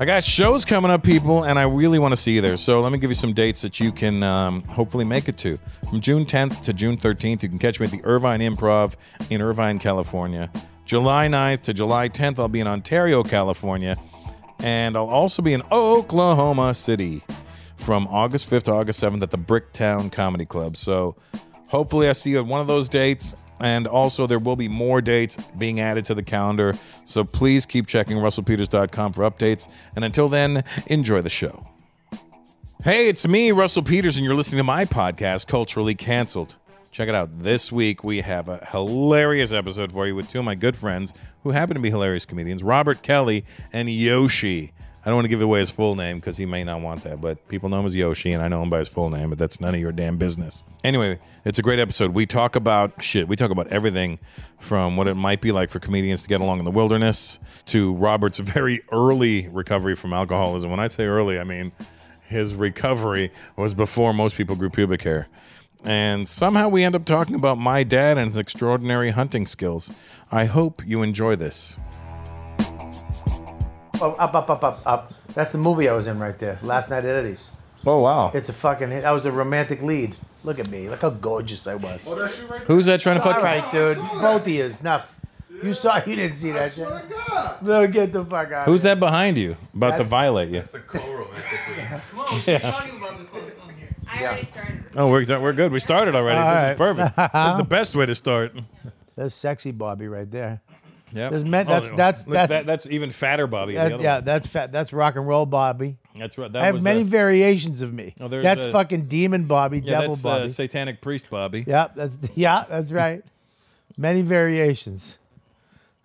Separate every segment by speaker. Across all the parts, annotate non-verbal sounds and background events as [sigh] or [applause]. Speaker 1: I got shows coming up, people, and I really want to see you there. So let me give you some dates that you can um, hopefully make it to. From June 10th to June 13th, you can catch me at the Irvine Improv in Irvine, California. July 9th to July 10th, I'll be in Ontario, California. And I'll also be in Oklahoma City from August 5th to August 7th at the Bricktown Comedy Club. So hopefully I see you at one of those dates. And also, there will be more dates being added to the calendar. So please keep checking russellpeters.com for updates. And until then, enjoy the show. Hey, it's me, Russell Peters, and you're listening to my podcast, Culturally Cancelled. Check it out. This week, we have a hilarious episode for you with two of my good friends who happen to be hilarious comedians Robert Kelly and Yoshi. I don't want to give away his full name because he may not want that, but people know him as Yoshi, and I know him by his full name, but that's none of your damn business. Anyway, it's a great episode. We talk about shit. We talk about everything from what it might be like for comedians to get along in the wilderness to Robert's [laughs] very early recovery from alcoholism. When I say early, I mean his recovery was before most people grew pubic hair. And somehow we end up talking about my dad and his extraordinary hunting skills. I hope you enjoy this.
Speaker 2: Oh, up, up, up, up, up. That's the movie I was in right there. Last night at Eddie's.
Speaker 1: Oh, wow.
Speaker 2: It's a fucking. hit. I was the romantic lead. Look at me. Look how gorgeous I was.
Speaker 1: Who's that trying to fuck?
Speaker 2: All right, dude. Both of you. Enough. You saw. You didn't see that shit. No, get the fuck out.
Speaker 1: Who's that behind you? About to
Speaker 2: That's-
Speaker 1: violate you?
Speaker 3: I already started.
Speaker 1: Oh, we're we're good. We started already.
Speaker 2: All
Speaker 1: this
Speaker 2: right.
Speaker 1: is perfect. this
Speaker 2: [laughs]
Speaker 1: is the best way to start.
Speaker 2: That's sexy Bobby right there.
Speaker 1: Yeah.
Speaker 2: There's men- that's- that's- that's-
Speaker 1: Oh, that, that's even fatter, Bobby.
Speaker 2: That-
Speaker 1: the other
Speaker 2: yeah,
Speaker 1: one.
Speaker 2: that's fat. That's rock and roll Bobby.
Speaker 1: that's right. That
Speaker 2: I have
Speaker 1: was
Speaker 2: many
Speaker 1: uh,
Speaker 2: variations of me.
Speaker 1: Oh, there's
Speaker 2: that's
Speaker 1: a-
Speaker 2: fucking demon Bobby,
Speaker 1: yeah,
Speaker 2: devil
Speaker 1: that's, uh,
Speaker 2: Bobby.
Speaker 1: satanic priest, Bobby.
Speaker 2: yeah, that's [laughs] yeah, that's right. many variations.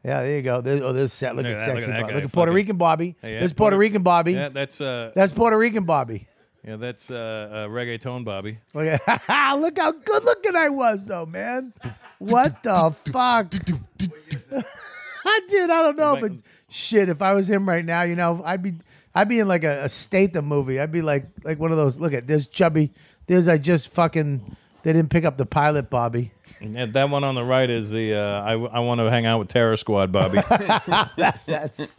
Speaker 2: Yeah, there you go. There's, oh, there's set. Look
Speaker 1: Look
Speaker 2: at
Speaker 1: at that, look at
Speaker 2: sexy
Speaker 1: that
Speaker 2: Bobby.
Speaker 1: guy,
Speaker 2: Look at Puerto
Speaker 1: fucking-
Speaker 2: Rican Bobby.
Speaker 1: Hey,
Speaker 2: there's Puerto Rican Bobby.
Speaker 1: Yeah, that's uh,
Speaker 2: That's Puerto Rican Bobby.
Speaker 1: yeah, that's uh, uh, reggaeton, Bobby.
Speaker 2: Look, at, [laughs] look how good looking I was, though, man. What the fuck? [laughs] Dude, I don't know, but shit, if I was him right now, you know, I'd be, I'd be in like a, a Statham movie. I'd be like, like one of those. Look at there's chubby. There's I just fucking. They didn't pick up the pilot, Bobby.
Speaker 1: Yeah, that one on the right is the uh, I, I want to hang out with Terror Squad, Bobby.
Speaker 2: [laughs] That's.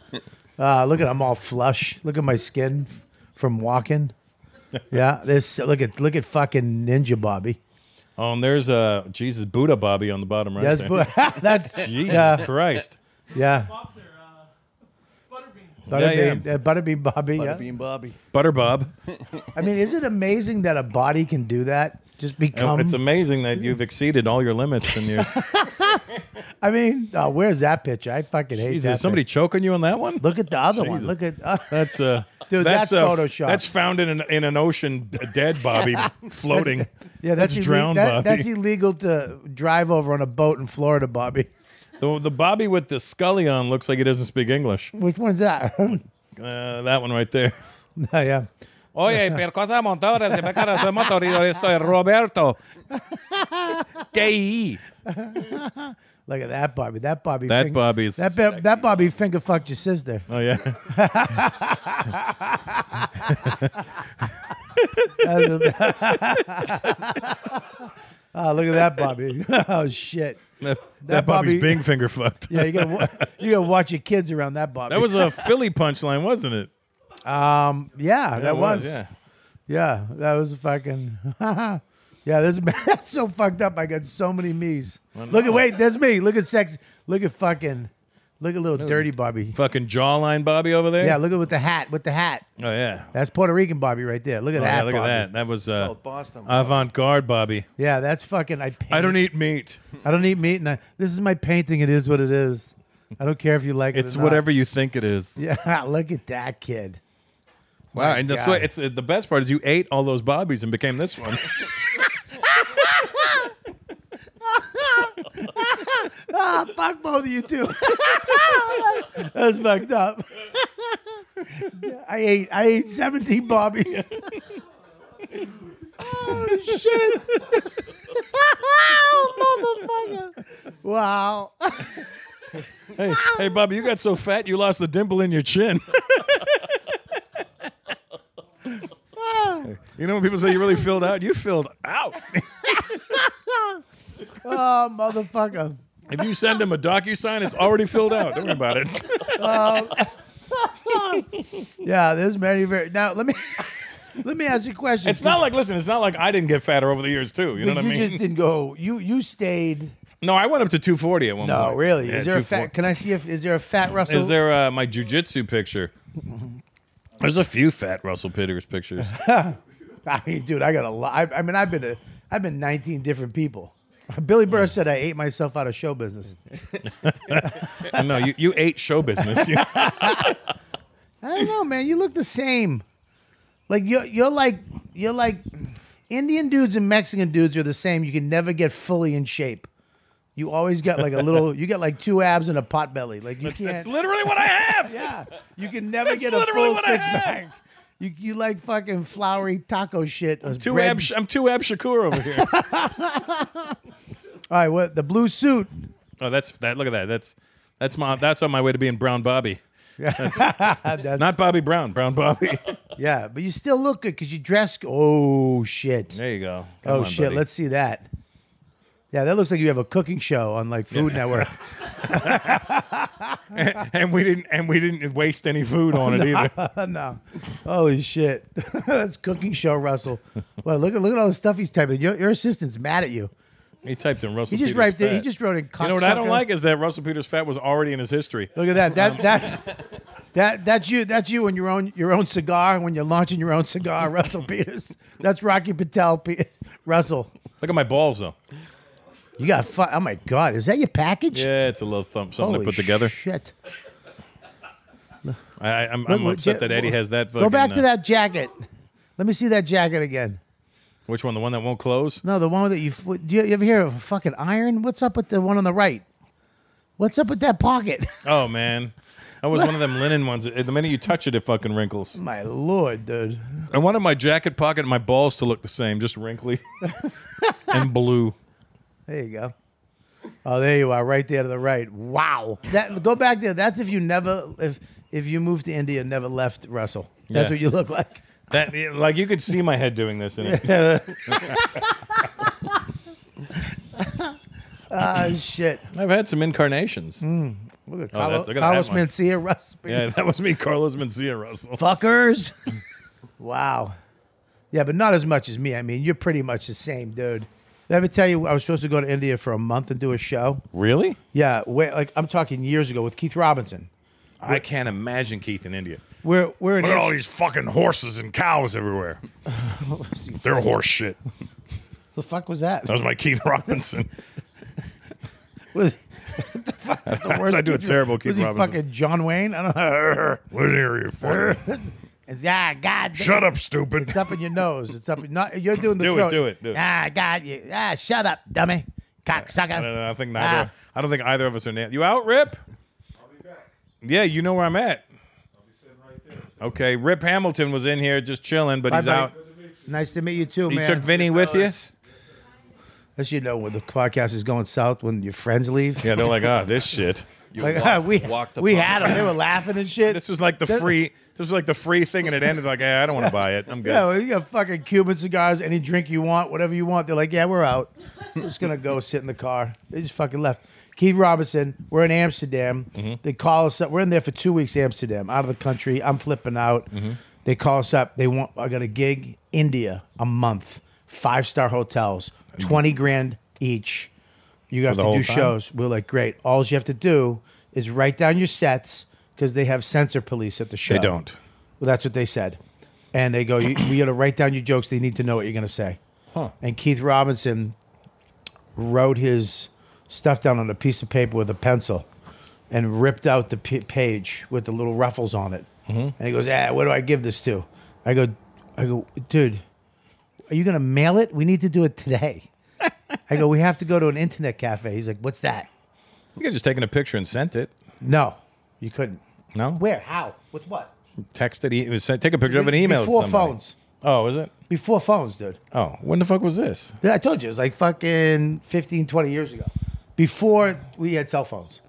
Speaker 2: Uh, look at I'm all flush. Look at my skin from walking. Yeah, this look at look at fucking Ninja Bobby.
Speaker 1: oh, and there's uh, Jesus Buddha, Bobby on the bottom right.
Speaker 2: That's
Speaker 1: there.
Speaker 2: [laughs]
Speaker 1: [laughs]
Speaker 2: that's
Speaker 1: Jesus
Speaker 2: yeah
Speaker 1: Christ.
Speaker 2: yeah.
Speaker 1: Yeah,
Speaker 2: Butterbean, uh, Butterbean Bobby.
Speaker 1: [laughs]
Speaker 2: yeah.
Speaker 4: Bobby.
Speaker 1: Butter Bob.
Speaker 2: I mean, is it amazing that a body can do that? Just become.
Speaker 1: It's amazing that you've exceeded all your limits
Speaker 2: [laughs]
Speaker 1: and you're
Speaker 2: I mean, oh, where's that picture? I fucking hate
Speaker 1: Jeez,
Speaker 2: that.
Speaker 1: is somebody
Speaker 2: picture.
Speaker 1: choking you on that one?
Speaker 2: Look at the [laughs] other one.
Speaker 1: Jesus.
Speaker 2: Look at. Uh,
Speaker 1: That's uh,
Speaker 2: Dude, that's
Speaker 1: uh,
Speaker 2: Photoshop.
Speaker 1: That's found in an, in an ocean, d-
Speaker 2: [laughs]
Speaker 1: dead Bobby floating.
Speaker 2: yeah, that's,
Speaker 1: That's
Speaker 2: ille-
Speaker 1: drowned
Speaker 2: that-
Speaker 1: Bobby.
Speaker 2: That's illegal to drive over on a boat in Florida, Bobby. [laughs]
Speaker 1: the, the Bobby with the scully on looks like he doesn't speak English.
Speaker 2: Which one's that?
Speaker 1: Uh, that one right there.
Speaker 2: [laughs] yeah.
Speaker 4: Oye, pero cosa motores, se ve cara, soy motorista, estoy
Speaker 2: [laughs]
Speaker 4: Roberto.
Speaker 2: E
Speaker 4: KI.
Speaker 2: Look at that Bobby. That Bobby.
Speaker 1: That
Speaker 2: finger,
Speaker 1: Bobby's
Speaker 2: That, Bo- that Bobby finger fucked your sister.
Speaker 1: Oh
Speaker 2: [laughs]
Speaker 1: yeah.
Speaker 2: [laughs] Oh, look at that Bobby. [laughs] oh shit.
Speaker 1: That,
Speaker 2: That Bobby-
Speaker 1: Bobby's Bing finger fucked.
Speaker 2: Yeah, you gotta wa- you gotta watch your kids around that Bobby.
Speaker 1: That was a Philly punchline, wasn't it?
Speaker 2: Um, yeah. That
Speaker 1: It
Speaker 2: was.
Speaker 1: Yeah.
Speaker 2: Yeah, that was fucking. [laughs] [laughs] yeah, this [laughs] that's so fucked up. I got so many me's. Look at wait, that's me. Look at sex. Look at fucking. Look at little dirty Bobby.
Speaker 1: Fucking jawline Bobby over there.
Speaker 2: Yeah, look at with the hat. With the hat.
Speaker 1: Oh yeah.
Speaker 2: That's [laughs] Puerto Rican Bobby right there. Look at
Speaker 1: Oh,
Speaker 2: that.
Speaker 1: yeah, look
Speaker 2: Bobby.
Speaker 1: at that. That was uh,
Speaker 5: South Boston.
Speaker 1: avant-garde Bobby.
Speaker 2: Yeah, that's fucking. I paint,
Speaker 1: I don't eat meat.
Speaker 2: I don't eat meat, and I, this is my painting. It is what it is. I don't care if you like it.
Speaker 1: It's
Speaker 2: or not.
Speaker 1: whatever you think it is.
Speaker 2: Yeah, [laughs] look at that kid. [laughs]
Speaker 1: Wow, and that's
Speaker 2: God.
Speaker 1: what- it's uh, the best part is you ate all those bobbies and became this
Speaker 2: [laughs]
Speaker 1: one.
Speaker 2: Ah, fuck both of you too. [laughs] That's fucked up. I ate I ate 17 bobbies. oh shit. [laughs] oh, motherfucker. Wow.
Speaker 1: hey, hey, Bobby, you got so fat you lost the dimple in your chin. [laughs] you know when people say you really filled out, you filled out.
Speaker 2: [laughs] Oh motherfucker.
Speaker 1: [laughs] if you send them a docu sign, it's already filled out. Don't worry about [laughs] it.
Speaker 2: [laughs] Yeah, there's many very now let me [laughs] let me ask you a question.
Speaker 1: It's not like listen. It's not like I didn't get fatter over the years too. You know
Speaker 2: you
Speaker 1: what I mean?
Speaker 2: just didn't go you you stayed.
Speaker 1: no, I went up to 240 at one
Speaker 2: No,
Speaker 1: point.
Speaker 2: really.
Speaker 1: Yeah,
Speaker 2: is there a
Speaker 1: 240.
Speaker 2: fat can I see if is there a fat Russell?
Speaker 1: Is there uh, my jujitsu picture? There's a few fat Russell Peters [laughs] pictures.
Speaker 2: [laughs] I mean, dude, I got a lot. I, I mean, I've been to, I've been 19 different people. Billy Burr said I ate myself out of show business.
Speaker 1: no, you, you ate show business. [laughs] You-
Speaker 2: I don't know, man. You look the same. Like you're, you're like, you're like, Indian dudes and Mexican dudes are the same. You can never get fully in shape. You always got like a
Speaker 1: [laughs]
Speaker 2: little. You got like two abs and a pot belly. Like you can't.
Speaker 1: That's literally what I have.
Speaker 2: [laughs] yeah, you can never
Speaker 1: That's
Speaker 2: get a
Speaker 1: literally
Speaker 2: full
Speaker 1: what I
Speaker 2: six
Speaker 1: have.
Speaker 2: pack. You, you like fucking flowery taco shit. or
Speaker 1: Two
Speaker 2: bread-
Speaker 1: Ab, I'm two Ab Shakur over here.
Speaker 2: [laughs] All right, what the blue suit?
Speaker 1: oh, that's that. Look at that. That's that's my that's on my way to being Brown Bobby.
Speaker 2: [laughs] That's-
Speaker 1: Not Bobby Brown. Brown Bobby.
Speaker 2: [laughs] Yeah, but you still look good because you dress. Oh shit!
Speaker 1: there you go. Come
Speaker 2: oh
Speaker 1: on,
Speaker 2: shit!
Speaker 1: buddy.
Speaker 2: Let's see that. Yeah, that looks like you have a cooking show on like Food Network.
Speaker 1: [laughs]
Speaker 2: [laughs]
Speaker 1: And we didn't and we didn't waste any food
Speaker 2: [laughs]
Speaker 1: on it either.
Speaker 2: no, holy shit! [laughs] That's cooking show, Russell. Well, look at look at all the stuff he's typing. Your, your assistant's mad at you.
Speaker 1: He typed in Russell.
Speaker 2: He just
Speaker 1: Peters
Speaker 2: right there. He
Speaker 1: fat.
Speaker 2: just wrote in.
Speaker 1: You know what I don't
Speaker 2: cocksucker.
Speaker 1: like is that Russell Peters fat was already in his history.
Speaker 2: Look at that.
Speaker 1: [laughs]
Speaker 2: That that that that's you. That's you and your own your own cigar when you're launching your own cigar, [laughs] Russell Peters. That's Rocky Patel, Pe- [laughs] Russell.
Speaker 1: Look at my balls though.
Speaker 2: You got fu- oh my god, is that your package?
Speaker 1: Yeah, it's a little thump something
Speaker 2: Holy
Speaker 1: I put together.
Speaker 2: Shit.
Speaker 1: I, I- I'm,
Speaker 2: Look,
Speaker 1: I'm
Speaker 2: look,
Speaker 1: upset
Speaker 2: Ja-
Speaker 1: that Eddie has that.
Speaker 2: Go back
Speaker 1: fucking,
Speaker 2: to
Speaker 1: uh,
Speaker 2: that jacket. Let me see that jacket again.
Speaker 1: Which one? The one that won't close?
Speaker 2: No, the one that you. what- Do you you ever hear of a fucking iron? What's up with the one on the right? What's up with that pocket? [laughs]
Speaker 1: Oh man, that was one of them linen ones. Uh, The minute you touch it, it fucking wrinkles.
Speaker 2: my lord, dude.
Speaker 1: I wanted my jacket pocket and my balls to look the same, just
Speaker 2: [laughs]
Speaker 1: wrinkly and blue.
Speaker 2: There you go. Oh, there you are, right there to the right. Wow. That go back there. That's if you never if if you moved to India and never left Russell. That's
Speaker 1: Yeah.
Speaker 2: what you look like.
Speaker 1: That
Speaker 2: [laughs]
Speaker 1: like you could see my head doing this in it. [laughs]
Speaker 2: Oh shit. Mm,
Speaker 1: I've had some incarnations.
Speaker 2: Look at
Speaker 1: Oh, that's-
Speaker 2: Carlos,
Speaker 1: I gotta have
Speaker 2: Carlos
Speaker 1: one.
Speaker 2: Mencia, Russell.
Speaker 1: Yeah, that was me, Carlos
Speaker 2: [laughs]
Speaker 1: Mencia [laughs] Russell.
Speaker 2: fuckers. [laughs] wow. Yeah, but not as much as me. I mean, you're pretty much the same, dude. Did I ever tell you I was supposed to go to India for a month and do a show?
Speaker 1: Really?
Speaker 2: Yeah, way, like I'm talking years ago with Keith Robinson.
Speaker 1: I can't imagine Keith in India.
Speaker 2: We're we're in
Speaker 1: Look at all
Speaker 2: Amst-
Speaker 1: these fucking horses and cows everywhere. [laughs] They're horse shit.
Speaker 2: the fuck
Speaker 1: [laughs]
Speaker 2: was that?
Speaker 1: That was my Keith Robinson.
Speaker 2: [laughs] Was the
Speaker 1: [laughs]
Speaker 2: worst
Speaker 1: I do a
Speaker 2: Keith-
Speaker 1: terrible Keith
Speaker 2: was he
Speaker 1: Robinson.
Speaker 2: Fucking John Wayne. I don't know.
Speaker 1: [laughs] What are you
Speaker 2: [laughs]
Speaker 1: fucking?
Speaker 2: It's, ah, God.
Speaker 1: Shut up, stupid.
Speaker 2: It's up in your nose. It's up. Not you're doing the
Speaker 1: Do it,
Speaker 2: throat.
Speaker 1: do it, do it.
Speaker 2: Ah, God. You, ah, shut up, dummy, cocksucker.
Speaker 1: I don't know. I think
Speaker 2: Ah.
Speaker 1: neither. I don't think either of us are nailed. You out, Rip? I'll be back. Yeah, you know where I'm at. I'll be sitting right Okay, Rip Hamilton was in here just chilling, but
Speaker 2: Bye,
Speaker 1: he's
Speaker 2: buddy.
Speaker 1: out.
Speaker 2: Nice to meet you too,
Speaker 1: You
Speaker 2: man.
Speaker 1: took Vinny with you?
Speaker 2: As you know, when the podcast is going south, when your friends leave,
Speaker 1: Yeah, they're like, ah, this shit.
Speaker 2: like, we we had them. They were laughing and shit.
Speaker 1: This was like the
Speaker 2: That-
Speaker 1: free. This was like the free thing, and it ended like, eh, I don't want to buy it. I'm good.
Speaker 2: [laughs] Yeah, well, you got fucking Cuban cigars, any drink you want, whatever you want. They're like, yeah, we're out. We're just gonna go sit in the car. They just fucking left. Keith Robinson, we're in Amsterdam.
Speaker 1: Mm-hmm.
Speaker 2: They call us up. We're in there for two weeks, Amsterdam, out of the country. I'm flipping out.
Speaker 1: Mm-hmm.
Speaker 2: They call us up. They want. I got a gig, India, a month, five star hotels, twenty grand each. You have
Speaker 1: the
Speaker 2: to do
Speaker 1: whole time?
Speaker 2: shows. We're like, great. All you have to do is write down your sets because they have censor police at the show.
Speaker 1: They don't.
Speaker 2: Well, that's what they said. And they go, you, we got to write down your jokes. They need to know what you're going to say. And Keith Robinson wrote his stuff down on a piece of paper with a pencil and ripped out the p- page with the little ruffles on it.
Speaker 1: Mm-hmm.
Speaker 2: And he goes, ah, what do I give this to? I go, I go, dude, are you going to mail it? We need to do
Speaker 1: [laughs]
Speaker 2: it today. I go, we have to go to an internet cafe. He's like, what's that?
Speaker 1: You could have just taken a picture and sent it.
Speaker 2: No, you couldn't.
Speaker 1: No,
Speaker 2: Where? How? With what?
Speaker 1: text it. E- it was sent- take a picture of an email. to
Speaker 2: Before
Speaker 1: somebody.
Speaker 2: phones.
Speaker 1: Oh, is it?
Speaker 2: Before phones, dude.
Speaker 1: Oh, when the fuck was this?
Speaker 2: Yeah, I told you. It was like fucking 15, 20 years ago. Before we had cell phones.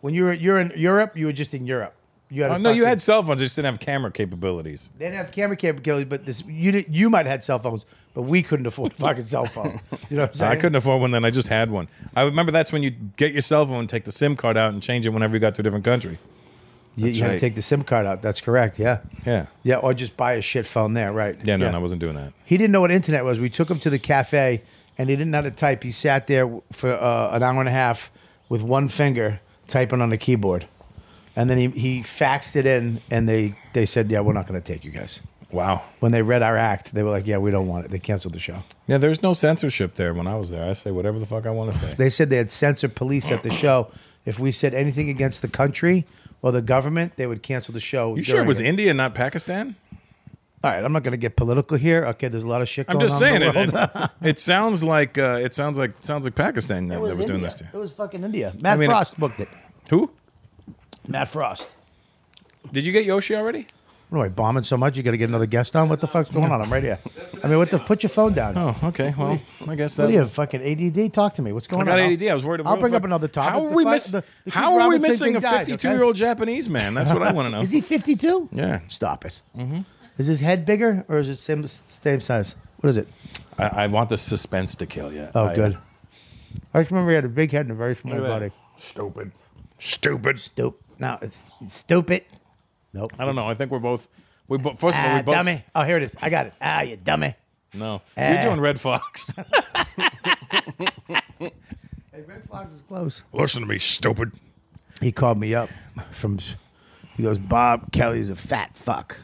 Speaker 2: When you were you're in Europe, you were just in Europe. You had a
Speaker 1: Oh, no, you
Speaker 2: fucking-
Speaker 1: had cell phones. They just didn't have camera capabilities.
Speaker 2: they didn't have camera capability, but this you did, you might have had cell phones, but we couldn't afford a fucking
Speaker 1: [laughs]
Speaker 2: cell phone. You know what I'm saying?
Speaker 1: I couldn't afford one then. I just had one. I remember that's when you get your cell phone, take the SIM card out, and change it whenever you got to a different country.
Speaker 2: You, you had to
Speaker 5: right.
Speaker 2: take the SIM card out. That's correct. Yeah.
Speaker 1: Yeah.
Speaker 2: Yeah, or just buy a shit phone there, right?
Speaker 1: Yeah, no, no, I wasn't doing that.
Speaker 2: He didn't know what internet was. We took him to the cafe, and he didn't know how to type. He sat there for uh, an hour and a half with one finger typing on the keyboard, and then he, he faxed it in, and they they said, "Yeah, we're not going to take you guys."
Speaker 1: Wow.
Speaker 2: When they read our act, they were like, "Yeah, we don't want it." They canceled the show.
Speaker 1: Yeah, there's no censorship there when I was there. I say whatever the fuck I want to say.
Speaker 2: They said they had censor police at the show. If we said anything against the country or the government, they would cancel the show.
Speaker 1: You sure it
Speaker 2: during
Speaker 1: was India, not Pakistan?
Speaker 2: All right, I'm not going to get political here. Okay, there's a lot of shit.
Speaker 1: I'm
Speaker 2: going
Speaker 1: just
Speaker 2: on in
Speaker 1: saying
Speaker 2: the
Speaker 1: it.
Speaker 2: world. [laughs]
Speaker 1: It, it sounds like uh, it sounds like sounds like Pakistan that that was, doing
Speaker 2: India.
Speaker 1: this. To
Speaker 2: It
Speaker 1: you.
Speaker 2: was fucking India. Matt
Speaker 1: I mean,
Speaker 2: Frost booked it.
Speaker 1: Who?
Speaker 2: Matt Frost.
Speaker 1: Did you get Yoshi already?
Speaker 2: What am I bombing so much? You got to get another guest on? What the fuck's going on? I'm right here. I mean, what the? Put your phone down.
Speaker 1: Oh, okay. Well, I guess that.
Speaker 2: What do you have? Fucking ADD? Talk to me. What's going
Speaker 1: I got
Speaker 2: on? I'll-
Speaker 1: ADD. I was worried about.
Speaker 2: I'll bring up another topic.
Speaker 1: How are
Speaker 2: The
Speaker 1: we,
Speaker 2: fi-
Speaker 1: miss,
Speaker 2: the- the
Speaker 1: how
Speaker 2: Keith
Speaker 1: are we
Speaker 2: Robinson
Speaker 1: missing
Speaker 2: thing
Speaker 1: a
Speaker 2: died,
Speaker 1: 52 year old Japanese man? That's what I want to
Speaker 2: [laughs]
Speaker 1: know.
Speaker 2: okay? Is he 52?
Speaker 1: Yeah. Mm-hmm.
Speaker 2: Stop it. Is his head bigger or is it same same size? What is it?
Speaker 1: I, I want the suspense to kill you.
Speaker 2: Oh,
Speaker 1: I-
Speaker 2: good. I just remember he had a big head and a very small
Speaker 1: Look at that.
Speaker 2: body.
Speaker 1: Stupid. Stupid.
Speaker 2: Dope. No, it's, it's stupid. Nope.
Speaker 1: I don't know. I think we're both. We bo- first of all,
Speaker 2: Ah,
Speaker 1: we both.
Speaker 2: dummy. Oh, here it is. I got it. Ah, you dummy.
Speaker 1: No,
Speaker 2: Ah.
Speaker 1: you're doing Red Fox.
Speaker 2: [laughs] Hey, Red Fox is close.
Speaker 1: Listen to me, stupid.
Speaker 2: he called me up from he goes bob kelly's a fat fuck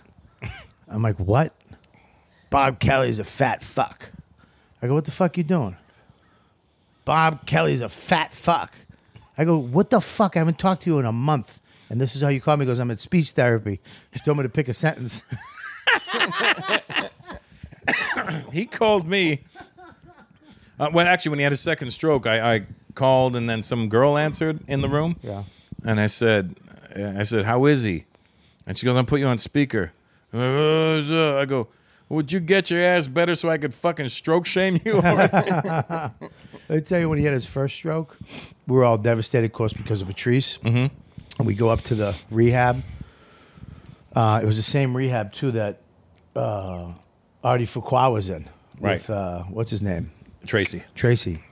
Speaker 2: [laughs] i'm like
Speaker 5: [laughs]
Speaker 2: what bob kelly's a fat fuck i go what the fuck you doing bob kelly's a fat fuck i go what the fuck i haven't talked to you in a month and this is how you call me he goes i'm at speech therapy she told me to pick a sentence [laughs]
Speaker 1: [clears throat] He called me. Uh, when actually, when he had his second stroke, I, I called, and then some girl answered in the room.
Speaker 2: Yeah.
Speaker 1: And I said, I said, how is he? And she goes, I'll put you on speaker. I'm like, "Oh, is, uh," I go, would you get your ass better so I could fucking stroke shame
Speaker 6: [laughs]
Speaker 1: you? [laughs]
Speaker 2: I tell you, when he had his first stroke, we were all devastated, of course, because of Patrice. Mm-hmm. And we go up to the rehab. Uh, it was the same rehab too that uh, Artie Fuqua was in.
Speaker 1: Right.
Speaker 2: With, uh, what's his name?
Speaker 1: Tracy.
Speaker 2: Tracy.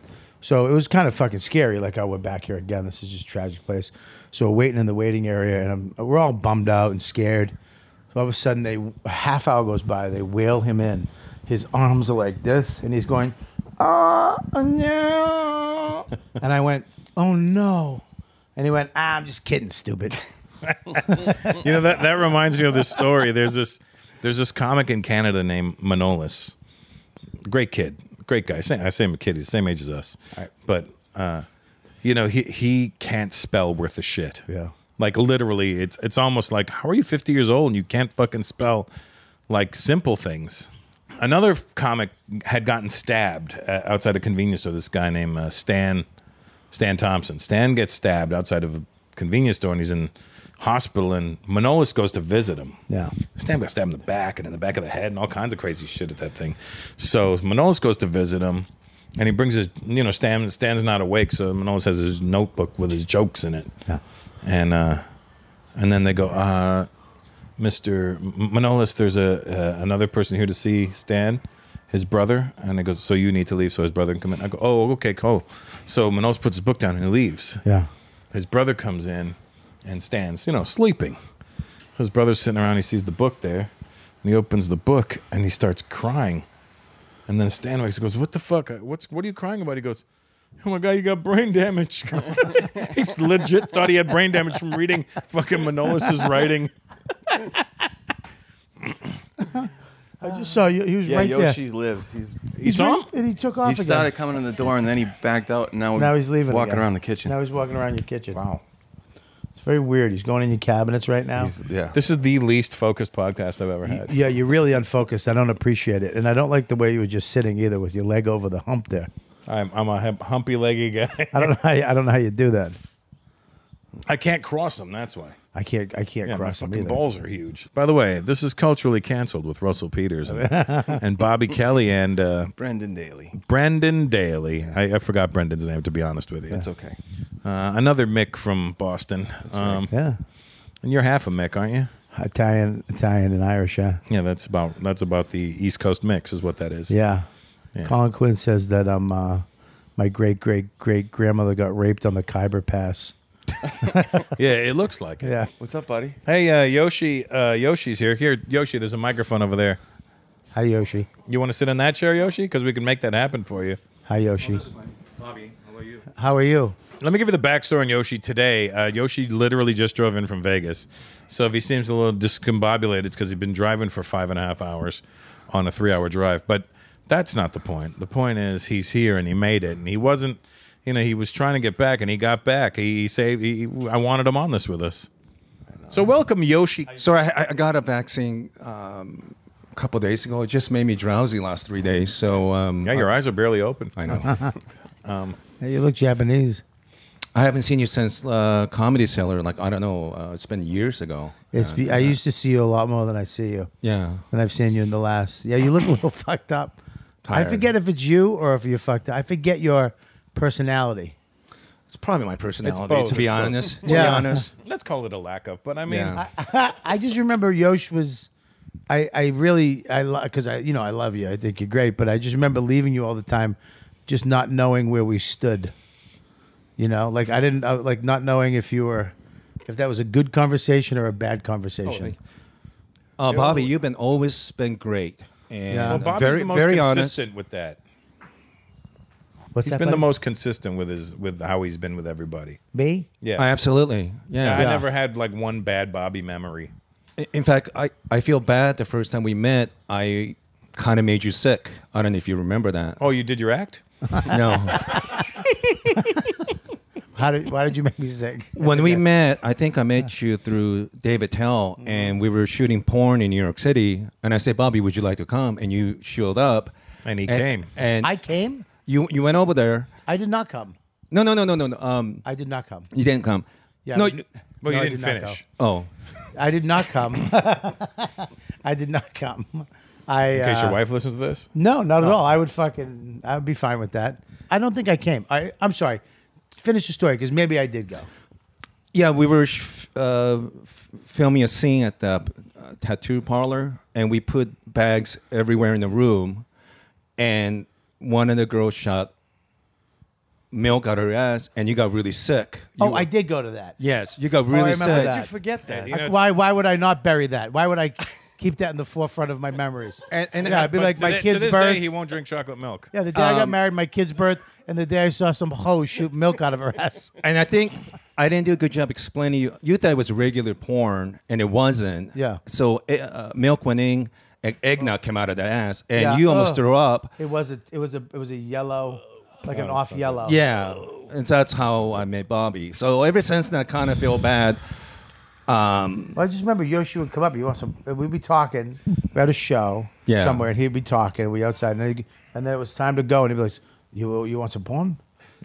Speaker 2: So it was kind of fucking scary. Like, oh, we're back here again. This is just a tragic place. So we're waiting in the waiting area, and I'm, we're all bummed out and scared. So all of a sudden, they a half hour goes by. They whale him in. His arms are like this, and he's going, oh no. [laughs] and I went, oh no. And he went, ah, I'm just kidding, stupid.
Speaker 1: You know that that reminds me of this story. There's this there's this comic in Canada named Manolis. Great kid, great guy. Same, I say him a kid. He's the same age as us. But uh, you know he he can't spell worth a shit.
Speaker 2: Yeah.
Speaker 1: Like literally, it's it's almost like how are you 50 years old and you can't fucking spell like simple things. Another f- comic had gotten stabbed uh, outside a convenience store. This guy named uh, Stan Stan Thompson. Stan gets stabbed outside of a convenience store, and he's in hospital, and Manolis goes to visit him.
Speaker 2: Yeah.
Speaker 1: Stan got stabbed in the back and in the back of the head and all kinds of crazy shit at that thing. So Manolis goes to visit him, and he brings his, you know, Stan. Stan's not awake, so Manolis has his notebook with his jokes in it.
Speaker 2: Yeah.
Speaker 1: And uh, and then they go, uh, Mister Manolis, there's a uh, another person here to see Stan, his brother, and he goes, so you need to leave so his brother can come in. I go, oh, okay, cool. So Manolis puts his book down and he leaves.
Speaker 2: Yeah.
Speaker 1: His brother comes in and stands, you know, sleeping. His brother's sitting around. He sees the book there, and he opens the book and he starts crying. And then Stan wakes up and goes, "What the fuck? What's what are you crying about?" He goes, "Oh my god, you got brain damage." [laughs] He goes, he legit thought he had brain damage from reading fucking Manolis's writing.
Speaker 2: [laughs] I just saw you. He was
Speaker 5: Yeah,
Speaker 2: right
Speaker 5: Yoshi
Speaker 2: there.
Speaker 5: lives. He's
Speaker 1: You saw him?
Speaker 2: And he took off
Speaker 5: he
Speaker 2: again.
Speaker 5: started coming in the door and then he backed out. And now,
Speaker 2: now he's leaving.
Speaker 5: walking
Speaker 2: again.
Speaker 5: around the kitchen.
Speaker 2: Now he's walking around your kitchen. Wow. It's very weird. He's going in your cabinets right now.
Speaker 5: He's- yeah.
Speaker 1: This is the least focused podcast I've ever had.
Speaker 2: yeah, you're really unfocused. I don't appreciate it. And I don't like the way you were just sitting either with your leg over the hump there.
Speaker 1: I'm, I'm a hump- humpy leggy guy.
Speaker 2: [laughs] I don't know how you, I don't know how you do that.
Speaker 1: I can't cross him. That's why.
Speaker 2: I can't I can't
Speaker 1: Yeah, my
Speaker 2: cross him
Speaker 1: fucking
Speaker 2: either.
Speaker 1: balls are huge. By the way, this is culturally canceled with Russell Peters
Speaker 2: [laughs]
Speaker 1: and, and Bobby Kelly and uh,
Speaker 5: Brendan Daly.
Speaker 1: Brendan Daly. I, I forgot Brendan's name to be honest with you.
Speaker 5: That's okay.
Speaker 1: Uh, another Mick from Boston. Um,
Speaker 2: Yeah.
Speaker 1: And you're half a Mick, aren't you?
Speaker 2: Italian Italian and Irish, yeah.
Speaker 1: Yeah, that's about that's about the East Coast mix, is what that is.
Speaker 2: Yeah. Colin Quinn says that um uh, my great great great grandmother got raped on the Khyber Pass.
Speaker 1: [laughs] yeah, it looks like it.
Speaker 2: Yeah.
Speaker 5: What's up,
Speaker 2: [laughs]
Speaker 5: buddy?
Speaker 1: Hey, uh, Yoshi, uh, Yoshi's here. Here, Yoshi, there's a microphone over there.
Speaker 2: Hi Yoshi.
Speaker 1: You want to sit in that chair, Yoshi? Because we can make that happen for you.
Speaker 2: Hi Yoshi.
Speaker 5: Bobby, how are you?
Speaker 2: How are you?
Speaker 1: Let me give you the backstory on Yoshi today. Uh, Yoshi literally just drove in from Vegas. So if he seems a little discombobulated, it's because he's been driving for five and a half hours on a three hour drive. But that's not the point. The point is he's here and he made it. And he wasn't, you know, he was trying to get back and he got back. He, he saved, he, I wanted him on this with us. So welcome, Yoshi.
Speaker 7: So I, I got a vaccine um, a couple days ago. It just made me drowsy last three days. So um,
Speaker 1: Yeah, your eyes are barely open.
Speaker 7: I know. [laughs] Um,
Speaker 2: Hey, you look Japanese.
Speaker 7: I haven't seen you since uh, Comedy Cellar. Like I don't know. Uh, it's been years ago. uh,
Speaker 2: It's be, I used to see you a lot more than I see you.
Speaker 7: Yeah.
Speaker 2: Than I've seen you in the last. Yeah, you look a little [laughs] fucked up. I
Speaker 7: Tired.
Speaker 2: forget if it's you or if you're fucked up. I forget your personality.
Speaker 7: It's probably my personality.
Speaker 1: both,
Speaker 7: To be
Speaker 1: it's both.
Speaker 7: honest. To
Speaker 2: Yeah.
Speaker 7: be honest.
Speaker 1: Let's call it a lack of, but [laughs] I mean,
Speaker 7: Yeah.
Speaker 2: I [laughs] just remember Yosh was. I, I really I because I you know I love you I think you're great but I just remember leaving you all the time, just not knowing where we stood. You know, like I didn't uh, like not knowing if you were, if that was a good conversation or a bad conversation.
Speaker 7: Uh, Bobby, you've been always been great. And
Speaker 2: Yeah.
Speaker 1: well, Bobby's
Speaker 7: very,
Speaker 1: the most
Speaker 7: very honest.
Speaker 1: consistent with that.
Speaker 2: What's
Speaker 1: He's
Speaker 2: that
Speaker 1: been the
Speaker 2: buddy?
Speaker 1: most consistent with his with how he's been with everybody.
Speaker 2: me?
Speaker 1: Yeah,
Speaker 7: I absolutely.
Speaker 1: Yeah,
Speaker 7: Yeah.
Speaker 1: I never had like one bad Bobby memory.
Speaker 7: I- In fact, I, I feel bad the first time we met. I kind of made you sick. I don't know if you remember
Speaker 2: [laughs]
Speaker 7: that.
Speaker 1: Oh, you did your act?
Speaker 7: [laughs] No.
Speaker 2: How did why did you make me sick?
Speaker 7: when
Speaker 2: [laughs]
Speaker 7: we met, I think I met you through David Tell,
Speaker 2: Mm-hmm.
Speaker 7: and we were shooting porn in New York City. And I said, Bobby, would you like to come? And you showed up,
Speaker 1: And he came.
Speaker 7: And
Speaker 2: I came.
Speaker 7: you you went over there.
Speaker 2: I did not come.
Speaker 7: No, no, no, no, no, no. Um,
Speaker 2: I did not come.
Speaker 7: you didn't come.
Speaker 2: Yeah.
Speaker 7: No.
Speaker 2: I
Speaker 7: you-
Speaker 2: did-
Speaker 1: Well,
Speaker 2: no,
Speaker 1: you
Speaker 2: I
Speaker 1: didn't
Speaker 2: did not
Speaker 1: finish.
Speaker 7: oh.
Speaker 2: go. I did not come. [laughs] I did not come. I
Speaker 1: In case
Speaker 2: uh,
Speaker 1: your wife listens Oh. to this,
Speaker 2: No, not at all. I would fucking, I would be fine with that. I don't think I came. I, I'm sorry. Finish the story because maybe I did go.
Speaker 7: Yeah, we were sh- uh, f- filming a scene at the uh, tattoo parlor, and we put bags everywhere in the room. And one of the girls shot milk out her ass, and you got really sick. You
Speaker 2: oh,
Speaker 7: were-
Speaker 2: I did go to that.
Speaker 7: Yes, you got
Speaker 2: Oh, I
Speaker 7: really
Speaker 2: remember
Speaker 7: sick.
Speaker 2: that. You
Speaker 5: Forget that.
Speaker 1: You know,
Speaker 2: Why? Why would I not bury that? Why would I keep that in the forefront of my memories?
Speaker 7: And- and-
Speaker 2: yeah, I'd be
Speaker 1: but
Speaker 2: like
Speaker 1: to
Speaker 2: my
Speaker 1: thi-
Speaker 2: kid's
Speaker 1: to this
Speaker 2: birth.
Speaker 1: day, he won't drink chocolate milk. Um,
Speaker 2: yeah, the day
Speaker 7: Um,
Speaker 2: I got married, my kid's birth, and the day I saw some hoe shoot milk out of her ass.
Speaker 7: And I think I didn't do a good job explaining you. You thought it was regular porn, and it wasn't.
Speaker 2: Yeah.
Speaker 7: So eh, uh, milk went in, egg- eggnog came out of the ass, and
Speaker 2: Yeah. Oh.
Speaker 7: you almost
Speaker 2: Ugh.
Speaker 7: threw up. Oh,
Speaker 2: It was a, it was a, it was a yellow, like an off yellow.
Speaker 7: Yeah. And so that's how I met Bobby. So ever since then, I kind of feel bad. Um,
Speaker 2: Well, I just remember Yoshi would come up. You want some? and We'd be talking. We had a show
Speaker 7: Yeah.
Speaker 2: somewhere, and he'd be talking. We outside, and, he'd, and then it was time to go, and he'd be like, "You you want some porn?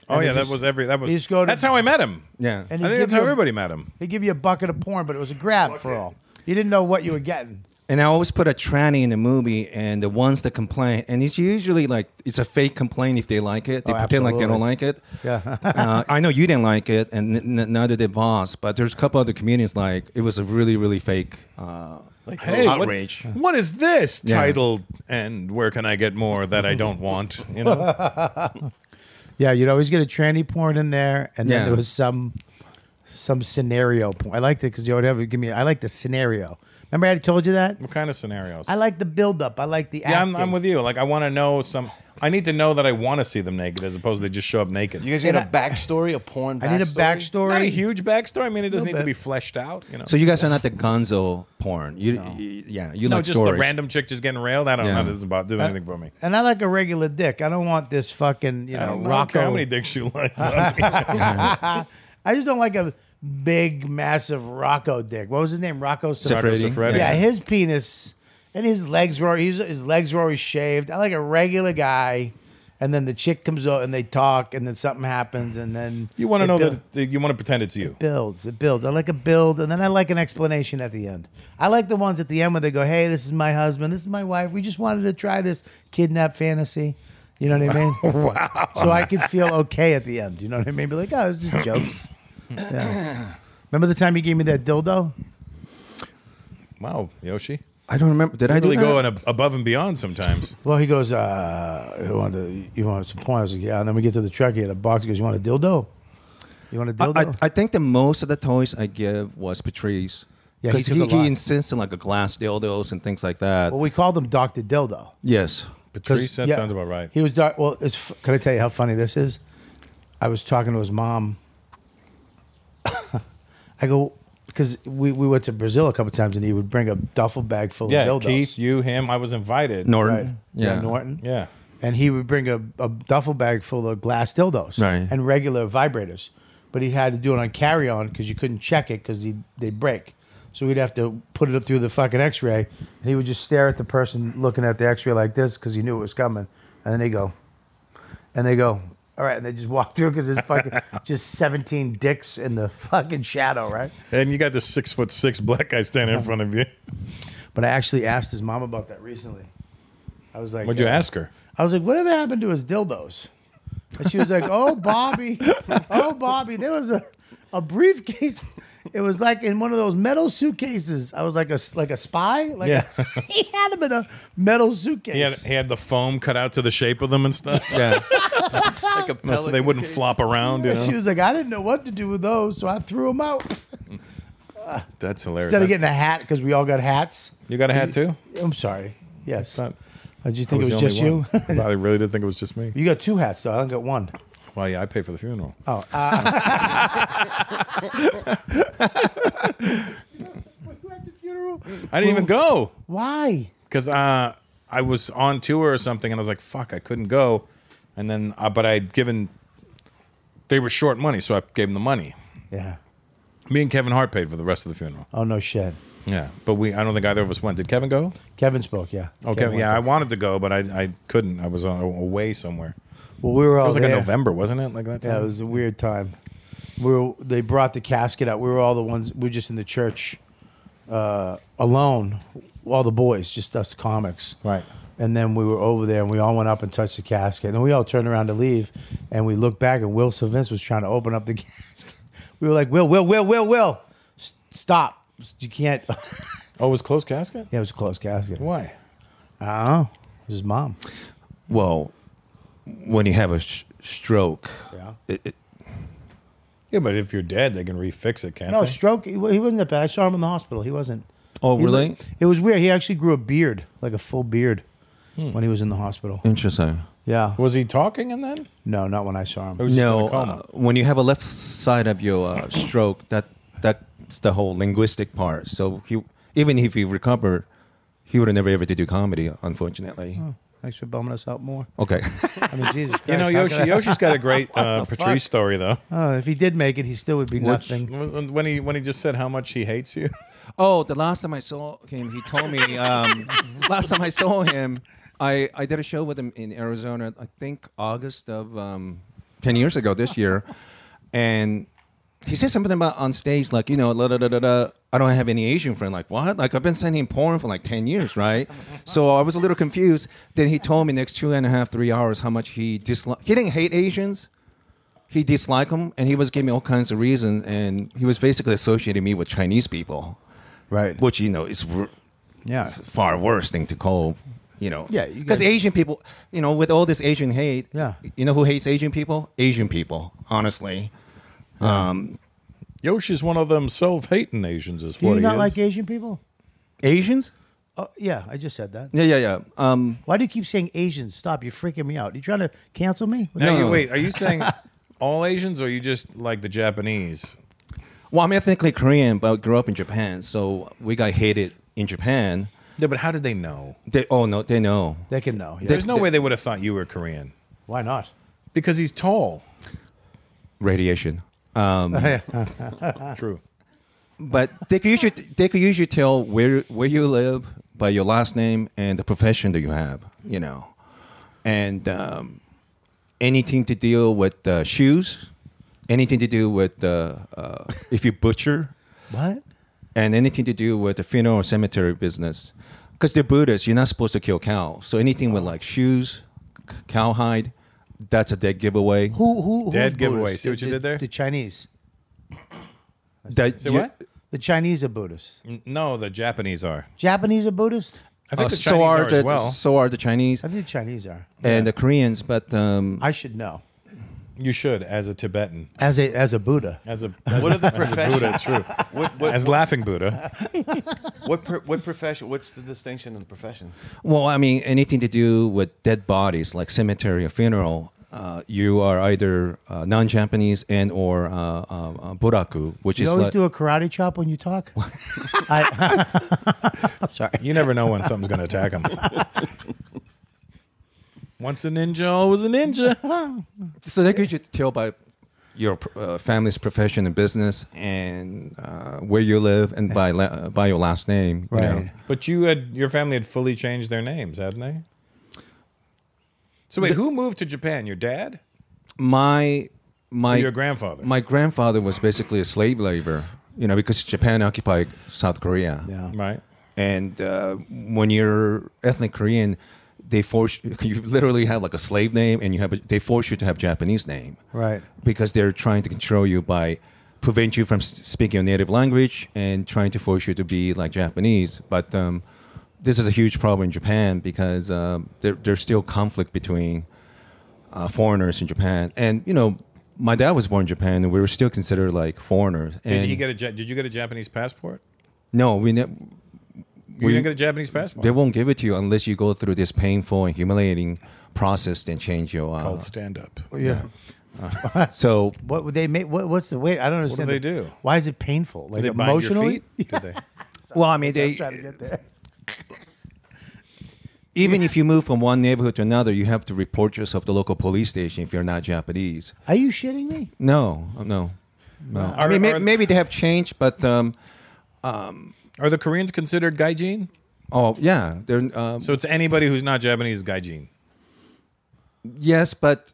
Speaker 1: Oh
Speaker 2: they
Speaker 1: yeah,
Speaker 2: just-
Speaker 1: that was every. That was.
Speaker 2: you just go to-
Speaker 1: that's how I met him.
Speaker 7: Yeah.
Speaker 1: I
Speaker 2: And
Speaker 1: think
Speaker 2: they give
Speaker 1: that's
Speaker 2: you
Speaker 1: how
Speaker 2: a-
Speaker 1: everybody met him.
Speaker 2: They give you a bucket of porn, but it was a grab for all. You didn't know what you were getting.
Speaker 7: And I always put a tranny in the movie, and the ones that complain, and it's usually like it's a fake complaint if they like it. They
Speaker 2: Oh,
Speaker 7: pretend like they don't
Speaker 2: absolutely.
Speaker 7: like it. Yeah. uh, I know you didn't like it, and n- n- neither did Boss. But there's a couple other comedians like it was a really, really fake. Uh, like
Speaker 1: what-
Speaker 7: outrage.
Speaker 1: what is this
Speaker 7: Yeah.
Speaker 1: titled? And where can I get more that I don't want? You
Speaker 2: [laughs]
Speaker 1: know,
Speaker 2: Yeah, you'd always get a tranny porn in there, and then
Speaker 7: Yeah.
Speaker 2: there was some some scenario porn. I liked it because you would have give me. I like the scenario. Remember, I told you that.
Speaker 1: what kind of scenarios?
Speaker 2: I like the build up. I like the.
Speaker 1: yeah, I'm,
Speaker 2: acting.
Speaker 1: I'm with you. Like, I want to know some. I need to know that I want to see them naked, as opposed to they just show up naked.
Speaker 8: You guys need a backstory, a porn.
Speaker 2: I need a backstory.
Speaker 1: Not a huge backstory. I mean, it doesn't need
Speaker 2: Little
Speaker 1: to be
Speaker 2: bit.
Speaker 1: fleshed out. You know,
Speaker 7: So you guys are not the Gonzo porn. You, you- yeah, you
Speaker 1: no,
Speaker 7: like
Speaker 1: just
Speaker 7: stories.
Speaker 1: the random chick just getting railed. I don't
Speaker 7: Yeah.
Speaker 1: know. It doesn't about
Speaker 2: Uh,
Speaker 1: do anything for me.
Speaker 2: And I like a regular dick. I don't want this fucking you
Speaker 1: I
Speaker 2: know
Speaker 1: don't know
Speaker 2: uh, Rocco.
Speaker 1: how many dicks you
Speaker 2: [laughs]
Speaker 1: like. buddy.
Speaker 2: I just don't like a big, massive Rocco dick. What was his name? Rocco
Speaker 7: Siffredi.
Speaker 2: Siffredi.
Speaker 1: Siffredi.
Speaker 2: Yeah, his penis and his legs were his, his legs were always shaved. I like a regular guy. And then the chick comes out and they talk, and then something happens, and then
Speaker 1: you want to
Speaker 2: it
Speaker 1: know
Speaker 2: buil-
Speaker 1: that that you want to pretend it's you.
Speaker 2: builds. It builds. I like a build, and then I like an explanation at the end. I like the ones at the end where they go, "Hey, this is my husband. This is my wife. We just wanted to try this kidnap fantasy." You know what I mean?
Speaker 7: [laughs]
Speaker 2: wow. So I could feel okay at the end. You know what I mean? Be like, "Oh, it's
Speaker 7: [clears throat]
Speaker 2: just jokes." Yeah. Remember the time you gave me that dildo?
Speaker 1: Wow, Yoshi.
Speaker 7: I don't remember. Did I
Speaker 1: I
Speaker 7: do
Speaker 1: really
Speaker 7: that?
Speaker 1: go in a, above and beyond
Speaker 2: [laughs]
Speaker 1: sometimes.
Speaker 2: Well, he goes, uh, "You want to? You want some porn?" I was like, "Yeah." And then we get to the truck. He had a box. He goes, "You want a dildo? You want a dildo?"
Speaker 7: I, I, I think the most of the toys I give was Patrice.
Speaker 2: Yeah, he
Speaker 7: because
Speaker 2: took
Speaker 7: he,
Speaker 2: a lot.
Speaker 7: he insists on like a glass dildos and things like that.
Speaker 2: well, we called him Doctor Dildo.
Speaker 7: yes.
Speaker 1: Patrice, that
Speaker 2: yeah,
Speaker 1: sounds about right.
Speaker 2: He was dark. Well, it's. f- Can I tell you how funny this is? I was talking to his mom. [laughs] I go because we, we went to Brazil a couple times, and he would bring a duffel bag full
Speaker 1: yeah,
Speaker 2: of dildos.
Speaker 1: Keith, you, him. I was invited.
Speaker 7: Norton.
Speaker 2: Right.
Speaker 7: Yeah.
Speaker 2: Norton.
Speaker 1: Yeah.
Speaker 2: and he would bring a, a duffel bag full of glass dildos
Speaker 7: Right.
Speaker 2: and regular vibrators, but he had to do it on carry on because you couldn't check it because they break. So we'd have to put it up through the fucking X ray, and he would just stare at the person looking at the X ray like this because he knew it was coming, and then they go, and they go, all right, and they just walk through because there's
Speaker 1: [laughs]
Speaker 2: fucking just seventeen dicks in the fucking shadow, right?
Speaker 1: And you got this six foot six black guy standing in front of you.
Speaker 2: [laughs] But I actually asked his mom about that recently. I was like,
Speaker 1: What'd you
Speaker 2: uh,
Speaker 1: ask her?
Speaker 2: I was like, whatever happened to his dildos? And she was like, oh, Bobby. Oh, Bobby. There was a, a briefcase. It was like in one of those metal suitcases. I was like a, like a spy. Like
Speaker 1: Yeah.
Speaker 2: [laughs] he had him in a metal suitcase.
Speaker 1: He had, he had the foam cut out to the shape of them and
Speaker 2: [laughs]
Speaker 1: stuff. [laughs]
Speaker 7: Yeah.
Speaker 8: Like a
Speaker 1: so they wouldn't flop around. You
Speaker 2: And [laughs] she
Speaker 1: know?
Speaker 2: was like, I didn't know what to do with those, so I threw them out.
Speaker 1: That's hilarious.
Speaker 2: Instead of getting a hat, because we all got hats.
Speaker 1: you got a hat too?
Speaker 2: I'm sorry. Yes. Uh,
Speaker 1: Not-
Speaker 2: Did you
Speaker 1: I
Speaker 2: think it was
Speaker 1: the
Speaker 2: just
Speaker 1: only
Speaker 2: you?
Speaker 1: one. I
Speaker 2: [laughs]
Speaker 1: thought- I really did think it was just me.
Speaker 2: you got two hats, though. I only got one.
Speaker 1: Well, yeah, I pay for the funeral.
Speaker 2: Oh, uh, [laughs] you at the funeral?
Speaker 1: I didn't even go
Speaker 2: Why?
Speaker 1: because uh, I was on tour or something, and I was like, "Fuck, I couldn't go." And then, uh, but I'd given they were short money, so I gave them the money.
Speaker 2: Yeah.
Speaker 1: Me and Kevin Hart paid for the rest of the funeral.
Speaker 2: Oh no shit.
Speaker 1: Yeah, but we—I don't think either of us went. Did Kevin go?
Speaker 2: Kevin spoke. Yeah.
Speaker 1: Oh, Kevin.
Speaker 2: went
Speaker 1: yeah, I
Speaker 2: there.
Speaker 1: wanted to go, but I, I couldn't. I was on, away somewhere.
Speaker 2: well, we were all
Speaker 1: It was like
Speaker 2: there.
Speaker 1: in November, wasn't it? Like that time.
Speaker 2: Yeah, it was a weird time. We were, they brought the casket out. We were all the ones. We were just in the church, uh, alone. All the boys, just us comics.
Speaker 1: Right.
Speaker 2: And then we were over there, and we all went up and touched the casket. And then we all turned around to leave, and we looked back, and Will Savins was trying to open up the [laughs] casket. We were like, Will, Will, Will, Will, Will, S- stop! You can't. [laughs]
Speaker 1: oh, it was closed casket.
Speaker 2: yeah, it was a closed casket.
Speaker 1: Why?
Speaker 2: I don't know. It was his mom.
Speaker 7: well, when you have a sh- stroke,
Speaker 2: Yeah.
Speaker 7: it, it,
Speaker 1: Yeah, but if you're dead, they can refix it, can't
Speaker 2: No,
Speaker 1: they?
Speaker 2: stroke. He, wa- he wasn't that bad. I saw him in the hospital. He wasn't.
Speaker 7: Oh,
Speaker 2: He
Speaker 7: really?
Speaker 2: looked- it was weird. He actually grew a beard, like a full beard, when he was in the hospital.
Speaker 7: interesting.
Speaker 2: Yeah.
Speaker 1: Hmm. was he talking and then?
Speaker 2: No, not when I saw him.
Speaker 1: was just
Speaker 7: no,
Speaker 1: in a coma.
Speaker 7: uh, when you have a left side of your uh, stroke, that that's the whole linguistic part. So he, even if he recovered, he would have never able to do comedy, unfortunately.
Speaker 2: Thanks for bumming us out more.
Speaker 7: Okay,
Speaker 2: I mean,
Speaker 1: [laughs]
Speaker 2: Jesus Christ.
Speaker 1: You know,
Speaker 2: how
Speaker 1: Yoshi,
Speaker 2: could I-
Speaker 1: Yoshi's got a
Speaker 2: [laughs]
Speaker 1: great uh,
Speaker 2: the
Speaker 1: Patrice
Speaker 2: fuck?
Speaker 1: story though.
Speaker 2: Oh, if he did make it, he still would be nothing.
Speaker 1: When he when he just said how much he hates you.
Speaker 7: Oh, the last time I saw him, he told me. Um, last time I saw him, I, I did a show with him in Arizona. I think August of um, ten years ago this year, and he said something about on stage like you know la, da, da, da, da, I don't have any Asian friend. Like what? Like I've been sending porn for like ten years, right? so I was a little confused. Then he told me next two and a half three hours how much he disliked. He didn't hate Asians. He disliked them, and he was giving me all kinds of reasons, and he was basically associating me with Chinese people, right? Which you know is r-
Speaker 9: Yeah.
Speaker 7: it's far worse thing to call, you know.
Speaker 9: Yeah, you
Speaker 7: because
Speaker 9: guys-
Speaker 7: Asian people, you know, with all this Asian hate, yeah, you know who [laughs] hates Asian people? Asian people, honestly. Um,
Speaker 1: Yosh is one of them self-hating Asians, is
Speaker 2: Do
Speaker 1: what
Speaker 2: you
Speaker 1: he
Speaker 2: not
Speaker 1: is.
Speaker 2: like Asian people?
Speaker 7: Asians?
Speaker 2: Oh, yeah, I just said that.
Speaker 7: Yeah, yeah, yeah. Um,
Speaker 2: Why do you keep saying Asians? Stop! You're freaking me out. You trying to cancel me?
Speaker 1: Now, you, wait, are you
Speaker 7: [laughs]
Speaker 1: saying all Asians, or are you just like the Japanese?
Speaker 7: Well, I'm ethnically Korean, but I grew up in Japan, so we got hated in Japan.
Speaker 1: Yeah, but how did they know?
Speaker 7: They oh no, they know.
Speaker 2: They can know.
Speaker 1: There's no way they would have thought you were Korean.
Speaker 2: Why not?
Speaker 1: Because he's tall.
Speaker 7: radiation.
Speaker 1: [laughs]
Speaker 7: Um,
Speaker 1: True.
Speaker 7: but they could usually they could usually tell where where you live by your last name and the profession that you have, you know, and um, anything to deal with uh, shoes, anything to do with uh, uh, if you butcher,
Speaker 2: What?
Speaker 7: and anything to do with the funeral or cemetery business, because they're Buddhists, you're not supposed to kill cows. So anything with like shoes, c- cowhide, that's a dead giveaway.
Speaker 2: [laughs] Who who
Speaker 1: Dead
Speaker 2: who's
Speaker 1: giveaway.
Speaker 2: Buddhist?
Speaker 1: See what you
Speaker 2: The-
Speaker 1: did there?
Speaker 2: The Chinese.
Speaker 7: That
Speaker 1: Say
Speaker 7: you-
Speaker 1: what?
Speaker 2: The Chinese are Buddhists.
Speaker 1: N- No, the Japanese are.
Speaker 2: Japanese are Buddhist.
Speaker 1: I think
Speaker 7: Uh,
Speaker 1: the Chinese
Speaker 7: so
Speaker 1: are,
Speaker 7: are, the,
Speaker 1: as well.
Speaker 7: so are the Chinese
Speaker 2: I think the Chinese are.
Speaker 7: and the Koreans, but um,
Speaker 2: I should know.
Speaker 1: You should, as a Tibetan,
Speaker 2: As a as a Buddha.
Speaker 1: as a
Speaker 5: What are the
Speaker 1: [laughs] as a Buddha,
Speaker 5: professions?
Speaker 1: it's true.
Speaker 5: What- what-
Speaker 1: as
Speaker 5: what-
Speaker 1: laughing Buddha,
Speaker 5: What per, what profession? What's the distinction in the professions?
Speaker 7: well, I mean, anything to do with dead bodies, like cemetery or funeral, uh, you are either uh, non-Japanese and or uh, uh, uh, buraku, which
Speaker 2: You
Speaker 7: is
Speaker 2: always
Speaker 7: like,
Speaker 2: do a karate chop when you talk. [laughs] I, [laughs] I'm sorry.
Speaker 1: you never know when something's going to
Speaker 7: [laughs]
Speaker 1: attack him. Once a ninja, always a ninja.
Speaker 7: so they could you tell by your pr- uh, family's profession and business and uh, where you live and by la- uh, by your last name, you know.
Speaker 2: Right.
Speaker 1: But you had your family had fully changed their names, hadn't they? So wait, who moved to Japan? Your dad?
Speaker 7: my my
Speaker 1: Your grandfather.
Speaker 7: My grandfather was basically a slave labor, you know, because Japan occupied South Korea.
Speaker 2: Yeah.
Speaker 1: Right.
Speaker 7: And uh, when you're ethnic Korean, they force you [laughs] literally have like a slave name, and you have a, they force you to have Japanese name
Speaker 2: Right.
Speaker 7: because they're trying to control you by prevent you from s- speaking your native language and trying to force you to be like Japanese. But um, this is a huge problem in Japan because um, there, there's still conflict between uh, foreigners in Japan. And you know, my dad was born in Japan, and we were still considered like foreigners.
Speaker 1: Did
Speaker 7: and
Speaker 1: he get a Ja- Did you get a Japanese passport?
Speaker 7: no, we ne-
Speaker 1: You didn't get a Japanese passport.
Speaker 7: they won't give it to you unless you go through this painful and humiliating process and change your. Uh,
Speaker 1: Called stand up.
Speaker 2: Oh, yeah.
Speaker 7: so
Speaker 2: [laughs] What would they make? What, what's the wait? I don't
Speaker 1: do
Speaker 2: understand.
Speaker 1: they
Speaker 2: the-
Speaker 1: do?
Speaker 2: Why is it painful? Like
Speaker 1: Did they bind your
Speaker 2: emotionally?
Speaker 1: feet? Did
Speaker 2: [laughs]
Speaker 1: they?
Speaker 7: well, I mean,
Speaker 2: I'm
Speaker 7: they
Speaker 2: trying to get there.
Speaker 7: even if you move from one neighborhood to another, you have to report yourself to local police station if you're not Japanese.
Speaker 2: Are you shitting me?
Speaker 7: No, no, no. I
Speaker 1: Are-
Speaker 7: mean, may,
Speaker 1: are-
Speaker 7: maybe they have changed, but um,
Speaker 1: Are the Koreans considered gaijin?
Speaker 7: oh yeah, they're um,
Speaker 1: So it's anybody who's not Japanese is gaijin.
Speaker 7: yes, but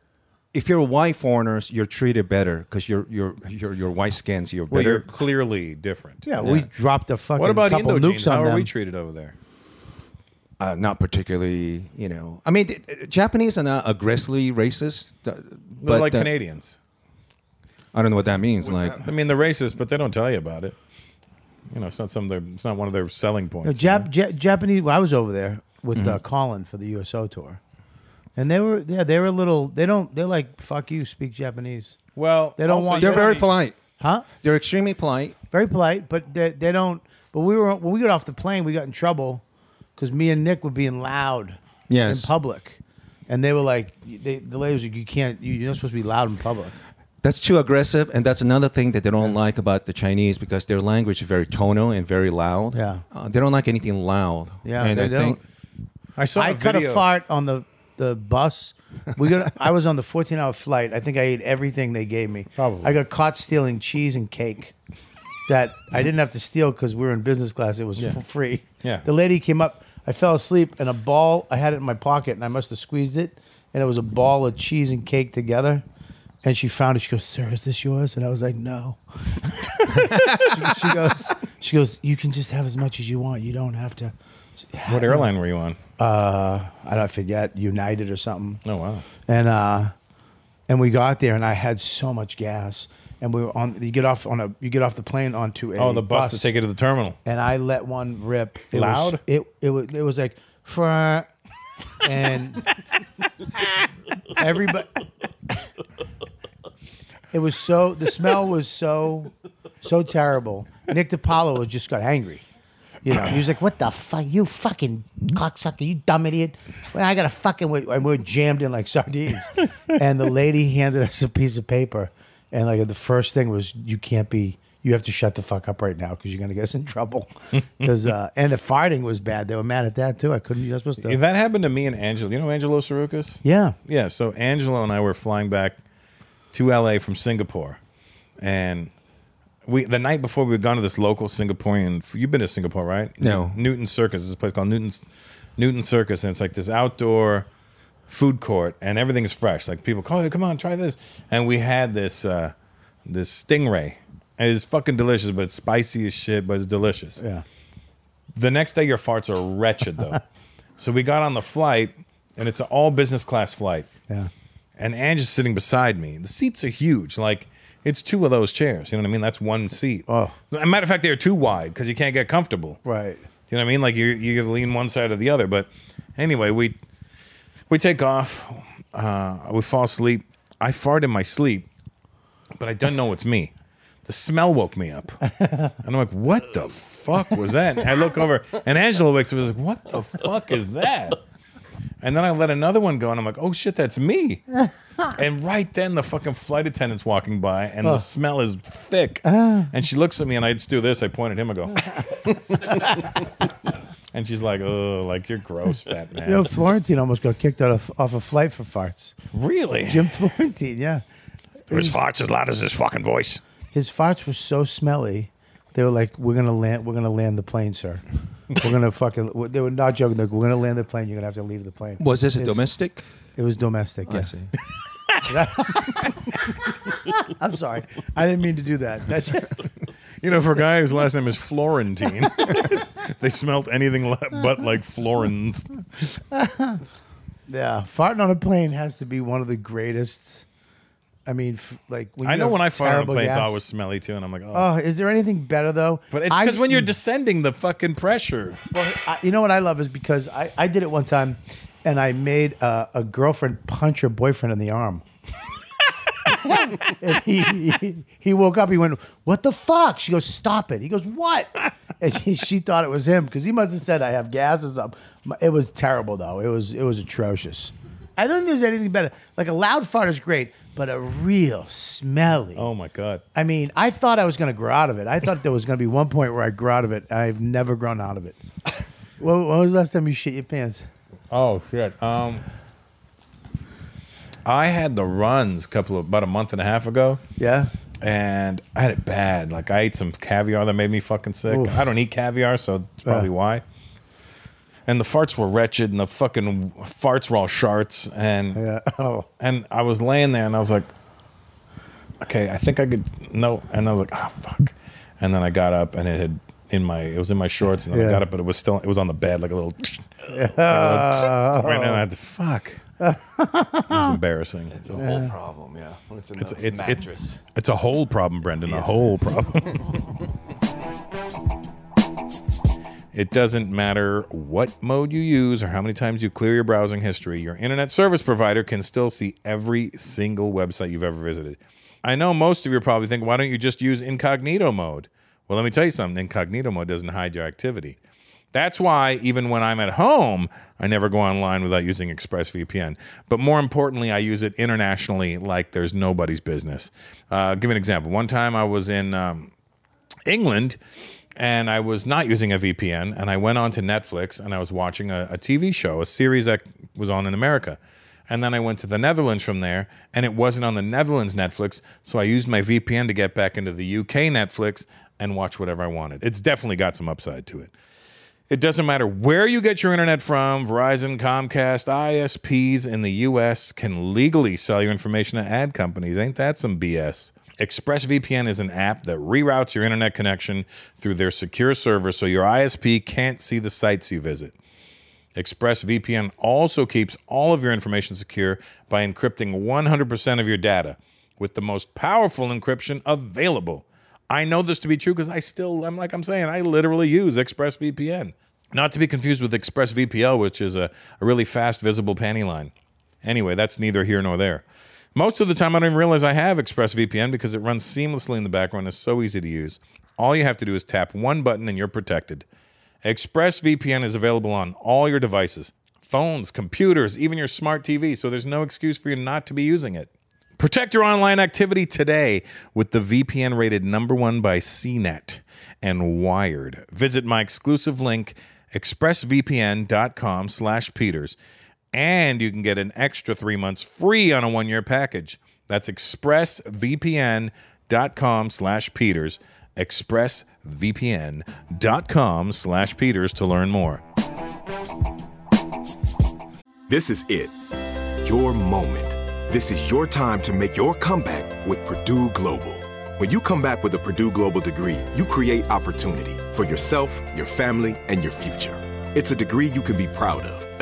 Speaker 7: if you're white foreigners, you're treated better because you're you're you're you're white skins. You're
Speaker 1: Well, you're
Speaker 7: better.
Speaker 1: clearly different.
Speaker 2: Yeah, we dropped a fucking
Speaker 1: What about
Speaker 2: couple
Speaker 1: Indochine?
Speaker 2: nukes on
Speaker 1: How are
Speaker 2: them.
Speaker 1: we treated over there?
Speaker 7: uh, not particularly, you know. I mean, th- uh, Japanese are not aggressively racist. th-
Speaker 1: They're
Speaker 7: but,
Speaker 1: like
Speaker 7: uh,
Speaker 1: Canadians.
Speaker 7: I don't know what that means. like,
Speaker 1: I mean, they're racist, but they don't tell you about it. You know, it's not some. of their- It's not one of their selling
Speaker 2: No,
Speaker 1: points.
Speaker 2: Jap- Ja- Japanese. Well, I was over there with
Speaker 7: Mm-hmm.
Speaker 2: uh, Colin for the USO tour, and they were yeah they were a little they don't they're like fuck you speak Japanese
Speaker 1: well,
Speaker 2: They don't
Speaker 1: also,
Speaker 2: want-
Speaker 1: you
Speaker 7: they're very
Speaker 1: don't-
Speaker 7: polite.
Speaker 2: huh
Speaker 7: They're extremely polite.
Speaker 2: very polite but they, they don't but we were when we got off the plane we got in trouble because me and Nick were being loud
Speaker 7: Yes.
Speaker 2: in public and they were like they, the lady was like you can't you, you're not supposed to be loud in public
Speaker 7: That's too aggressive, and that's another thing that they don't like about the Chinese because their language is very tonal and very loud.
Speaker 2: Yeah.
Speaker 7: uh, they don't like anything loud.
Speaker 2: Yeah,
Speaker 7: and
Speaker 2: they
Speaker 7: I think
Speaker 2: don't.
Speaker 1: I saw.
Speaker 2: I
Speaker 1: a
Speaker 2: cut a
Speaker 1: video.
Speaker 2: fart on the the bus. We got. I was on the 14 hour flight. I think I ate everything they gave me.
Speaker 1: Probably.
Speaker 2: I got caught stealing cheese and cake that I didn't have to steal because we were in business class. It was for free.
Speaker 1: Yeah.
Speaker 2: The lady came up. I fell asleep and a ball. I had it in my pocket and I must have squeezed it and it was a ball of cheese and cake together. and she found it. She goes, "Sir, is this yours?" And I was like, "No." [laughs] she, she goes, "She goes, you can just have as much as you want. You don't have to."
Speaker 1: What airline were you on?
Speaker 2: Uh, I don't forget United or something.
Speaker 1: Oh wow!
Speaker 2: And uh, and we got there, and I had so much gas, and we were on. You get off on a. You get off the plane onto a.
Speaker 1: Oh, the bus, to take you to the terminal.
Speaker 2: And I let one rip. It was-
Speaker 1: Loud?
Speaker 2: it it was it was like front and everybody. It was so the smell was so so terrible. Nick DiPaolo just got angry. You know, he was like, "What the fuck, you fucking cocksucker, you dumb idiot!" When I got a fucking, and we're jammed in like sardines. and the lady handed us a piece of paper, and like the first thing was, "You can't be, you have to shut the fuck up right now because you're gonna get us in trouble." Because uh, and the farting was bad. They were mad at that too. I couldn't. You're not supposed to.
Speaker 1: Yeah, that happened to me and Angelo. You know Angelo Sarukas?
Speaker 2: Yeah.
Speaker 1: Yeah. So Angelo and I were flying back to LA from Singapore. And we the night before we had gone to this local Singaporean you've been to Singapore, right?
Speaker 7: No.
Speaker 1: Newton Circus. This place called Newton's Newton Circus. And it's like this outdoor food court and everything's fresh. Like people call, hey, come on, try this. And we had this uh this stingray. And It's fucking delicious, but it's spicy as shit, but it's delicious.
Speaker 2: Yeah.
Speaker 1: The next day, your farts are wretched,
Speaker 2: [laughs]
Speaker 1: though. so we got on the flight, and it's an all business class flight.
Speaker 2: Yeah.
Speaker 1: And Ange is sitting beside me. The seats are huge. Like, it's two of those chairs. You know what I mean? That's one seat. Oh. a matter of fact, they're too wide because you can't get comfortable.
Speaker 2: Right.
Speaker 1: You know what I mean? Like, you you lean one side or the other. But anyway, we we take off. Uh, we fall asleep. I fart in my sleep, but I don't know it's me. The smell woke me up. And I'm like, what the fuck was that? And I look over, and Angela wakes up and is like, what the fuck is that? And then I let another one go, and I'm like, oh shit, that's me. And right then, the fucking flight attendant's walking by, and
Speaker 2: Oh.
Speaker 1: the smell is thick. And she looks at me, and I just do this. I point at him, I go, [laughs] and she's like, oh, like you're gross, fat man.
Speaker 2: You know, Florentine almost got kicked out of off a flight for farts.
Speaker 1: Really?
Speaker 2: Jim Florentine, yeah.
Speaker 1: His farts as loud as his fucking voice.
Speaker 2: His farts were so smelly. They were like, "We're gonna land. We're gonna land the plane, sir. We're gonna fucking." [laughs] They were not joking. Like, we're gonna land the plane. You're gonna have to leave the plane.
Speaker 7: Was this a
Speaker 2: His-
Speaker 7: domestic?
Speaker 2: It was domestic.
Speaker 7: I
Speaker 2: Yeah.
Speaker 7: see.
Speaker 2: [laughs] I'm sorry. I didn't mean to do that. That just
Speaker 1: [laughs] You know, for a guy whose last name is
Speaker 2: [laughs]
Speaker 1: Florentine, they smelt anything le- but like Florins.
Speaker 2: [laughs] yeah. Farting on a plane has to be one of the greatest. I mean, f- like when
Speaker 1: I
Speaker 2: you
Speaker 1: know
Speaker 2: have
Speaker 1: when I fart on
Speaker 2: terrible
Speaker 1: planes, it's
Speaker 2: gas-
Speaker 1: always smelly too, and I'm like, oh.
Speaker 2: Oh, is there anything better though?
Speaker 1: but it's
Speaker 2: I- Mm.
Speaker 1: because when you're descending, the fucking pressure.
Speaker 2: Well, I, you know what I love is because I, I did it one time, and I made uh, a girlfriend punch her boyfriend in the arm. and he, he he woke up. He went, "What the fuck?" She goes, "Stop it." He goes, "What?" And she, she thought it was him because he must have said, "I have gases up." My- It was terrible though. It was it was atrocious. I don't think there's anything better. Like a loud fart is great, but a real smelly.
Speaker 1: Oh my god.
Speaker 2: I mean, I thought I was going to grow out of it. I thought there was going to be one point where I grew out of it. I've never grown out of it. When, when was the last time you shit your pants?
Speaker 1: Oh shit. Um, I had the runs a couple of about a month and a half ago.
Speaker 2: Yeah.
Speaker 1: and I had it bad. Like I ate some caviar that made me fucking sick.
Speaker 2: Oof.
Speaker 1: I don't eat caviar, so that's probably
Speaker 2: Yeah.
Speaker 1: why. And the farts were wretched, and the fucking farts were all sharts, and
Speaker 2: Yeah. [laughs] Oh.
Speaker 1: and I was laying there, and I was like, okay, I think I could no, and I was like, ah, fuck, and then I got up, and it had in my it was in my shorts, and then I
Speaker 2: Yeah.
Speaker 1: got up, but it was still it was on the bed like a little. [laughs] right now, I had to fuck. it was embarrassing. It's a,
Speaker 8: Whole problem, yeah. Well, It's, in
Speaker 1: it's
Speaker 8: the
Speaker 1: it's it-
Speaker 8: mattress.
Speaker 1: it's a whole problem, Brendan. a
Speaker 8: Yes, it
Speaker 1: whole
Speaker 8: is.
Speaker 1: problem.
Speaker 8: [laughs]
Speaker 1: [laughs] It doesn't matter what mode you use or how many times you clear your browsing history, your internet service provider can still see every single website you've ever visited. I know most of you are probably thinking, why don't you just use incognito mode? Well, let me tell you something incognito mode doesn't hide your activity. That's why, even when I'm at home, I never go online without using ExpressVPN. But more importantly, I use it internationally like there's nobody's business. Uh, I'll give you an example. One time I was in. Um, England, and I was not using a VPN, and I went on to Netflix and I was watching a, a TV show, a series that was on in America. And then I went to the Netherlands from there, and it wasn't on the Netherlands Netflix, so I used my VPN to get back into the UK Netflix and watch whatever I wanted. It's definitely got some upside to it. It doesn't matter where you get your internet from, Verizon, Comcast, ISPs in the US can legally sell your information to ad companies. Ain't that some BS? ExpressVPN is an app that reroutes your internet connection through their secure server so your ISP can't see the sites you visit. ExpressVPN also keeps all of your information secure by encrypting 100% of your data with the most powerful encryption available. I know this to be true because I still, I'm like I'm saying, I literally use ExpressVPN. Not to be confused with ExpressVPL, which is a, a really fast, visible panty line. Anyway, that's neither here nor there. Most of the time, I don't even realize I have ExpressVPN because it runs seamlessly in the background. It's so easy to use. All you have to do is tap one button and you're protected. ExpressVPN is available on all your devices phones, computers, even your smart TV, so there's no excuse for you not to be using it. Protect your online activity today with the VPN rated number one by CNET and Wired. Visit my exclusive link, expressvpn.com slash peters, and you can get an extra three months free on a one-year package. That's expressvpn.com slash peters, expressvpn.com slash peters to learn more.
Speaker 10: This is it. Your moment. This is your time to make your comeback with Purdue Global. When you come back with a Purdue Global degree, you create opportunity for yourself, your family, and your future. It's a degree you can be proud of,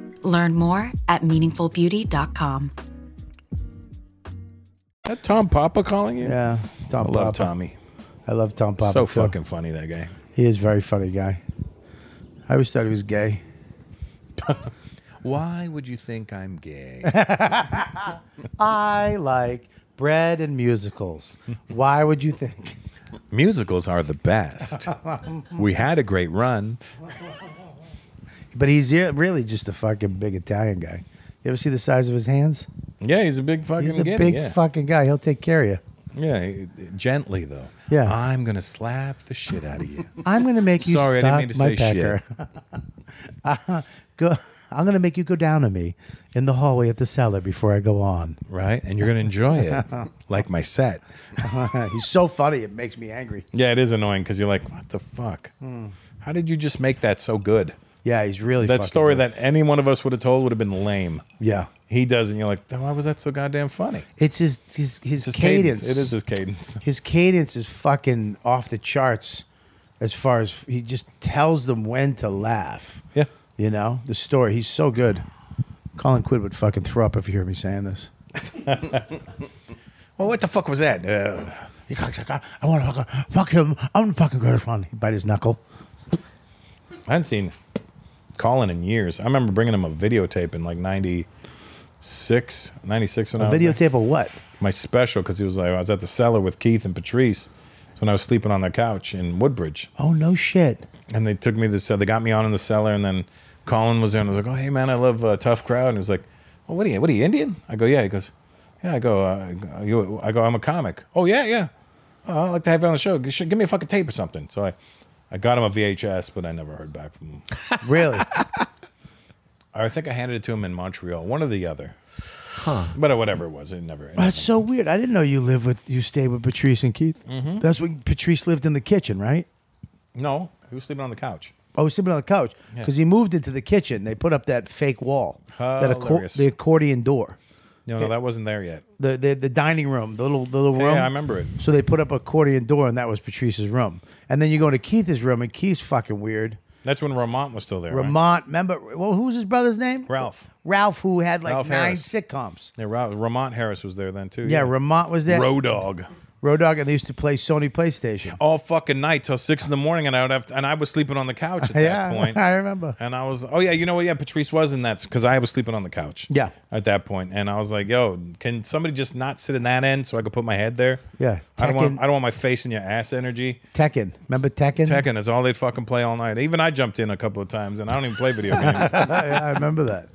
Speaker 11: Learn more at meaningfulbeauty.com.
Speaker 1: That Tom Papa calling you?
Speaker 2: Yeah, it's Tom
Speaker 1: I love
Speaker 2: Papa.
Speaker 1: Tommy.
Speaker 2: I love Tom Papa.
Speaker 1: so
Speaker 2: too.
Speaker 1: fucking funny that guy.
Speaker 2: He is a very funny guy. I always thought he was gay.
Speaker 1: Why would you think I'm gay?
Speaker 2: [laughs] I like bread and
Speaker 1: [laughs]
Speaker 2: musicals. Why would you think?
Speaker 1: Musicals are the
Speaker 2: [laughs]
Speaker 1: best. we had a great run.
Speaker 2: But he's yeah, really just a fucking big Italian guy. You ever see the size of his hands?
Speaker 1: Yeah, he's a big fucking.
Speaker 2: He's a
Speaker 1: guinea,
Speaker 2: big
Speaker 1: yeah.
Speaker 2: fucking guy. He'll take care of you.
Speaker 1: Yeah, he- gently though.
Speaker 2: Yeah.
Speaker 1: I'm gonna slap the shit out of you.
Speaker 2: I'm gonna [laughs] make you
Speaker 1: Sorry, I didn't
Speaker 2: suck
Speaker 1: mean to
Speaker 2: my
Speaker 1: say shit.
Speaker 2: pecker.
Speaker 1: [laughs]
Speaker 2: Uh, [laughs] go, I'm gonna make you go down to me in the hallway at the cellar before I go on.
Speaker 1: Right, and you're gonna enjoy
Speaker 2: [laughs]
Speaker 1: it, like my set.
Speaker 2: he's so funny; it makes me angry.
Speaker 1: Yeah, it is annoying because you're like, what the fuck? How did you just make that so good?
Speaker 2: Yeah, he's really
Speaker 1: that
Speaker 2: fucking
Speaker 1: story
Speaker 2: good.
Speaker 1: that any one of us would have told would have been lame.
Speaker 2: Yeah.
Speaker 1: he does, and you're like, why was that so goddamn funny?
Speaker 2: It's his his his,
Speaker 1: It's his
Speaker 2: cadence.
Speaker 1: cadence. It is his
Speaker 2: [laughs]
Speaker 1: cadence.
Speaker 2: [laughs]
Speaker 1: [laughs]
Speaker 2: His cadence is fucking off the charts. As far as he just tells them when to laugh.
Speaker 1: Yeah.
Speaker 2: You know the story. He's so good. Colin Quid would fucking throw up if you hear me saying this.
Speaker 1: Well, what the fuck was that? Uh,
Speaker 2: You cocksucker! I want to fucking fuck him. I'm the fucking greatest one. He bite his knuckle.
Speaker 1: I hadn't seen Colin in years. I remember bringing him a videotape in like 96, 96 when
Speaker 2: A
Speaker 1: I was there.
Speaker 2: videotape of what?
Speaker 1: my special because he was like I was at the cellar with Keith and Patrice. So when I was sleeping on their couch in Woodbridge.
Speaker 2: Oh no shit!
Speaker 1: And they took me to the cell. They got me on in the cellar, and then Colin was there, and I was like, "Oh hey man, I love uh, Tough Crowd." And he was like, "Well, what are you? What are you Indian?" I go, "Yeah." He goes, "Yeah." I go, uh, you, "I go, I'm a comic." Oh yeah, yeah. Oh, I'd like to have you on the show. Give give me a fucking tape or something. So I, I got him a VHS, but I never heard back from him.
Speaker 2: [laughs] really?
Speaker 1: [laughs] I think I handed it to him in Montreal, one or the other. Huh. But whatever it was, it never.
Speaker 2: Oh, That's so weird. I didn't know you lived with you stayed with Patrice and Keith.
Speaker 1: Mhm.
Speaker 2: That's when Patrice lived in the kitchen, right?
Speaker 1: No, he was sleeping on the couch.
Speaker 2: Oh, he's sleeping on the couch
Speaker 1: Yeah. Oh,
Speaker 2: because he moved into the kitchen. They put up that fake wall, that
Speaker 1: Hilarious.
Speaker 2: the accordion door,
Speaker 1: No, no, that wasn't there yet.
Speaker 2: the, the the dining room, the little the little
Speaker 1: Yeah,
Speaker 2: room.
Speaker 1: I remember it.
Speaker 2: So they put up accordion door, and that was Patrice's room. And then you go into Keith's room, and Keith's fucking weird.
Speaker 1: That's when Ramont was still there. right?
Speaker 2: Ramont, remember? Well, who was his brother's name?
Speaker 1: Ralph.
Speaker 2: Ralph, who had like
Speaker 1: Ralph
Speaker 2: nine
Speaker 1: Harris.
Speaker 2: sitcoms.
Speaker 1: Yeah, Ra- Ramont Harris was there then too.
Speaker 2: Yeah, Ramont was there.
Speaker 1: Road Dog.
Speaker 2: Road Dog, and they used to play Sony PlayStation.
Speaker 1: All fucking night till six in the morning, and I would have, and I was sleeping on the couch at
Speaker 2: [laughs] Yeah,
Speaker 1: that point.
Speaker 2: I remember.
Speaker 1: And I was, oh yeah, you know what? Yeah, Patrice was in that because I was sleeping on the couch.
Speaker 2: Yeah.
Speaker 1: At that point, and I was like, yo, can somebody just not sit in that end so I could put my head there?
Speaker 2: Yeah,
Speaker 1: I don't want,
Speaker 2: Tekken.
Speaker 1: I don't want my face in your ass energy.
Speaker 2: Tekken, remember Tekken?
Speaker 1: Tekken is all they'd fucking play all night. Even I jumped in a couple of times, and I don't even play
Speaker 2: [laughs]
Speaker 1: video games.
Speaker 2: yeah, I remember that.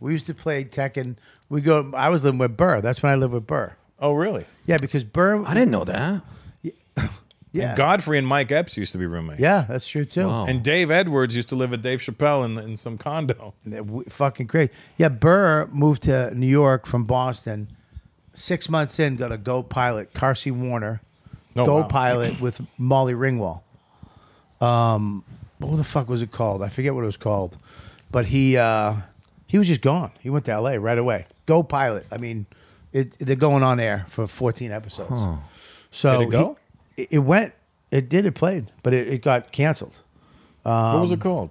Speaker 2: We used to play Tekken. We go. I was living with Burr. That's when I lived with Burr.
Speaker 1: Oh, really?
Speaker 2: Yeah, because Burr. I
Speaker 1: didn't know that.
Speaker 2: Yeah.
Speaker 1: And Godfrey and Mike Epps used to be roommates.
Speaker 2: Yeah, that's true too.
Speaker 1: And Dave Edwards used to live with Dave Chappelle in, in some condo.
Speaker 2: That uh, w- fucking great. Yeah, Burr moved to New York from Boston. Six months in, got a Go pilot, Carsey Warner,
Speaker 1: Oh,
Speaker 2: Go
Speaker 1: wow.
Speaker 2: pilot with Molly Ringwald. Um, what the fuck was it called? I forget what it was called, but he uh, he was just gone. He went to L.A. right away. Go pilot. I mean, it, they're going on air for 14 episodes.
Speaker 1: Huh.
Speaker 2: So
Speaker 1: Did it go?
Speaker 2: he- it, it went. It did. It played, but it, it got canceled. Um,
Speaker 1: what was it called?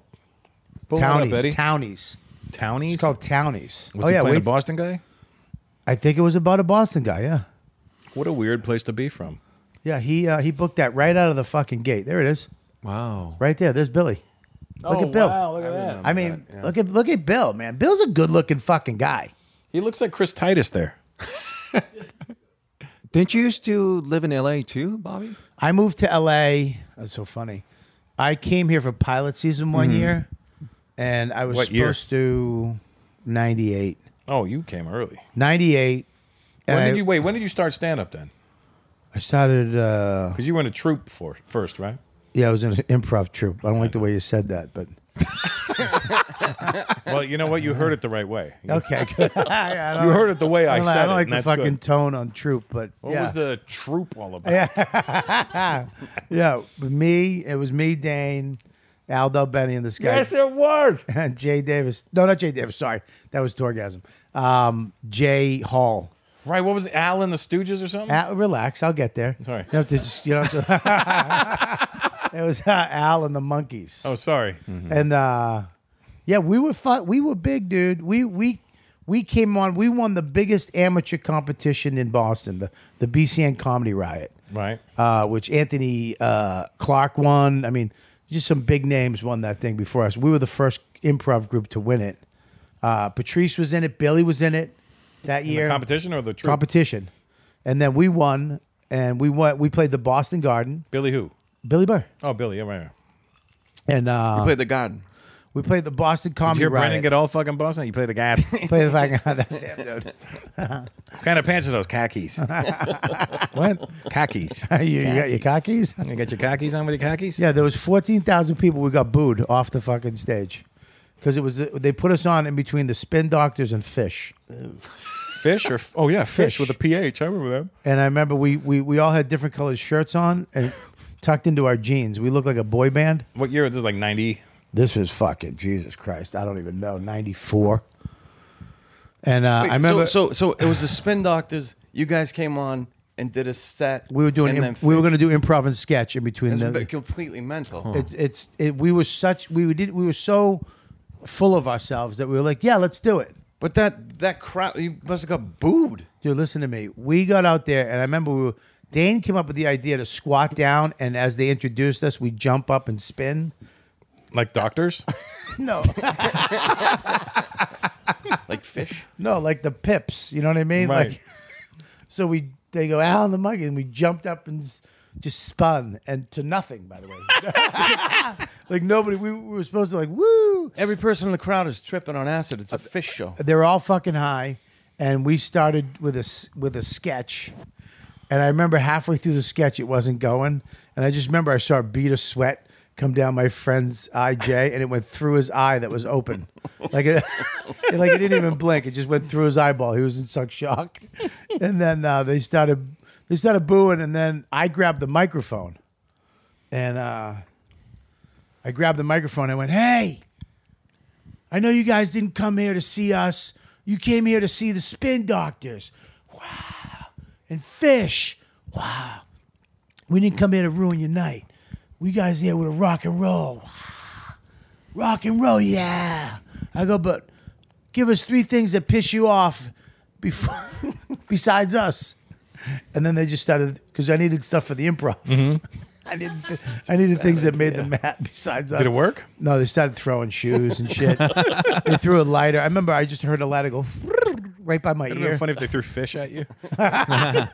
Speaker 1: Pull it up,
Speaker 2: Townies.
Speaker 1: Eddie.
Speaker 2: Townies.
Speaker 1: Townies.
Speaker 2: It's called Townies. Oh,
Speaker 1: Was he playing a
Speaker 2: wait.
Speaker 1: Boston guy?
Speaker 2: I think it was about a Boston guy. Yeah,
Speaker 1: What a weird place to be from.
Speaker 2: yeah. He uh, he booked that right out of the fucking gate. There it is.
Speaker 1: Wow.
Speaker 2: Right there. There's Billy. Look
Speaker 1: Oh,
Speaker 2: at Bill.
Speaker 1: wow, look at I that. remember
Speaker 2: I mean,
Speaker 1: that, yeah.
Speaker 2: look at look at Bill, man. Bill's a good looking fucking guy.
Speaker 8: He looks like Chris Titus
Speaker 2: [laughs]
Speaker 8: there.
Speaker 2: [laughs] Didn't you used to live in L.A. too, Bobby? I moved to L.A. That's so funny. I came here for pilot season one
Speaker 1: Mhm.
Speaker 2: year, and I was
Speaker 1: What year?
Speaker 2: supposed to ninety eight.
Speaker 1: Oh, you came early.
Speaker 2: Ninety eight.
Speaker 1: When did you wait? When did you start stand up
Speaker 2: [laughs]
Speaker 1: then?
Speaker 2: I started. Uh,
Speaker 1: Because you were in a troupe for first, right?
Speaker 2: yeah, I was in an improv troupe. I don't like the way you said that,
Speaker 1: [laughs]
Speaker 2: but
Speaker 1: well, you know what? You heard it the right way.
Speaker 2: [laughs]
Speaker 1: [laughs]
Speaker 2: Okay, good. I don't-
Speaker 1: you heard it the way I,
Speaker 2: don't-
Speaker 1: said
Speaker 2: I
Speaker 1: it.
Speaker 2: don't like
Speaker 1: and
Speaker 2: the
Speaker 1: that's
Speaker 2: fucking
Speaker 1: good.
Speaker 2: tone on Troop, but
Speaker 1: What
Speaker 2: yeah.
Speaker 1: was the troop all about?
Speaker 2: [laughs] Yeah. yeah, but me, it was me, Dane, Aldo, Benny, and this guy.
Speaker 1: Yes,
Speaker 2: it was. [laughs] And Jay Davis. No, not Jay Davis. Sorry, that was Torgasm. Um, Jay Hall.
Speaker 1: Right? What was it? Al and the Stooges or something?
Speaker 2: Al, relax, I'll get there.
Speaker 1: Um, Sorry.
Speaker 2: You don't have to [laughs] just. You don't have to- it was uh, Al and the Monkeys.
Speaker 1: Oh, sorry.
Speaker 2: And uh, yeah, we were fun. We were big, dude. We we we came on. We won the biggest amateur competition in Boston, the the BCN Comedy Riot,
Speaker 1: right?
Speaker 2: Uh, which Anthony uh, Clark won. I mean, just some big names won that thing before us. We were the first improv group to win it. Uh, Patrice was in it. Billy was in it that
Speaker 1: In the
Speaker 2: year.
Speaker 1: competition or the troupe?
Speaker 2: competition, and then we won. And we won. We played the Boston Garden.
Speaker 1: Billy who?
Speaker 2: Billy Burr.
Speaker 1: Oh, Billy. Yeah, right. right.
Speaker 2: And uh,
Speaker 1: You played the
Speaker 2: Garden. We played the Boston
Speaker 1: Did
Speaker 2: Comedy
Speaker 1: you hear
Speaker 2: Riot.
Speaker 1: Brendan get all fucking Boston? You play the guy.
Speaker 2: [laughs] Play the fucking that's him, dude.
Speaker 1: what kind of pants are those?
Speaker 2: [laughs]
Speaker 1: Khakis. [laughs] what? Khakis.
Speaker 2: you, [laughs] you got your khakis?
Speaker 1: You got your khakis on with your khakis?
Speaker 2: Yeah, there was fourteen thousand people. We got booed off the fucking stage because it was uh, they put us on in between the Spin Doctors and Fish.
Speaker 1: Fish or oh yeah, fish, with a ph. I remember that.
Speaker 2: And I remember we we we all had different colored shirts on
Speaker 1: [laughs]
Speaker 2: and tucked into our jeans. We looked like a boy band.
Speaker 1: What year? This is like ninety.
Speaker 2: [laughs] This was fucking Jesus Christ. I don't even know ninety four. And uh,
Speaker 5: Wait,
Speaker 2: I remember
Speaker 5: So, so, so it was the Spin Doctors. You guys came on and did a set.
Speaker 2: we were doing
Speaker 5: and
Speaker 2: imp-
Speaker 5: then
Speaker 2: we were
Speaker 5: finished.
Speaker 2: going to do improv and sketch in between
Speaker 5: That's
Speaker 2: the
Speaker 5: been completely mental.
Speaker 2: It, it's it, we were such we did we were so full of ourselves that we were like, yeah, let's do it. But that that crowd, you must have got booed. Dude, listen to me. We got out there, and I remember we were, Dane came up with the idea to squat down, and as they introduced us, we jump up and spin.
Speaker 5: [laughs]
Speaker 1: Like doctors?
Speaker 2: [laughs] no.
Speaker 5: like fish.
Speaker 2: No, like the [laughs] pips. You know what I mean?
Speaker 5: Right.
Speaker 2: Like, so we they go Al and the monkey, and we jumped up and s- just spun and to nothing. By the way, like nobody. We, we were supposed to like woo. Uh,
Speaker 5: Every person in the crowd is tripping on acid. It's a fish show.
Speaker 2: They're all fucking high, and we started with a s- with a sketch. And I remember halfway through the sketch, it wasn't going, and I just remember I saw a bead of sweat come down my friend's IJ, and it went through his eye that was open, like it, [laughs] like it didn't even blink. It just went through his eyeball. He was in such shock, [laughs] and then uh, they started they started booing, and then I grabbed the microphone, and uh, I grabbed the microphone. and I went, "Hey, I know you guys didn't come here to see us. You came here to see the Spin Doctors. Wow, and Fish. Wow, we didn't come here to ruin your night. We guys here with a rock and roll. Wow. Rock and roll, yeah. I go, but give us three things that piss you off before, [laughs] besides us." And then they just started because I needed stuff for the improv.
Speaker 1: Mm-hmm.
Speaker 2: [laughs] I needed, I needed things that made the mat besides us.
Speaker 1: Did it work?
Speaker 2: No, they started throwing shoes
Speaker 1: [laughs]
Speaker 2: and shit. they threw a lighter. I remember I just heard a lighter go [laughs] right by my
Speaker 1: It'd have
Speaker 2: ear.
Speaker 1: been funny if they threw fish at you.
Speaker 2: Well,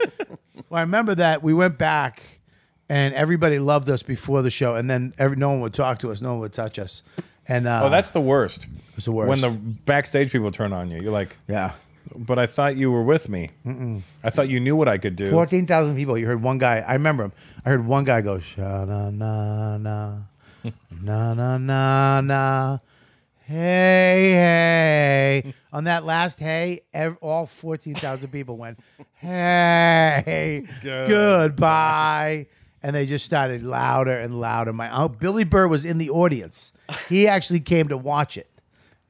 Speaker 2: I remember that we went back and everybody loved us before the show, and then every, no one would talk to us, no one would touch us. And uh,
Speaker 1: [laughs] oh, that's the worst.
Speaker 2: It's the worst.
Speaker 1: When the backstage people turn on you, you're like,
Speaker 2: yeah.
Speaker 1: But I thought you were with me.
Speaker 2: Mm-mm.
Speaker 1: I thought you knew what I could do.
Speaker 2: Fourteen thousand people. You heard one guy. I remember him. I heard one guy go sha na na na na na na na. Hey hey! On that last hey, ev- all fourteen thousand people [laughs] went hey
Speaker 12: Goodbye.
Speaker 2: goodbye, and they just started louder and louder. My uncle Billy Burr was in the audience. He actually came to watch it,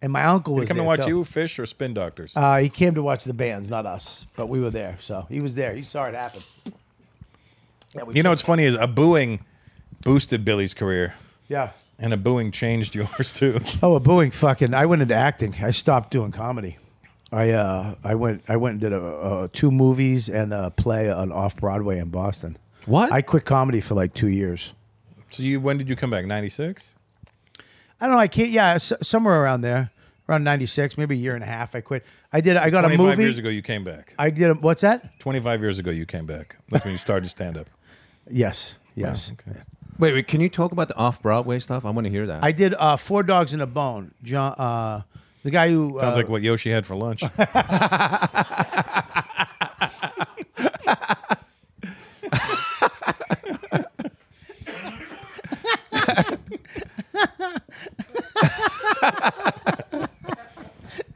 Speaker 2: and my uncle
Speaker 1: Did he
Speaker 2: was
Speaker 1: come
Speaker 2: there
Speaker 1: to watch
Speaker 2: too.
Speaker 1: you, fish or spin doctors?
Speaker 2: Uh, he came to watch the bands, not us, but we were there. So he was there. He saw it happen. Yeah, we
Speaker 1: you know
Speaker 2: took-
Speaker 1: what's funny is a booing boosted Billy's career.
Speaker 2: Yeah.
Speaker 1: And a booing changed [laughs] yours too.
Speaker 2: Oh, a booing fucking! I went into acting. I stopped doing comedy. I uh, I went I went and did a, a two movies and a play on off Broadway in Boston. What? I quit comedy for like two years.
Speaker 1: So you when did you come back? 96?
Speaker 2: I don't know. I can't. Yeah, s- somewhere around there, around ninety six, maybe a year and a half. I quit. I did. I got a
Speaker 1: 25
Speaker 2: movie.
Speaker 1: years ago you came back.
Speaker 2: I did. A, what's that?
Speaker 1: 25 years ago you came back. That's when you started stand up.
Speaker 2: [laughs] Yes. Yes.
Speaker 13: Wait, wait. Can you talk about the off Broadway stuff? I want to hear that.
Speaker 2: I did uh, Four Dogs and a Bone. John, uh, the guy who
Speaker 1: Sounds
Speaker 2: uh,
Speaker 1: like what Yoshi had for lunch.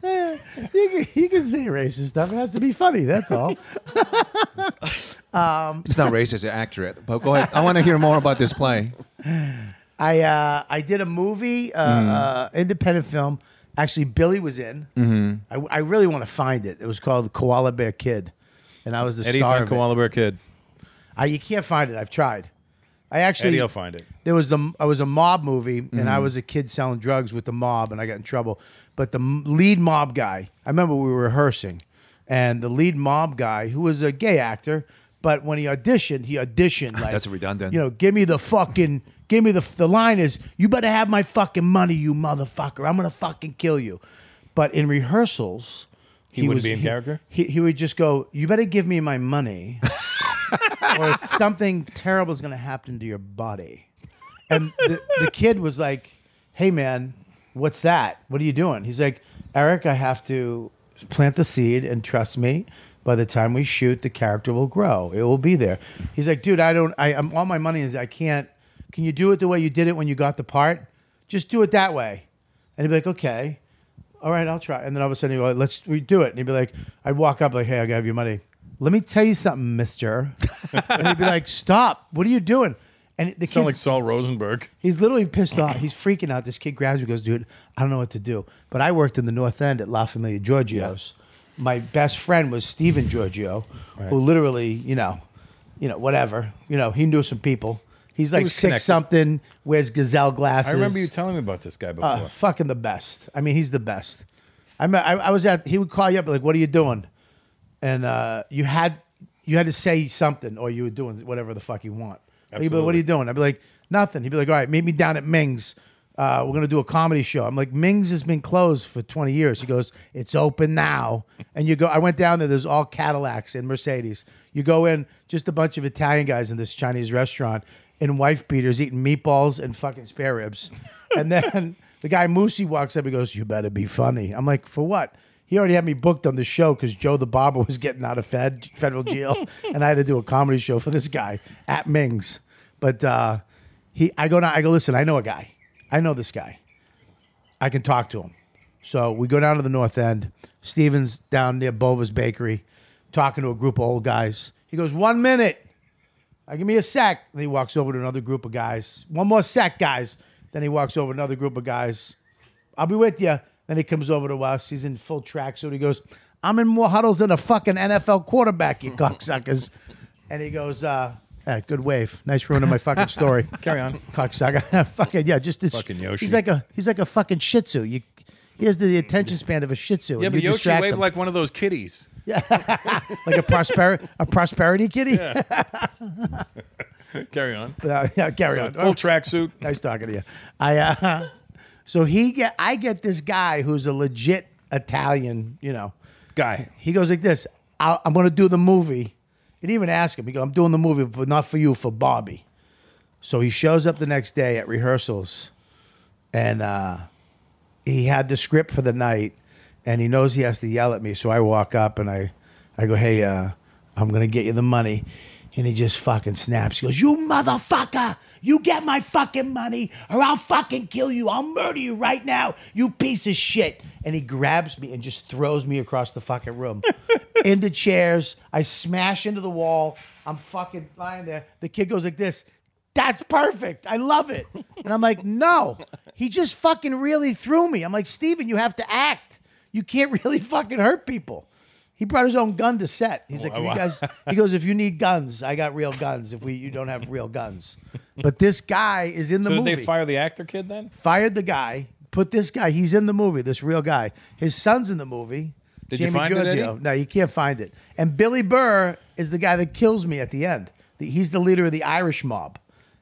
Speaker 2: you, can, you can say racist stuff. It has to be funny.
Speaker 13: [laughs]
Speaker 2: That's all. um,
Speaker 13: It's not racist, it's accurate. But go ahead. I want to hear more about this
Speaker 2: [laughs]
Speaker 13: play.
Speaker 2: I uh, I did a movie, uh,
Speaker 13: Mm.
Speaker 2: uh, independent film. Actually, Billy was in.
Speaker 7: Mm-hmm.
Speaker 1: Mhm.
Speaker 2: I, I really want to find it. It was called Koala Bear Kid, and I was the
Speaker 1: Eddie
Speaker 2: star
Speaker 1: found
Speaker 2: of it.
Speaker 1: Koala Bear Kid.
Speaker 2: I, you can't find it. I've tried. I actually
Speaker 1: Eddie'll find it.
Speaker 2: There was the I was a mob movie, and I
Speaker 1: Mhm.
Speaker 2: was a kid selling drugs with the mob, and I got in trouble. But the m- lead mob guy, I remember we were rehearsing, and the lead mob guy, who was a gay actor, but when he auditioned, he auditioned like
Speaker 13: That's redundant.
Speaker 2: You know, give me the fucking, give me the the line is, you better have my fucking money, you motherfucker. I'm gonna fucking kill you. But in rehearsals,
Speaker 1: He wouldn't be in character?
Speaker 2: He, he would just go, you better give me
Speaker 1: [laughs]
Speaker 2: my money, or something terrible is gonna happen to your body. And the, the kid was like, hey man, what's that? What are you doing? He's like, Eric, I have to plant the seed and trust me by the time we shoot the character will grow it will be there he's like dude i don't i am all my money is i can't can you do it the way you did it when you got the part just do it that way and he'd be like okay all right i'll try and then all of a sudden he'd be like let's we do it and he'd be like i'd walk up like hey i gotta have your money let me tell you something mister and he'd be like stop what are you doing and the
Speaker 1: Sound
Speaker 2: kid's
Speaker 1: like Saul Rosenberg.
Speaker 2: He's literally pissed off. He's freaking out. This kid grabs me and goes, dude, I don't know what to do. But I worked in the North End at La Familia Giorgio's. My best friend was Steven Giorgio,
Speaker 12: Right.
Speaker 2: who literally, you know, you know, whatever. You know, he knew some people. He's
Speaker 1: He
Speaker 2: like
Speaker 1: was
Speaker 2: six
Speaker 1: connected.
Speaker 2: something, wears gazelle glasses.
Speaker 1: I remember you telling me about this guy before.
Speaker 2: Uh, fucking the best. I mean, he's the best. I, me- I I was at. He would call you up like, "What are you doing?" And uh, you had you had to say something, or you were doing whatever the fuck you want. Like, he'd be like, what
Speaker 1: Absolutely.
Speaker 2: are you doing? I'd be like, nothing. He'd be like, all right, meet me down at Ming's. uh, we're going to do a comedy show. I'm like, Ming's has been closed for 20 years. He goes, it's open now. And you go, I went down there, there's all Cadillacs and Mercedes. You go in, just a bunch of Italian guys in this Chinese restaurant in wife beaters eating meatballs and fucking spare ribs. And then [laughs] the guy Moosey walks up and goes, you better be funny. I'm like, for what? He already had me booked on the show because Joe the Barber was getting out of Fed federal jail, and I had to do a comedy show for this guy at Ming's. But uh, he, I go down. I go listen. I know a guy. I know this guy. I can talk to him. So we go down to the north end. Steven's down near Bova's Bakery, talking to a group of old guys. He goes, "One minute." I Uh, give me a sec. Then he walks over to another group of guys. One more sec, guys. Then he walks over to another group of guys. I'll be with you. Then he comes over to us. He's in full tracksuit. He goes, I'm in more huddles than a fucking NFL quarterback, you [laughs] cocksuckers. And he goes, uh, eh, good wave. Nice ruin of my fucking story.
Speaker 1: [laughs] Carry on.
Speaker 2: Cocksucker. [laughs] fucking, yeah, just this.
Speaker 1: Fucking Yoshi.
Speaker 2: He's like a, he's like a fucking shih tzu. You, he has the attention span of a shih tzu.
Speaker 1: Yeah,
Speaker 2: and
Speaker 1: but
Speaker 2: you
Speaker 1: Yoshi
Speaker 2: distract
Speaker 1: waved
Speaker 2: him.
Speaker 1: like one of those
Speaker 2: [laughs]
Speaker 1: kitties.
Speaker 2: like a prosperity, a prosperity
Speaker 1: [laughs]
Speaker 2: kitty. [laughs]
Speaker 1: Carry on.
Speaker 2: But, uh, [laughs] yeah, carry
Speaker 1: So,
Speaker 2: on.
Speaker 1: Full
Speaker 2: [laughs]
Speaker 1: tracksuit.
Speaker 2: nice talking to you. I uh, [laughs] so he get I get this guy who's a legit Italian, you know,
Speaker 1: guy.
Speaker 2: He goes like this: I'll, I'm going to do the movie. And even ask him. He goes, "I'm doing the movie, but not for you, for Bobby." So he shows up the next day at rehearsals, and uh, he had the script for the night, and he knows he has to yell at me. So I walk up and I, I go, "Hey, uh, I'm going to get you the money," and he just fucking snaps. He goes, "You motherfucker!" You get my fucking money, or I'll fucking [laughs] kill you. I'll murder you right now, you piece of shit. And he grabs me and just throws me across the fucking room into chairs. I smash into the wall. I'm fucking lying there. The kid goes like this that's perfect. I love it. And I'm like, no, he just fucking really threw me. I'm like, Steven, you have to act. You can't really fucking hurt people. He brought his own gun to set. He's like, if you guys, he goes, if you need guns, I got real guns. If we, you don't have real guns, but this guy is in the
Speaker 1: so
Speaker 2: movie.
Speaker 1: did they fire the actor kid then?
Speaker 2: Fired the guy. Put this guy. He's in the movie. This real guy. His son's in the movie.
Speaker 1: Did you find it, Eddie?
Speaker 2: No, you can't find it. And Billy Burr is the guy that kills me at the end. The- He's the leader of the Irish mob,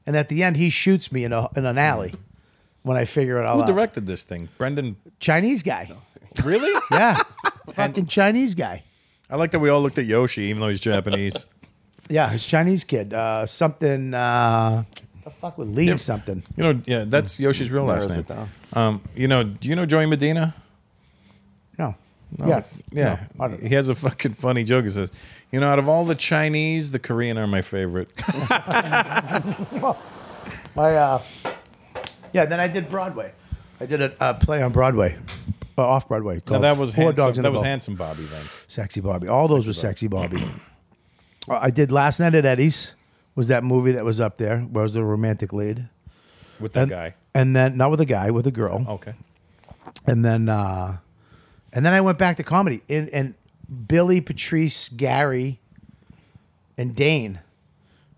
Speaker 2: and at the end he shoots me in a in an alley. When I figure it all
Speaker 1: Who
Speaker 2: out,
Speaker 1: directed this thing? Brendan.
Speaker 2: Chinese guy.
Speaker 1: Really? [laughs]
Speaker 2: yeah. Fucking Chinese guy.
Speaker 1: I like that we all looked at Yoshi, even though he's Japanese.
Speaker 2: Yeah, his Chinese kid. Uh, something. Uh, the fuck would leave something.
Speaker 1: You know, yeah, that's Yoshi's real last
Speaker 2: Narrows
Speaker 1: name.
Speaker 2: it down.
Speaker 1: Um, you know, do you know Joey Medina?
Speaker 2: No. Yeah.
Speaker 1: yeah. he has a fucking funny joke. He says, "You know, out of all the Chinese, the Korean are my favorite."
Speaker 2: [laughs]
Speaker 1: [laughs]
Speaker 2: My uh, yeah. Then I did Broadway. I did a, a play on Broadway, uh, off Broadway.
Speaker 1: now
Speaker 2: Called
Speaker 1: that was
Speaker 2: Four
Speaker 1: handsome,
Speaker 2: Dogs in
Speaker 1: that
Speaker 2: a
Speaker 1: was
Speaker 2: Bowl.
Speaker 1: handsome Bobby then.
Speaker 2: Sexy Bobby. All those were sexy Bobby. Uh, I did last night at Eddie's. Was that movie that was up there? Where I was the romantic lead?
Speaker 1: With
Speaker 2: the
Speaker 1: that guy.
Speaker 2: And then not with a guy, with a girl.
Speaker 1: Okay.
Speaker 2: And then uh and then I went back to comedy. And and Billy, Patrice, Gary, and Dane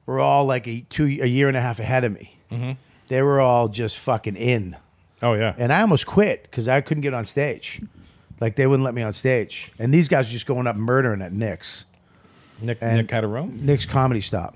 Speaker 2: were all like a two a year and a half ahead of me.
Speaker 1: Mhm.
Speaker 2: They were all just fucking in.
Speaker 1: Oh yeah.
Speaker 2: And I almost quit because I couldn't get on stage. Like they wouldn't let me on stage. And these guys were just going up murdering at Nick's.
Speaker 1: Nick
Speaker 2: And-
Speaker 1: Nick had a room.
Speaker 2: Nick's comedy stop.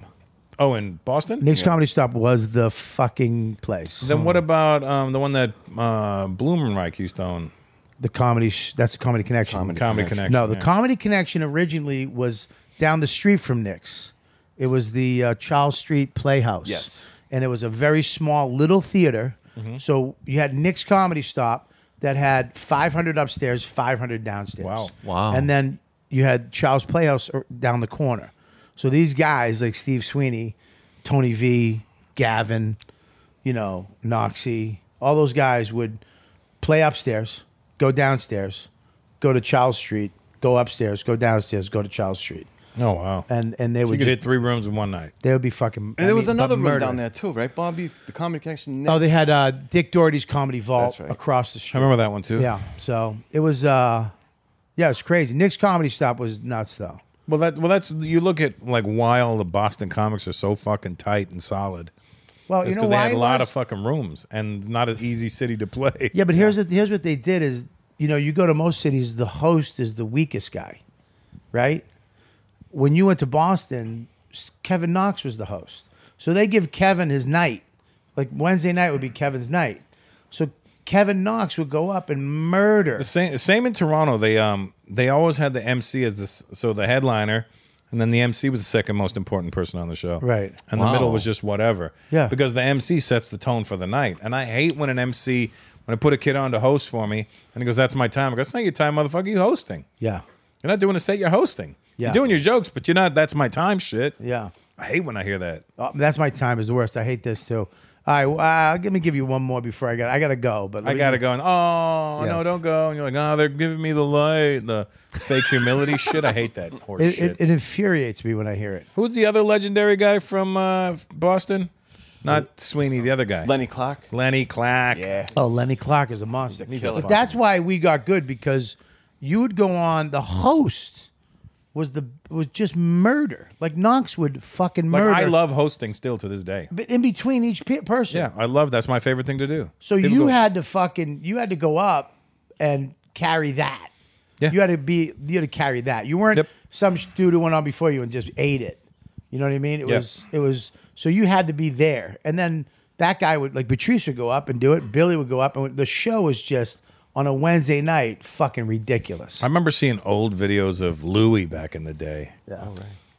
Speaker 1: Oh, in Boston.
Speaker 2: Nick's
Speaker 1: Yeah.
Speaker 2: comedy stop was the fucking place.
Speaker 1: Then what about um, the one that uh, Bloomenreich used to own?
Speaker 2: The comedy. Sh- that's the comedy connection.
Speaker 1: Comedy Comedy Connection. Connection,
Speaker 2: No, the
Speaker 1: yeah.
Speaker 2: comedy connection originally was down the street from Nick's. It was the uh, Charles Street Playhouse.
Speaker 5: Yes.
Speaker 2: And it was a very small little theater.
Speaker 5: Mhm.
Speaker 2: So you had Nick's Comedy Stop that had 500 upstairs, 500 downstairs. Wow.
Speaker 5: Wow.
Speaker 2: And then you had Charles Playhouse or- down the corner. So these guys like Steve Sweeney, Tony V, Gavin, you know, Noxie, all those guys would play upstairs, go downstairs, go to Charles Street, go upstairs, go downstairs, go to Charles Street.
Speaker 1: Oh wow.
Speaker 2: And and they
Speaker 1: So you
Speaker 2: would
Speaker 1: could
Speaker 2: just
Speaker 1: hit three rooms in one night.
Speaker 2: they would be fucking.
Speaker 5: And there was another room down there
Speaker 2: there.
Speaker 5: too, right, Bobby? The Comedy Connection.
Speaker 2: Oh, they had uh, Dick Doherty's Comedy Vault across the street.
Speaker 1: I remember that one too.
Speaker 2: Yeah, so it was, uh, yeah, it's crazy. Nick's Comedy Stop was nuts though.
Speaker 1: Well, that well, that's you look at like why all the Boston comics are so fucking tight and solid.
Speaker 2: Well,
Speaker 1: It's
Speaker 2: you know
Speaker 1: 'cause they
Speaker 2: why
Speaker 1: had
Speaker 2: it
Speaker 1: a lot
Speaker 2: was?
Speaker 1: of fucking rooms and not an easy city to play.
Speaker 2: Yeah, but here's the, here's what they did is, you know, you go to most cities, the host is the weakest guy, right? When you went to Boston, s- Kevin Knox was the host, so they give Kevin his night. Like Wednesday night would be Kevin's night. So Kevin Knox would go up and murder.
Speaker 1: The same, same in Toronto. They um they always had the MC as this, so the headliner, and then the MC was the second most important person on the show.
Speaker 2: Right.
Speaker 1: And the
Speaker 2: Wow.
Speaker 1: middle was just whatever.
Speaker 2: Yeah.
Speaker 1: Because the MC sets the tone for the night, and I hate when an MC when I put a kid on to host for me, and he goes, "That's my time." I go, "That's not your time, motherfucker. You hosting.
Speaker 2: Yeah.
Speaker 1: You're not doing a set. You're hosting.
Speaker 2: Yeah.
Speaker 1: You're doing your jokes, but you're not. That's my time. Shit.
Speaker 2: Yeah.
Speaker 1: I hate when I hear that.
Speaker 2: Oh, that's my time is the worst. I hate this too. All right, uh, let me give you one more before I got. I gotta go, but
Speaker 1: I gotta go. And oh
Speaker 2: Yeah.
Speaker 1: no, don't go. And you're like, oh, they're giving me the light, the fake
Speaker 2: [laughs]
Speaker 1: humility shit. I hate that horse
Speaker 2: It,
Speaker 1: shit.
Speaker 2: it, it infuriates me when I hear it.
Speaker 1: Who's the other legendary guy from uh, Boston? Not Sweeney, the other guy. Lenny Clark. Lenny Clark. Yeah.
Speaker 2: Oh, Lenny Clark is a monster.
Speaker 1: He's a
Speaker 2: But
Speaker 1: killer.
Speaker 2: that's why we got good because you would go on. The host was the was just murder. Like Knox would fucking
Speaker 1: Like
Speaker 2: murder.
Speaker 1: I love hosting still to this day.
Speaker 2: But in between each pe- person.
Speaker 1: Yeah, I love that's my favorite thing to do.
Speaker 2: So
Speaker 1: People
Speaker 2: you
Speaker 1: go,
Speaker 2: had to fucking you had to go up and carry that. Yeah. You had to be you had to carry that. You weren't some sh- dude who went on before you and just ate it. You know what I mean? It
Speaker 1: Yeah.
Speaker 2: was it was so you had to be there. And then that guy would like Patrice would go up and do it. Billy would go up and the show was just on a Wednesday night fucking ridiculous.
Speaker 1: I remember seeing old videos of Louis back in the day.
Speaker 2: Yeah.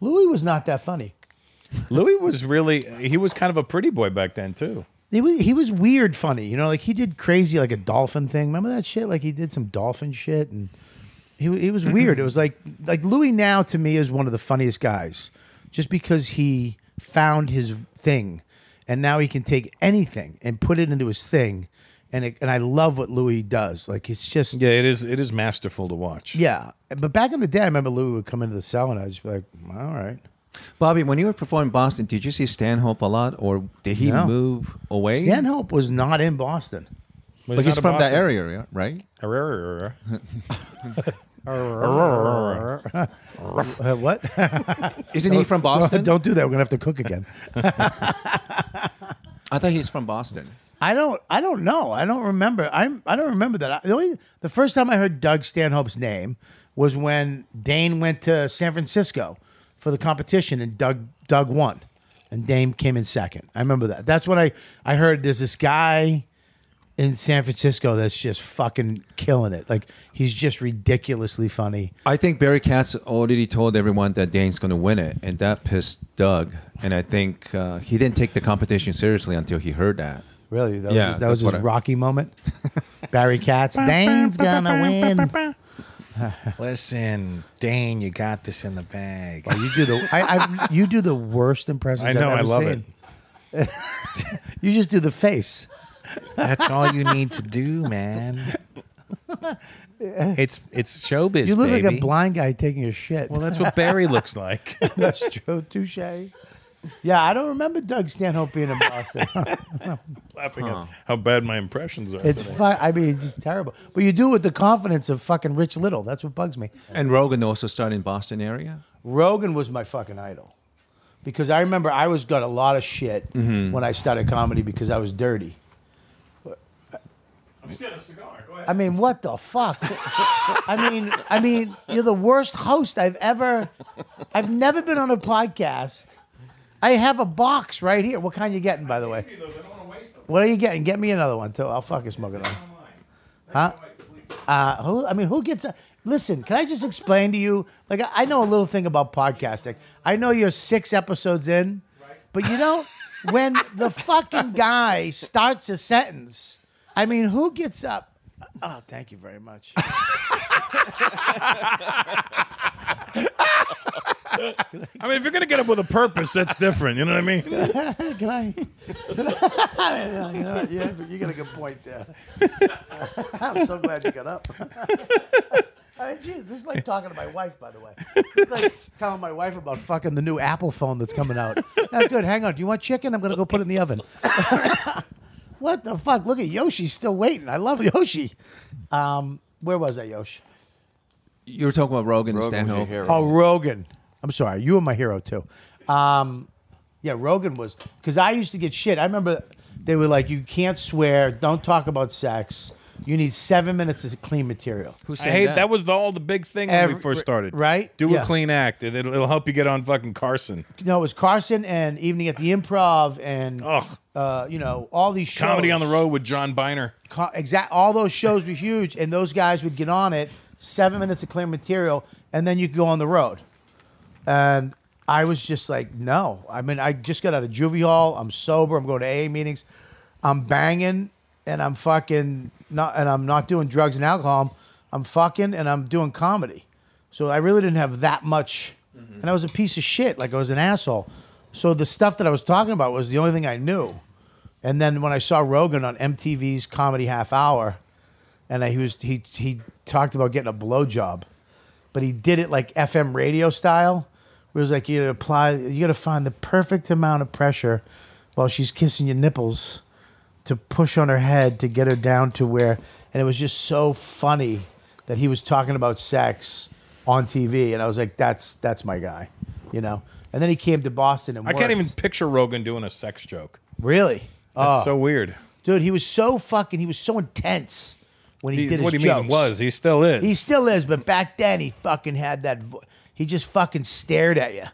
Speaker 2: Louis was not that funny.
Speaker 1: Louis was really he was kind of a pretty boy back then too.
Speaker 2: He was, he was weird funny, you know, like he did crazy like a dolphin thing. Remember that shit? Like he did some dolphin shit and he he
Speaker 1: Mm-hmm.
Speaker 2: was weird. it was like like Louis now to me is one of the funniest guys just because he found his thing and now he can take anything and put it into his thing and it, and I love what Louis does. Like it's just
Speaker 1: Yeah, it is it is masterful to watch.
Speaker 2: yeah. But back in the day I remember Louis would come into the cell and I'd just be like, "All right."
Speaker 13: Bobby, when you were performing in Boston, did you see Stanhope a lot, or did he
Speaker 2: No.
Speaker 13: move away?
Speaker 2: Stanhope was not in Boston.
Speaker 13: But he's from that area, yeah, right?
Speaker 1: Area.
Speaker 13: [laughs]
Speaker 2: Uh, [laughs] what?
Speaker 13: Isn't he from Boston?
Speaker 2: Don't do that. We're gonna have to cook
Speaker 13: [laughs]
Speaker 2: again.
Speaker 13: I thought he's from Boston.
Speaker 2: I don't. I don't know. I don't remember. I'm. I don't remember that. I, the only the first time I heard Doug Stanhope's name was when Dane went to San Francisco for the competition, and Doug Doug won, and Dane came in second. I remember that. That's when I I heard there's this guy in San Francisco that's just fucking killing it. Like he's just ridiculously funny.
Speaker 13: I think Barry Katz already told everyone that Dane's going to win it, and that pissed Doug. And I think uh, he didn't take the competition seriously until he heard that.
Speaker 2: Really, that was
Speaker 13: Yeah,
Speaker 2: his, that was
Speaker 13: that's what
Speaker 2: his
Speaker 13: I-
Speaker 2: Rocky moment. Barry Katz, Dane's gonna win.
Speaker 1: Listen, Dane, you got this in the bag.
Speaker 2: you do the I, I you do the worst impressions.
Speaker 1: I know,
Speaker 2: I've
Speaker 1: I
Speaker 2: ever
Speaker 1: love
Speaker 2: seen. [laughs] you just do the face.
Speaker 1: That's all you need to do,
Speaker 2: [laughs]
Speaker 1: man.
Speaker 2: Uh,
Speaker 1: It's it's showbiz.
Speaker 2: you look like a
Speaker 1: baby.
Speaker 2: blind guy taking a shit.
Speaker 1: Well, that's what Barry looks like. [laughs]
Speaker 2: [laughs] that's true. Touche. Yeah, I don't remember Doug Stanhope being in Boston.
Speaker 1: Laughing at how bad my impressions are.
Speaker 2: it's
Speaker 1: today.
Speaker 2: fu- I mean, it's just terrible. But you do it with the confidence of fucking Rich Little. That's what bugs me.
Speaker 13: And Rogan also started in Boston area.
Speaker 2: Rogan was my fucking idol because I remember I was got a lot of shit
Speaker 13: Mhm.
Speaker 2: when I started comedy because I was dirty.
Speaker 1: I'm just getting a cigar. Go ahead.
Speaker 2: I mean, what the fuck? [laughs] I mean, I mean, you're the worst host I've ever. I've never been on a podcast. I have a box right here. What kind you getting, by the way? What are you getting? Get me another one too. I'll fucking smoke it on. Huh? Uh, who? I mean, who gets? A, listen, can I just explain to you? Like, I, I know a little thing about podcasting. I know you're six episodes in, but you know when the fucking guy starts a sentence. I mean, who gets up? [laughs] Oh, thank you very much. [laughs]
Speaker 8: [laughs]
Speaker 1: I mean, if you're gonna get up with a purpose, that's different. You know what I
Speaker 2: [laughs]
Speaker 1: mean?
Speaker 2: Can I? [laughs] Yeah, you know what? Yeah, you got a good point there. [laughs] I'm so glad you got up. [laughs] I mean, geez, this is like talking to my wife, by the way. It's like telling my wife about fucking the new Apple phone that's coming out. Oh, good, hang on. Do you want chicken? I'm going to go put it in the oven. [laughs] what the fuck? Look at Yoshi still waiting. I love Yoshi. Um, where was I, Yoshi?
Speaker 13: You were talking about Rogan, and
Speaker 2: Rogan was
Speaker 13: Stanhope.
Speaker 2: Oh, Rogan. I'm sorry. You were my hero too. Um, yeah, Rogan was because I used to get shit. I remember they were like, "You can't swear. Don't talk about sex. You need seven minutes of clean material."
Speaker 13: Who
Speaker 1: I hate that? was the, all the big thing when we
Speaker 2: Every-
Speaker 1: first started.
Speaker 2: right?
Speaker 1: Do
Speaker 2: Yeah.
Speaker 1: a clean act. and It'll, it'll help you get on fucking Carson.
Speaker 2: No, it was Carson and Evening at the Improv and
Speaker 1: Ugh.
Speaker 2: uh, you know, all these shows.
Speaker 8: Comedy on the road with John Biner.
Speaker 2: Co- exact. All those shows were huge, and those guys would get on it. Seven minutes of clear material, and then you could go on the road. And I was just like, no. I mean, I just got out of juvie hall. I'm sober. I'm going to AA meetings. I'm banging, and I'm fucking not, and I'm not doing drugs and alcohol. I'm, I'm fucking, and I'm doing comedy. So I really didn't have that much, and I was a piece of shit. Like I was an asshole. So the stuff that I was talking about was the only thing I knew. And then when I saw Rogan on MTV's Comedy Half Hour, and I, he was he he talked about getting a blowjob, but he did it like FM radio style, where it was like you gotta apply, you gotta find the perfect amount of pressure while she's kissing your nipples to push on her head to get her down to where, and it was just so funny that he was talking about sex on TV, and I was like, that's that's my guy, you know. And then he came to Boston and
Speaker 8: I can't
Speaker 2: worked.
Speaker 8: even picture Rogan doing a sex joke.
Speaker 2: Really?
Speaker 8: That's
Speaker 2: Oh.
Speaker 8: so weird.
Speaker 2: Dude, he was so fucking. He was so intense when he,
Speaker 8: He-
Speaker 2: did his
Speaker 8: what do you mean
Speaker 2: jokes.
Speaker 8: was? He still is.
Speaker 2: He still is, but back then he fucking had that. Vo- he just fucking stared at you,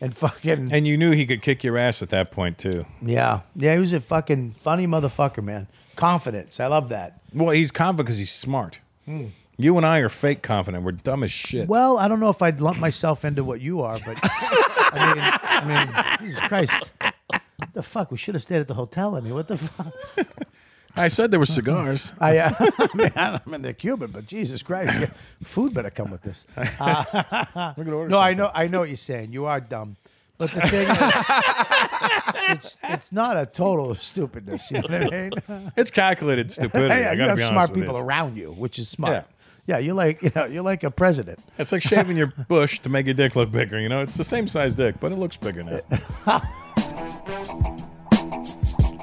Speaker 2: and fucking
Speaker 8: And you knew he could kick your ass at that point too.
Speaker 2: yeah, yeah. He was a fucking funny motherfucker, man. Confidence, I love that.
Speaker 8: Well, he's confident because he's smart.
Speaker 2: Hmm.
Speaker 8: You and I are fake confident. We're dumb as shit.
Speaker 2: Well, I don't know if I'd lump myself into what you are, but I mean, I mean, Jesus Christ, what the fuck? We should have stayed at the hotel. I mean, what the fuck?
Speaker 8: I said there were cigars.
Speaker 2: [laughs] I, uh, I mean, I'm in the Cuban, but Jesus Christ, yeah, food better come with this. Uh, no, I know, I know what you're saying. You are dumb, but the thing
Speaker 8: [laughs]
Speaker 2: is, it's, it's not a total stupidness. You know
Speaker 8: [laughs]
Speaker 2: what I
Speaker 8: [laughs]
Speaker 2: mean? [laughs]
Speaker 8: it's calculated stupidity.
Speaker 2: Yeah,
Speaker 8: I
Speaker 2: you
Speaker 8: gotta
Speaker 2: have
Speaker 8: be honest
Speaker 2: smart
Speaker 8: with you.
Speaker 2: people around you, which is smart.
Speaker 8: Yeah.
Speaker 2: Yeah. you're like you know, you're like a president.
Speaker 8: It's like shaving
Speaker 1: [laughs]
Speaker 8: your bush to make your dick look bigger. You know, it's the same size dick, but it looks bigger now.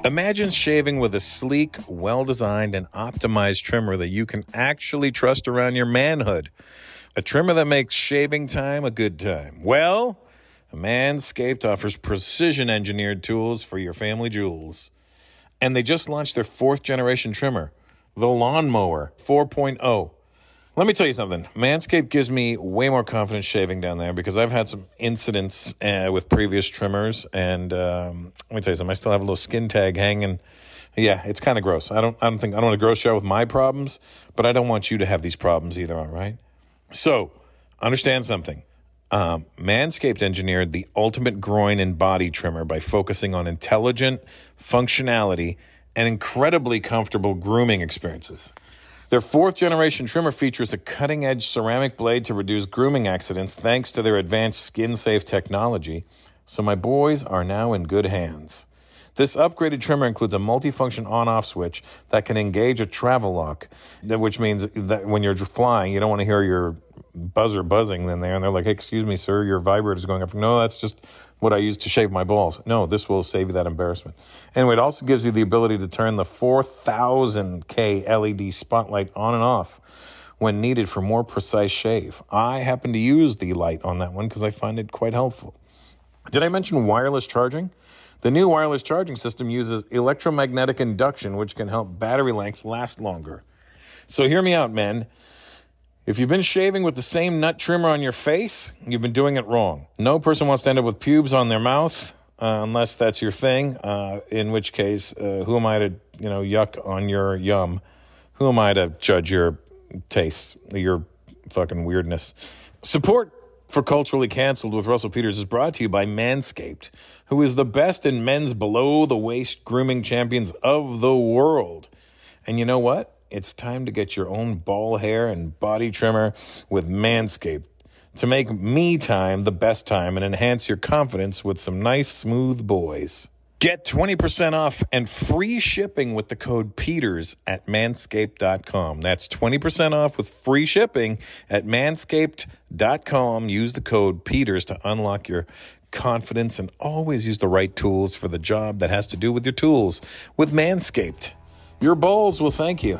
Speaker 8: Imagine shaving with a sleek, well designed, and optimized trimmer that you can actually trust around your manhood. A trimmer that makes shaving time a good time. Well, Manscaped offers precision engineered tools for your family jewels. And they just launched their fourth generation trimmer, the Lawnmower oh. 4.0. Let me tell you something. Manscaped gives me way more confidence shaving down there because I've had some incidents uh, with previous trimmers, and um, let me tell you something. I still have a little skin tag hanging. Yeah, it's kind of gross. I don't. I don't think I don't want to gross you out with my problems, but I don't want you to have these problems either. All right. So understand something. Um, Manscaped engineered the ultimate groin and body trimmer by focusing on intelligent functionality and incredibly comfortable grooming experiences. Their fourth generation trimmer features a cutting edge ceramic blade to reduce grooming accidents thanks to their advanced skin safe technology. So, my boys are now in good hands. This upgraded trimmer includes a multifunction on off switch that can engage a travel lock, that- which means that when you're flying, you don't want to hear your buzzer buzzing in there. And they're like, hey, excuse me, sir, your vibrator is going off. No, that's just what I use to shave my balls. No, this will save you that embarrassment. Anyway, it also gives you the ability to turn the 4000K LED E spotlight on and off when needed for more precise shave. I happen to use the light on that one because I find it quite helpful. Did I mention wireless charging? The new wireless charging system uses electromagnetic induction, which can help battery length last longer. So hear me out, men. If you've been shaving with the same nut trimmer on your face, you've been doing it wrong. No person wants to end up with pubes on their mouth, uh, unless that's your thing. Uh, in which case, uh, who am I to you know yuck on your yum? Who am I to judge your tastes, your fucking weirdness? Support for Culturally Cancelled with Russell Peters is brought to you by Manscaped, who is the best in men's below the waist grooming champions of the world. And you know what? It's time to get your own ball hair and body trimmer with Manscaped to make me time the best time and enhance your confidence with some nice, smooth boys. Get 20% off and free shipping with the code PETERS at manscaped.com. That's 20% off with free shipping at manscaped.com. Use the code PETERS to unlock your confidence and always use the right tools for the job that has to do with your tools with Manscaped. Your balls will thank you.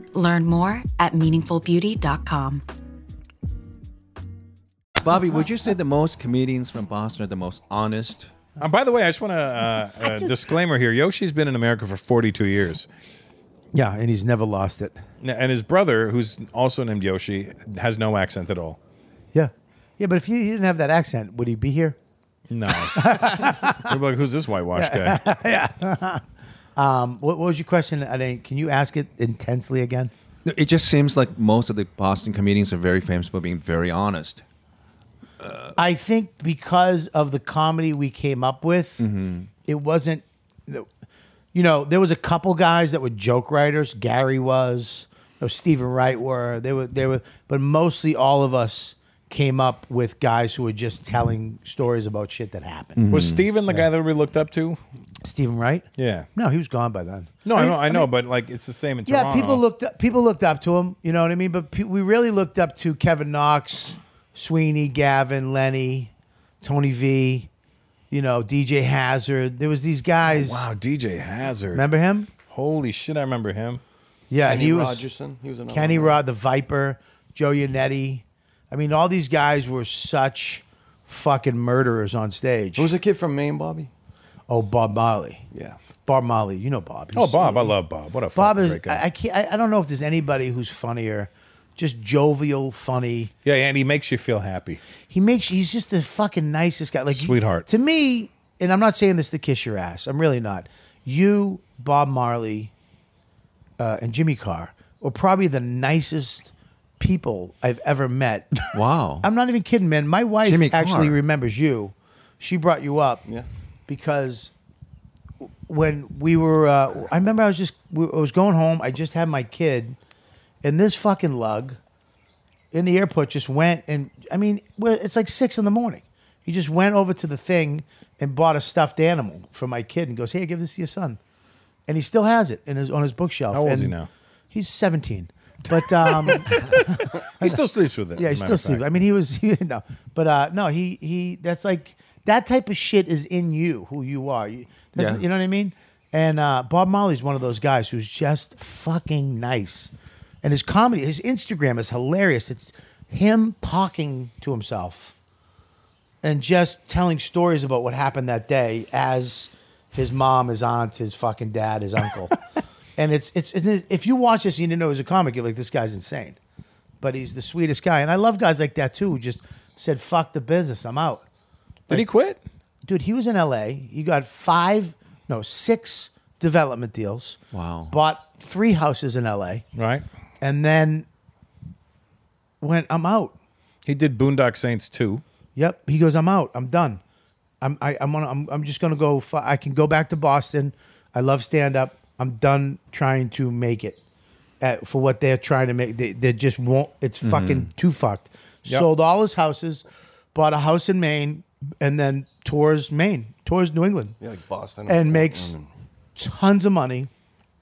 Speaker 11: Learn more at meaningfulbeauty.com.
Speaker 13: Bobby, would you say the most comedians from Boston are the most honest?
Speaker 1: Uh, by the way, I just want to [laughs] uh, uh, disclaimer here. Yoshi's been in America for 42 years.
Speaker 2: Yeah, and he's never lost it.
Speaker 1: And his brother, who's also named Yoshi, has no accent at all.
Speaker 2: Yeah. Yeah, but if you, he didn't have that accent, would he be here? [laughs]
Speaker 1: No. They'd be like, who's this whitewash guy?
Speaker 2: yeah. [laughs] um, what, what was your question? I didn't, can you ask it intensely again?
Speaker 13: No, It just seems like most of the Boston comedians are very famous for being very honest.
Speaker 2: I think because of the comedy we came up with, it wasn't. You know, there was a couple guys that were joke writers. Gary was, or Stephen Wright were. They were. They were. But mostly, all of us came up with guys who were just telling stories about shit that happened.
Speaker 1: Was Steven the guy that we looked up to?
Speaker 2: Stephen Wright?
Speaker 1: Yeah.
Speaker 2: No, he was gone by then.
Speaker 1: No, I,
Speaker 2: mean-
Speaker 1: know, I, know,
Speaker 2: mean-
Speaker 1: but like it's the same in
Speaker 2: yeah,
Speaker 1: Toronto.
Speaker 2: people looked up, people looked up to him. You know what I mean? But pe- we really looked up to Kevin Knox, Sweeney, Gavin, Lenny, Tony V. You know, DJ Hazard. There was these guys.
Speaker 1: Oh, Wow, DJ Hazard.
Speaker 2: Remember him?
Speaker 1: Holy shit, I remember him.
Speaker 2: Yeah,
Speaker 1: Kenny
Speaker 2: he was
Speaker 1: Rogerson, he was another
Speaker 2: Kenny
Speaker 1: one.
Speaker 2: Rod, the Viper, Joe Yannetti. I mean, all these guys were such fucking murderers on stage. Who was
Speaker 5: a kid from Maine, Bobby?
Speaker 2: Oh, Bob Marley.
Speaker 5: Yeah,
Speaker 2: Bob Marley. You know Bob.
Speaker 1: Oh, Bob, I love Bob. What a
Speaker 2: Bob
Speaker 1: fucking
Speaker 2: is.
Speaker 1: great guy.
Speaker 2: I, I can't. I, I don't know if there's anybody who's funnier, just jovial, funny.
Speaker 1: Yeah, and he makes you feel happy.
Speaker 2: He makes. He's just the fucking nicest guy. Like you-
Speaker 1: Sweetheart.
Speaker 2: to me, and I'm not saying this to kiss your ass. I'm really not. You, Bob Marley, uh, and Jimmy Carr were probably the nicest people I've ever met.
Speaker 13: [laughs] Wow.
Speaker 2: I'm not even kidding, man. My wife
Speaker 13: Jimmy
Speaker 2: actually
Speaker 13: Carr.
Speaker 2: remembers you. She brought you up. Yeah. Because w- when we were, uh, I remember I was just, we- I was going home. I just had my kid, and this fucking lug in the airport just went and, I mean, well, it's like six in the morning. He just went over to the thing and bought a stuffed animal for my kid and goes, "Hey, give this to your son," and he still has it in his on his bookshelf.
Speaker 1: How old is he
Speaker 2: And [laughs]
Speaker 1: now?
Speaker 2: He's seventeen, but um,
Speaker 1: He still sleeps with it.
Speaker 2: Yeah,
Speaker 1: as
Speaker 2: he
Speaker 1: a
Speaker 2: still
Speaker 1: matter of
Speaker 2: sleeps.
Speaker 1: fact.
Speaker 2: I mean, he was [laughs] he, no, but uh, no, he he. That's like that type of shit is in you, who you are. You, that's-
Speaker 13: Yeah.
Speaker 2: you know what I mean? And uh, Bob Marley's one of those guys who's just fucking nice, and his comedy, his Instagram is hilarious. It's him talking to himself and just telling stories about what happened that day as his mom, his aunt, his fucking dad,
Speaker 1: [laughs]
Speaker 2: his uncle. and it's, it's it's if you watch this and you didn't know he was a comic, you're like, this guy's insane. But he's the sweetest guy. And I love guys like that too, who just said, fuck the business, I'm out.
Speaker 1: Did he quit?
Speaker 2: Dude, he was in LA. He got five, no, six development deals.
Speaker 13: Wow.
Speaker 2: Bought three houses in LA.
Speaker 1: Right.
Speaker 2: And then went, I'm out.
Speaker 1: He did Boondock Saints too.
Speaker 2: Yep. He goes, I'm out. I'm done. I'm I, I'm gonna I'm, I'm just gonna go. F- I can go back to Boston. I love stand up. I'm done trying to make it. at, for what they're trying to make. They, they just won't. It's
Speaker 1: Mm-hmm.
Speaker 12: Mhm.
Speaker 2: fucking too fucked.
Speaker 12: Yep.
Speaker 2: Sold all his houses, bought a house in Maine, and then tours Maine, tours New England.
Speaker 12: Yeah, like Boston or
Speaker 2: and
Speaker 5: Mm.
Speaker 2: makes
Speaker 12: Portland.
Speaker 2: tons of money.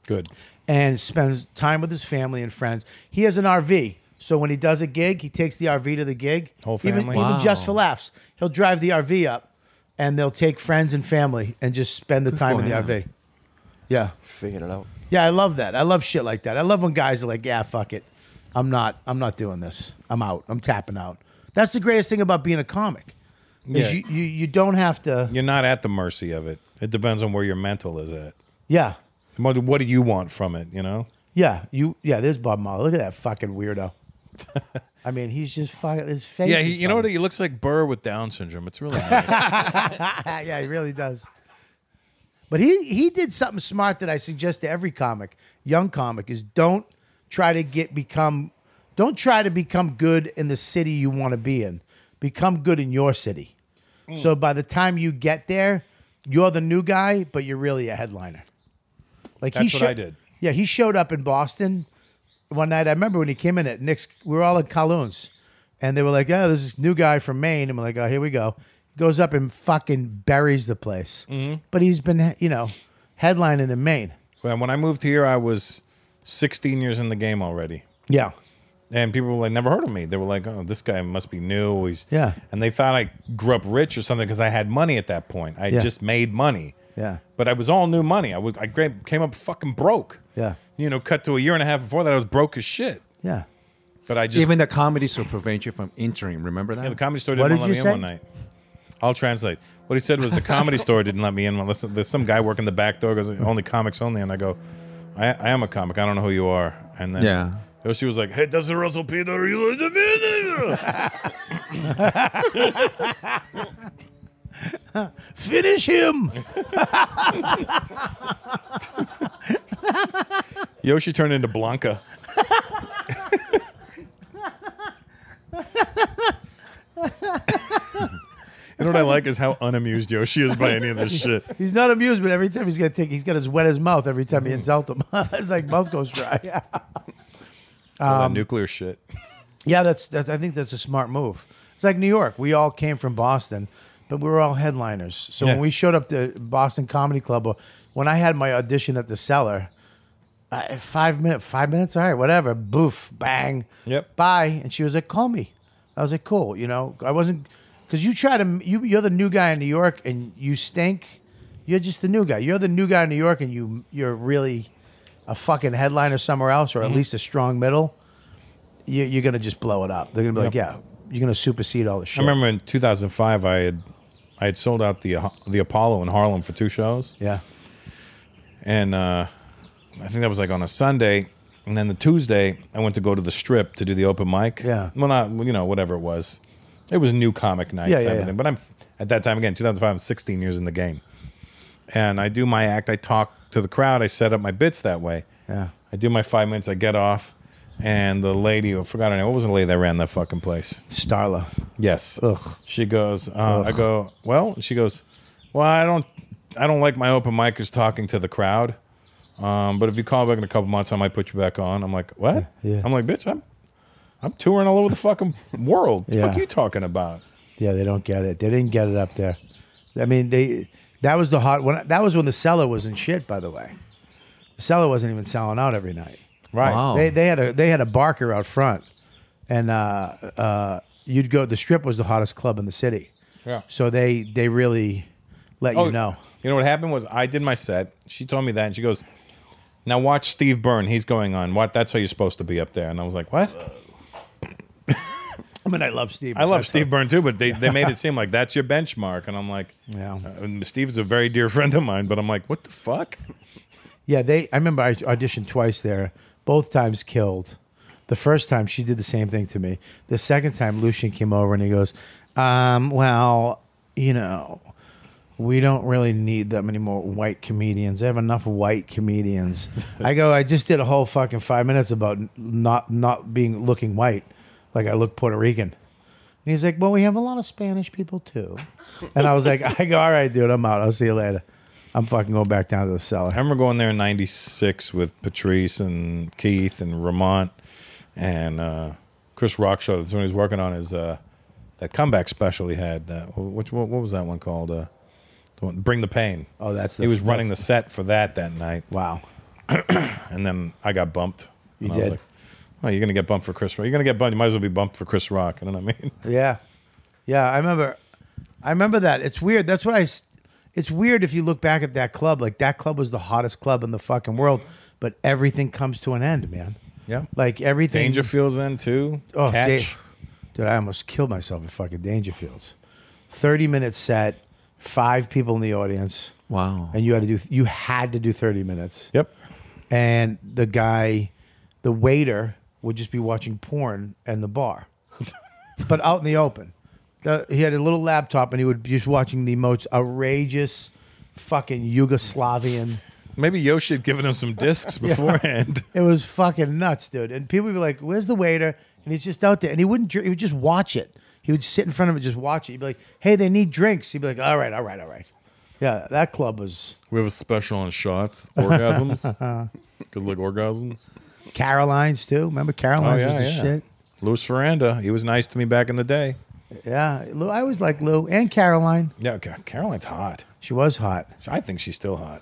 Speaker 1: Good.
Speaker 2: And spends time with his family and friends. He has an RV. So when he does a gig, he takes the RV to the gig.
Speaker 1: Whole
Speaker 2: Even,
Speaker 1: family?
Speaker 2: even just
Speaker 1: Wow.
Speaker 2: for laughs. He'll drive the RV up and they'll take friends and family and just spend the time
Speaker 12: for
Speaker 2: in the
Speaker 12: him.
Speaker 2: RV. Yeah.
Speaker 12: Figured it out.
Speaker 2: Yeah, I love that. I love shit like that. I love when guys are like, "Yeah, fuck it, I'm not. I'm not doing this. I'm out. I'm tapping out." That's the greatest thing about being a comic. Is
Speaker 1: Yeah.
Speaker 2: you, you you don't have to.
Speaker 1: You're not at the mercy of it. It depends on where your mental is at.
Speaker 2: Yeah.
Speaker 1: What, what do you want from it? You know.
Speaker 2: Yeah, you. Yeah, there's Bob Marley. Look at that fucking weirdo. [laughs] I mean, he's just fucking his face.
Speaker 1: yeah,
Speaker 2: is
Speaker 1: he, you know what? He looks like Burr with Down syndrome. It's really nice.
Speaker 2: [laughs] yeah, he really does. But he he did something smart that I suggest to every comic, young comic, is don't try to get become, don't try to become good in the city you want to be in. Become good in your city.
Speaker 12: Mm.
Speaker 2: So by the time you get there, you're the new guy, but you're really a headliner. Like he
Speaker 1: That's what I
Speaker 2: sho-
Speaker 1: did.
Speaker 2: Yeah, he showed up in Boston one night. I remember when he came in at Nick's. We were all at Kowloon's, and they were like, "Oh, there's this new guy from Maine." And we're like, "Oh, here we go." He goes up and fucking buries the place.
Speaker 1: Mm-hmm.
Speaker 2: But he's been, you know, headlining in Maine.
Speaker 1: When when I moved here, I was 16 years in the game already.
Speaker 2: Yeah.
Speaker 1: And people were like, never heard of me. They were like, oh, this guy must be new. He's,
Speaker 2: Yeah.
Speaker 1: And they thought I grew up rich or something because I had money at that point. I
Speaker 2: Yeah.
Speaker 1: just made money.
Speaker 2: Yeah.
Speaker 1: But I was all new money. I, was, I gra- came up fucking broke.
Speaker 2: Yeah.
Speaker 1: You know, cut to a year and a half before that, I was broke as shit.
Speaker 2: Yeah.
Speaker 1: But I just.
Speaker 13: even the comedy store prevent you from entering. Remember that?
Speaker 1: Yeah, the comedy store didn't let me in one night. I'll translate. What he said was the comedy store didn't let me in. Unless there's some guy working the back door goes only comics only, and I go, I, I am a comic. I don't know who you are. And then
Speaker 13: Yeah.
Speaker 1: so she was like, Hey, does the Russell Peter you like the
Speaker 2: [laughs]
Speaker 1: [laughs]
Speaker 12: manager?
Speaker 2: Finish him. [laughs]
Speaker 1: Yoshi turned into Blanca. You know what I like is how [laughs] unamused Yoshi is by any of this shit.
Speaker 2: He's not amused, but every time he's gonna take, he's got his wet his mouth every time
Speaker 1: Mm-hmm.
Speaker 2: he insults him. [laughs] it's like mouth goes
Speaker 1: [laughs]
Speaker 2: dry. Yeah.
Speaker 1: It's all
Speaker 2: Um,
Speaker 1: that nuclear shit.
Speaker 2: Yeah, that's, that's I think that's a smart move. It's like New York. We all came from Boston, but we were all headliners. So
Speaker 1: Yeah.
Speaker 2: when we showed up to Boston Comedy Club, or when I had my audition at the Cellar, I, five minutes, five minutes, all right, whatever. Boof, bang, yep, bye. And she was like, "Call me." I was like, "Cool," you know. I wasn't because you try to you you're the new guy in New York and you stink. You're just the new guy. You're the new guy in New York and you you're really a fucking headliner somewhere else, or at
Speaker 1: Mm-hmm.
Speaker 12: Mhm.
Speaker 2: least a strong middle you, you're gonna just blow it up. They're gonna be like, yeah,
Speaker 1: Yep.
Speaker 2: you're gonna supersede all the
Speaker 1: I
Speaker 2: shit.
Speaker 1: remember in 2005, I had I had sold out the uh, the Apollo in Harlem for two shows.
Speaker 2: Yeah,
Speaker 1: and uh, I think that was like on a Sunday, and then the Tuesday I went to go to the Strip to do the open mic. Yeah, well, not well, you know whatever it was. It was new comic night.
Speaker 2: Yeah,
Speaker 1: type
Speaker 2: yeah,
Speaker 1: of
Speaker 2: yeah.
Speaker 1: thing. But I'm at that time again, 2005. I'm 16 years in the game, and I do my act. I talk to the crowd. I set up my bits that way.
Speaker 2: Yeah.
Speaker 1: I do my five minutes. I get off, and the lady, I forgot her name. What was the lady that ran that fucking place?
Speaker 2: Starla.
Speaker 1: Yes.
Speaker 2: Ugh.
Speaker 1: She goes. Uh, I
Speaker 2: Ugh.
Speaker 1: go. Well, and she goes. Well, I don't. I don't like my open micers talking to the crowd. Um, but if you call back in a couple months, I might put you back on. I'm like, what?
Speaker 2: Yeah.
Speaker 1: I'm like, bitch, I'm, I'm touring all over the fucking world.
Speaker 2: Yeah.
Speaker 1: What fuck you talking about?
Speaker 2: yeah, they don't get it. They didn't get it up there. I mean, they that was the hot when that was when the seller was in shit. By the way, the seller wasn't even selling out every night.
Speaker 1: Right. Wow.
Speaker 2: They they had a they had a barker out front, and uh, uh, you'd go. The strip was the hottest club in the city.
Speaker 1: Yeah.
Speaker 2: So they they really let you know.
Speaker 1: Oh, You know what happened was I did my set. She told me that, and she goes, "Now watch Steve Byrne. He's going on. What? That's how you're supposed to be up there." And I was like, "What?"
Speaker 2: I mean, I love Steve.
Speaker 1: I love
Speaker 2: That's
Speaker 1: Steve Byrne too, but they, they made
Speaker 2: [laughs]
Speaker 1: it seem like that's your benchmark, and I'm like,
Speaker 2: Yeah.
Speaker 1: uh, and Steve's a very dear friend of mine, but I'm like, what the fuck?
Speaker 2: Yeah, they. I remember I auditioned twice there. Both times killed. The first time she did the same thing to me. The second time Lucian came over and he goes, um, "Well, you know, we don't really need that many more white comedians. They have enough white comedians." I go, "I just did a whole fucking five minutes about not not being looking white, like I look Puerto Rican." And he's like, [laughs] "Well, we have a lot of Spanish people too." And I was like, "I go, all right, dude, I'm out. I'll see you later." I'm fucking going back down to the cellar.
Speaker 1: I remember going there in '96 with Patrice and Keith and Ramont and uh, Chris Rockshaw. That's when he was working on his uh, that comeback special he had. That which what, what was that one called? Uh, the one, Bring the Pain.
Speaker 2: Oh, that's the-
Speaker 1: he was running the set for that that night. Wow. [clears throat] and then I got bumped.
Speaker 2: You
Speaker 1: and I
Speaker 2: did.
Speaker 1: was like, oh, you're gonna get bumped for Chris Rock. You're gonna get bumped. You might as well be bumped for Chris Rock. You know what I mean?
Speaker 2: [laughs] Yeah, yeah. I remember. I remember that. It's weird. That's what I. s- It's weird if you look back at that club. Like that club was the hottest club in the fucking world, but everything comes to an end, man.
Speaker 1: Yeah.
Speaker 2: Like everything.
Speaker 1: Dangerfields in too.
Speaker 2: Oh,
Speaker 1: Catch.
Speaker 2: Da- dude, I almost killed myself at fucking Dangerfields. Thirty minute set, five people in the audience.
Speaker 13: Wow.
Speaker 2: And you had to do. You had to do thirty minutes.
Speaker 1: Yep.
Speaker 2: And the guy, the waiter, would just be watching porn in
Speaker 1: [laughs]
Speaker 2: the bar, but out in the open. The- he had a little laptop, and he would be just watching the most outrageous, fucking Yugoslavian.
Speaker 1: Maybe Yoshi had given him some discs [laughs]
Speaker 2: [laughs]
Speaker 1: beforehand.
Speaker 2: It was fucking nuts, dude. And people would be like, "Where's the waiter?" And he's just out there, and he wouldn't. dr- He would just watch it. He would sit in front of it, just watch it. He'd be like, "Hey, they need drinks." He'd be like, "All right, all right, all right." Yeah, that club was
Speaker 1: We have a special on shots,
Speaker 2: [laughs]
Speaker 1: orgasms. Good luck, orgasms. Oh,
Speaker 2: Caroline's too. Remember Caroline's was the shit.
Speaker 1: Luis Ferranda, he was nice to me back in the day.
Speaker 2: Yeah, Lou. I always like Lou and Caroline.
Speaker 1: Yeah, okay. Caroline's hot.
Speaker 2: She was hot.
Speaker 1: I think she's still hot.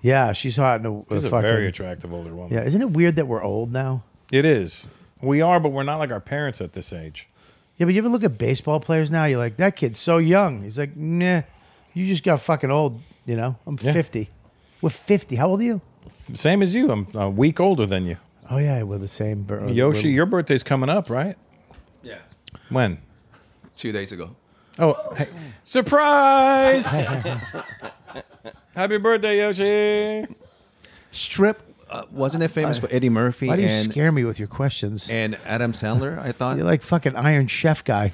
Speaker 2: Yeah, she's hot. In a,
Speaker 1: She's a
Speaker 2: fucking-
Speaker 1: very attractive older woman.
Speaker 2: Yeah, isn't it weird that we're old now?
Speaker 1: Oh. It is. We are, but we're not like our parents at this age.
Speaker 2: Yeah, but you ever look at baseball players now? You're like, that kid's so young. He's like, nah, you just got fucking old. You know, I'm
Speaker 1: Yeah.
Speaker 2: 50. We're 50. How old are you?
Speaker 1: Same as you. I'm a week older than you.
Speaker 2: Oh yeah, we're the same. Bro.
Speaker 1: Yoshi, your birthday's coming up, right?
Speaker 13: Yeah.
Speaker 1: When?
Speaker 13: Two days ago.
Speaker 1: Oh, hey. surprise! Happy birthday, Yoshi!
Speaker 13: Strip uh, wasn't it famous for Eddie Murphy?
Speaker 2: Why do you
Speaker 13: and,
Speaker 2: scare me with your questions?
Speaker 13: And Adam Sandler, I
Speaker 2: [laughs]
Speaker 13: thought.
Speaker 2: You're like fucking Iron Chef guy.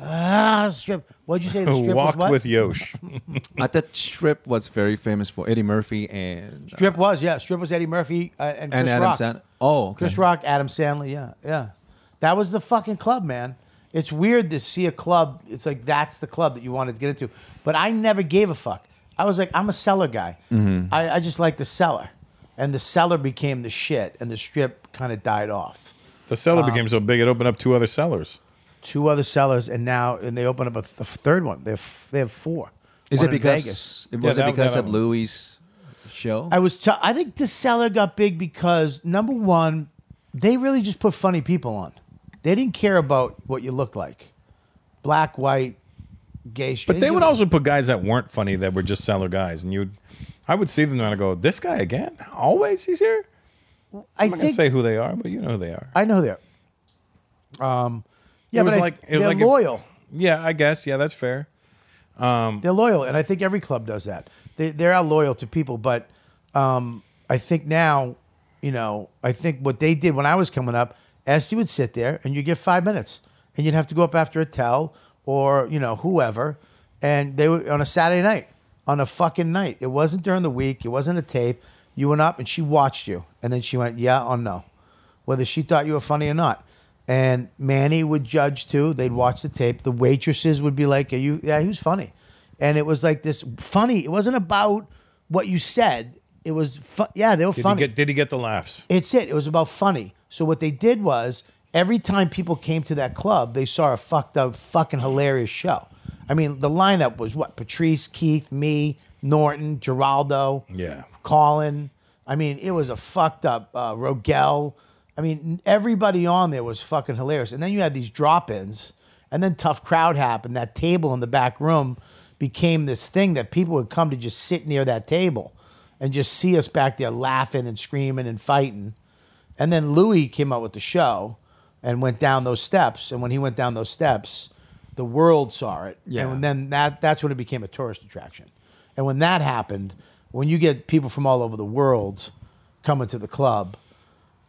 Speaker 2: ah, strip. What'd you
Speaker 13: [laughs]
Speaker 2: say? The strip was what?
Speaker 13: I thought Strip was very famous for Eddie Murphy and
Speaker 2: [laughs] Strip was yeah. Strip was Eddie Murphy uh, and Chris
Speaker 13: and Adam
Speaker 2: Rock.
Speaker 13: Sandler. Oh, okay.
Speaker 2: Chris Rock, Adam Sandler, yeah, yeah. That was the fucking club, man. It's weird to see a club. It's like that's the club that you wanted to get into. But I never gave a fuck. I was like, I'm a seller guy.
Speaker 13: Mhm.
Speaker 2: I, I just like the seller, and the seller became the shit, and the strip kind of died off.
Speaker 1: The cellar
Speaker 2: Um,
Speaker 1: became so big it opened up two other cellars.
Speaker 2: Two other sellers, and now and they open up a, th- a third one. They have, they have four.
Speaker 13: Is
Speaker 2: One
Speaker 13: it
Speaker 2: in
Speaker 13: because
Speaker 2: Vegas.
Speaker 13: it was it because of Louis' show?
Speaker 2: I was. T- I think the seller got big because number one, they really just put funny people on. They didn't care about what you looked like, black, white, gay. straight.
Speaker 1: But they would also put guys that weren't funny that were just cellar guys, and you'd, I would see them and I go, "This guy again? Always he's here."
Speaker 2: I
Speaker 1: am not gonna
Speaker 2: think-
Speaker 1: say who they are, but you know who they are.
Speaker 2: I know they're. Um, yeah,
Speaker 1: It was
Speaker 2: but I-
Speaker 1: like- it was
Speaker 2: they're
Speaker 1: like if-
Speaker 2: loyal.
Speaker 1: Yeah, I guess. Yeah, that's fair. Um,
Speaker 2: they're loyal, and I think every club does that. They they are loyal to people, but um, I think now, you know, I think what they did when I was coming up, Esty would sit there, and you get five minutes, and you'd have to go up after a tell or you know whoever, and they would on a Saturday night, on a fucking night. It wasn't during the week. It wasn't a tape. You went up, and she watched you, and then she went yeah or no, whether she thought you were funny or not. And Manny would judge too. They'd watch the tape. The waitresses would be like, "Are you? Yeah, he was funny." And it was like this funny. It wasn't about what you said. It was fu- yeah, they were
Speaker 1: did he
Speaker 2: funny.
Speaker 1: get? Did he get the laughs?
Speaker 2: it's it. It was about funny. So what they did was every time people came to that club, they saw a fucked up, fucking hilarious show. I mean, the lineup was what Patrice, Keith, me, Norton, Geraldo,
Speaker 1: Yeah.
Speaker 2: Colin. I mean, it was a fucked up uh, Rogel. I mean, everybody on there was fucking hilarious. And then you had these drop ins, and then tough crowd happened. That table in the back room became this thing that people would come to just sit near that table and just see us back there laughing and screaming and fighting. And then Louis came out with the show and went down those steps. And when he went down those steps, the world saw it.
Speaker 13: Yeah.
Speaker 2: And then that, that's when it became a tourist attraction. And when that happened, when you get people from all over the world coming to the club,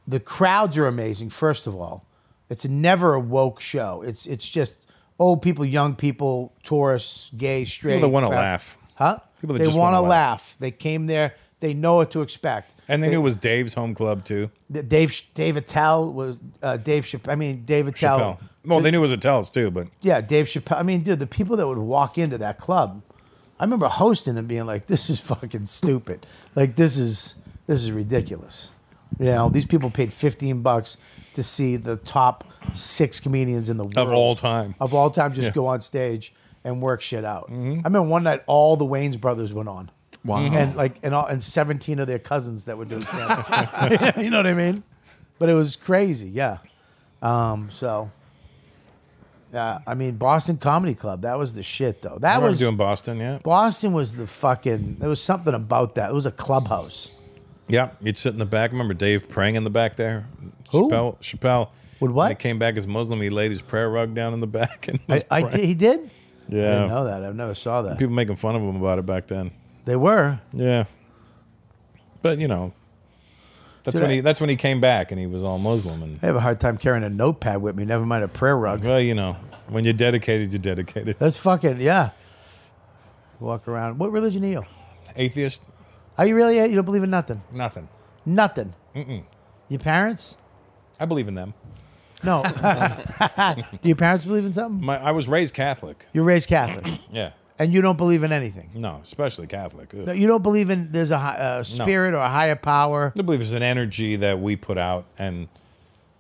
Speaker 2: the crowds are amazing, first of all. It's never a woke show. It's it's just old people, young people, tourists, gay, straight.
Speaker 1: People that wanna
Speaker 2: crowd.
Speaker 1: laugh.
Speaker 2: Huh?
Speaker 1: People that
Speaker 2: they
Speaker 1: just
Speaker 2: want to
Speaker 1: wanna
Speaker 2: laugh.
Speaker 1: laugh.
Speaker 2: They came there. They know what to expect.
Speaker 1: And they, knew it was Dave's home club too.
Speaker 2: Dave Dave Attell was uh, Dave. Chapp- I mean Dave Attell.
Speaker 1: Chappelle. Well, they knew it was Attell's too, but
Speaker 2: Yeah, Dave Chappelle. I mean, dude, the people that would walk into that club, I remember hosting and being like, "This is fucking stupid. Like this is this is ridiculous." You know, these people paid fifteen bucks to see the top six comedians in the world
Speaker 1: Of all time.
Speaker 2: of all time just
Speaker 1: Yeah. Mm-hmm.
Speaker 2: go on stage and work shit out. I remember one night all the Wayne's brothers went on.
Speaker 1: Wow.
Speaker 2: And like and all and seventeen of their cousins that were doing stand
Speaker 1: [laughs]
Speaker 2: up. [laughs] you know what I mean? But it was crazy, yeah. Um, so yeah, I mean Boston Comedy Club, that was the shit though. That
Speaker 1: We're
Speaker 2: was
Speaker 1: doing Boston, yeah.
Speaker 2: Boston was the fucking there was something about that. It was a clubhouse.
Speaker 1: Yeah, you'd sit in the back. Remember Dave praying in the back there? Who? Chappelle. Chappelle. With what? When he came back as Muslim, he laid his prayer rug down in the back. And was
Speaker 2: I, I
Speaker 1: praying.
Speaker 2: did, he did?
Speaker 1: Yeah.
Speaker 2: I didn't know that. I've never saw that.
Speaker 1: People making fun of him about it back then.
Speaker 2: They were.
Speaker 1: Yeah. But, you know, that's
Speaker 2: Dude,
Speaker 1: when
Speaker 2: I-
Speaker 1: he that's when he came back and he was all Muslim. And
Speaker 2: I have a hard time carrying a notepad with me, never mind a prayer rug.
Speaker 1: Well, you know, when you're dedicated, you're dedicated.
Speaker 2: That's fucking yeah. Walk around. What religion are you?
Speaker 1: Atheist?
Speaker 2: Are you really? You don't believe in nothing?
Speaker 1: [laughs] Nothing.
Speaker 2: Nothing.
Speaker 1: Mm-mm.
Speaker 2: Your parents?
Speaker 1: I believe in them.
Speaker 2: No. Do [laughs] your parents believe in something?
Speaker 1: My, I was raised Catholic.
Speaker 2: You're raised Catholic,
Speaker 1: Yeah.
Speaker 2: and you don't believe in anything.
Speaker 1: No, especially Catholic. Ugh.
Speaker 2: No, you don't believe in there's a, hi- a spirit or a higher power.
Speaker 1: I believe it's an energy that we put out, and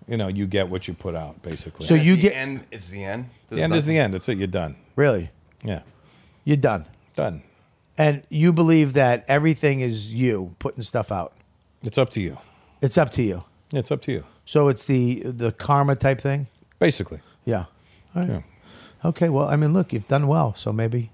Speaker 1: you know, you get what you put out, basically.
Speaker 2: So you get
Speaker 1: end,
Speaker 12: It's the end.
Speaker 1: the end is the end. That's it. You're done.
Speaker 2: really
Speaker 1: Yeah,
Speaker 2: you're done,
Speaker 1: done,
Speaker 2: and you believe that everything is you putting stuff out.
Speaker 1: It's up to you.
Speaker 2: It's up to you.
Speaker 1: Yeah, it's up to you.
Speaker 2: So it's the the karma type thing.
Speaker 1: basically.
Speaker 2: Yeah. All right. Okay. Well, I mean, look, you've done well, so maybe,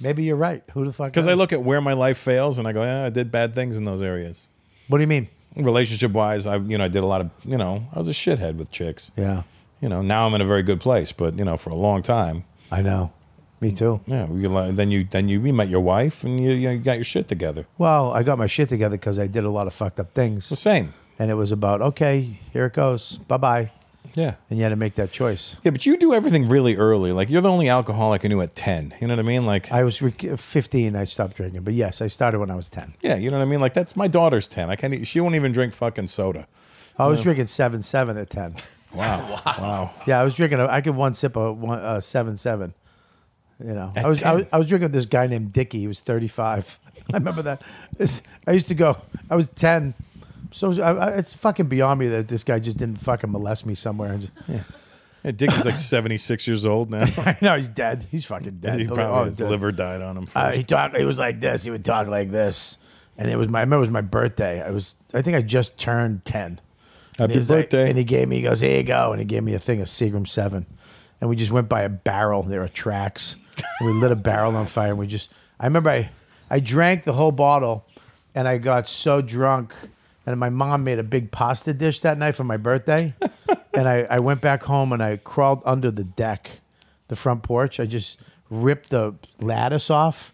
Speaker 2: maybe you're right. Who the fuck?
Speaker 1: Because I
Speaker 2: knows?
Speaker 1: look at where my life fails, and I go, yeah, I did bad things in those areas.
Speaker 2: What do you mean?
Speaker 1: Relationship wise, I you know I did a lot of you know I was a shithead with chicks.
Speaker 2: Yeah.
Speaker 1: You know now I'm in a very good place, but you know for a long time.
Speaker 2: I know. Me too.
Speaker 1: Yeah. We, like- then you then you, you met your wife and you, you got your shit together.
Speaker 2: Well, I got my shit together because I did a lot of fucked up things. The
Speaker 1: same.
Speaker 2: And it was about okay, here it goes, bye bye.
Speaker 1: Yeah.
Speaker 2: And you had to make that choice.
Speaker 1: Yeah, but you do everything really early. Like you're the only alcoholic I knew at ten. You know what I mean? Like
Speaker 2: I was re- 15, I stopped drinking, but yes, I started when I was 10.
Speaker 1: Yeah, you know what I mean? Like that's my daughter's ten. I can't. e- She won't even drink fucking soda.
Speaker 2: I was
Speaker 1: Yeah.
Speaker 2: drinking seven seven at 10.
Speaker 1: [laughs]
Speaker 2: [laughs]
Speaker 1: Wow. wow.
Speaker 2: Yeah, I was drinking. A, I could one sip of one uh, seven seven. You know, I was, I was I was drinking with this guy named Dickie. He was thirty five. [laughs] I remember that. This, I used to go. I was ten. So I, I, it's fucking beyond me that this guy just didn't fucking molest me somewhere. [laughs] And just,
Speaker 1: Yeah, Dick is like seventy six years old
Speaker 2: [laughs]
Speaker 1: now.
Speaker 2: I know he's dead. He's fucking dead.
Speaker 1: He
Speaker 2: Billy-
Speaker 1: probably
Speaker 2: oh,
Speaker 1: his
Speaker 2: dead.
Speaker 1: liver died on him. First.
Speaker 2: Uh, he talked. He was like this. He would talk like this, and it was my. I remember it was my birthday. I was. I think I just turned ten. and
Speaker 1: Happy
Speaker 2: he was like-
Speaker 1: birthday.
Speaker 2: and he gave me. He goes, "Here you go," and he gave me a thing of Seagram Seven, and we just went by a barrel. There were tracks. And we lit a barrel on fire, and we just. I remember I, I drank the whole bottle, and I got so drunk, and my mom made a big pasta dish that night for
Speaker 1: [laughs]
Speaker 2: my birthday, and I, I went back home and I crawled under the deck the front porch. I just ripped the lattice off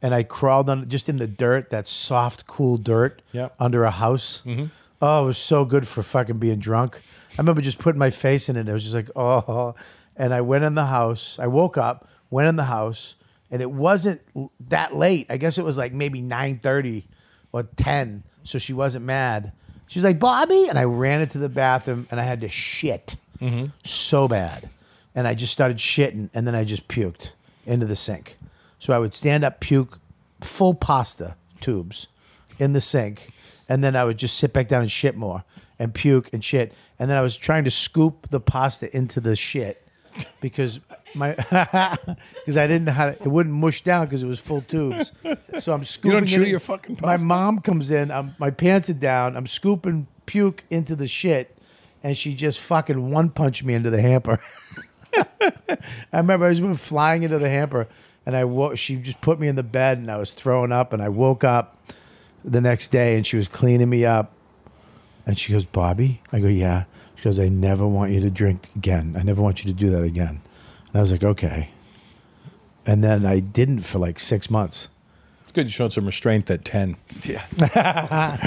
Speaker 2: and I crawled on just in the dirt, that soft, cool dirt
Speaker 1: Yep.
Speaker 2: under a house.
Speaker 1: Mhm.
Speaker 2: Oh, it was so good for fucking being drunk. I remember just putting my face in it. I was just like, oh. And I went in the house. I woke up, went in the house, and it wasn't l- that late. I guess it was like maybe 9.30 or 10. So she wasn't mad. She was like, Bobby. And I ran into the bathroom and I had to shit
Speaker 1: Mm-hmm.
Speaker 6: Mhm.
Speaker 2: so bad. And I just started shitting and then I just puked into the sink. So I would stand up, puke full pasta tubes in the sink. And then I would just sit back down and shit more and puke and shit. And then I was trying to scoop the pasta into the shit because my [laughs] because I didn't know how to, it wouldn't mush down because it was full tubes.
Speaker 1: [laughs]
Speaker 2: [laughs] So I'm scooping. it
Speaker 1: chew
Speaker 2: in.
Speaker 1: your fucking
Speaker 2: My mom comes in. I'm, my pants are down. I'm scooping puke into the shit, and she just fucking one punched me into the hamper. [laughs] I remember I just went flying into the hamper, and I woke. She just put me in the bed, and I was throwing up, and I woke up the next day, and she was cleaning me up, and she goes, "Bobby," I go, "Yeah." She goes, "I never want you to drink again. I never want you to do that again." And I was like, "Okay." And then I didn't for like six months.
Speaker 1: It's good you showed some restraint at ten.
Speaker 12: Yeah.
Speaker 1: [laughs]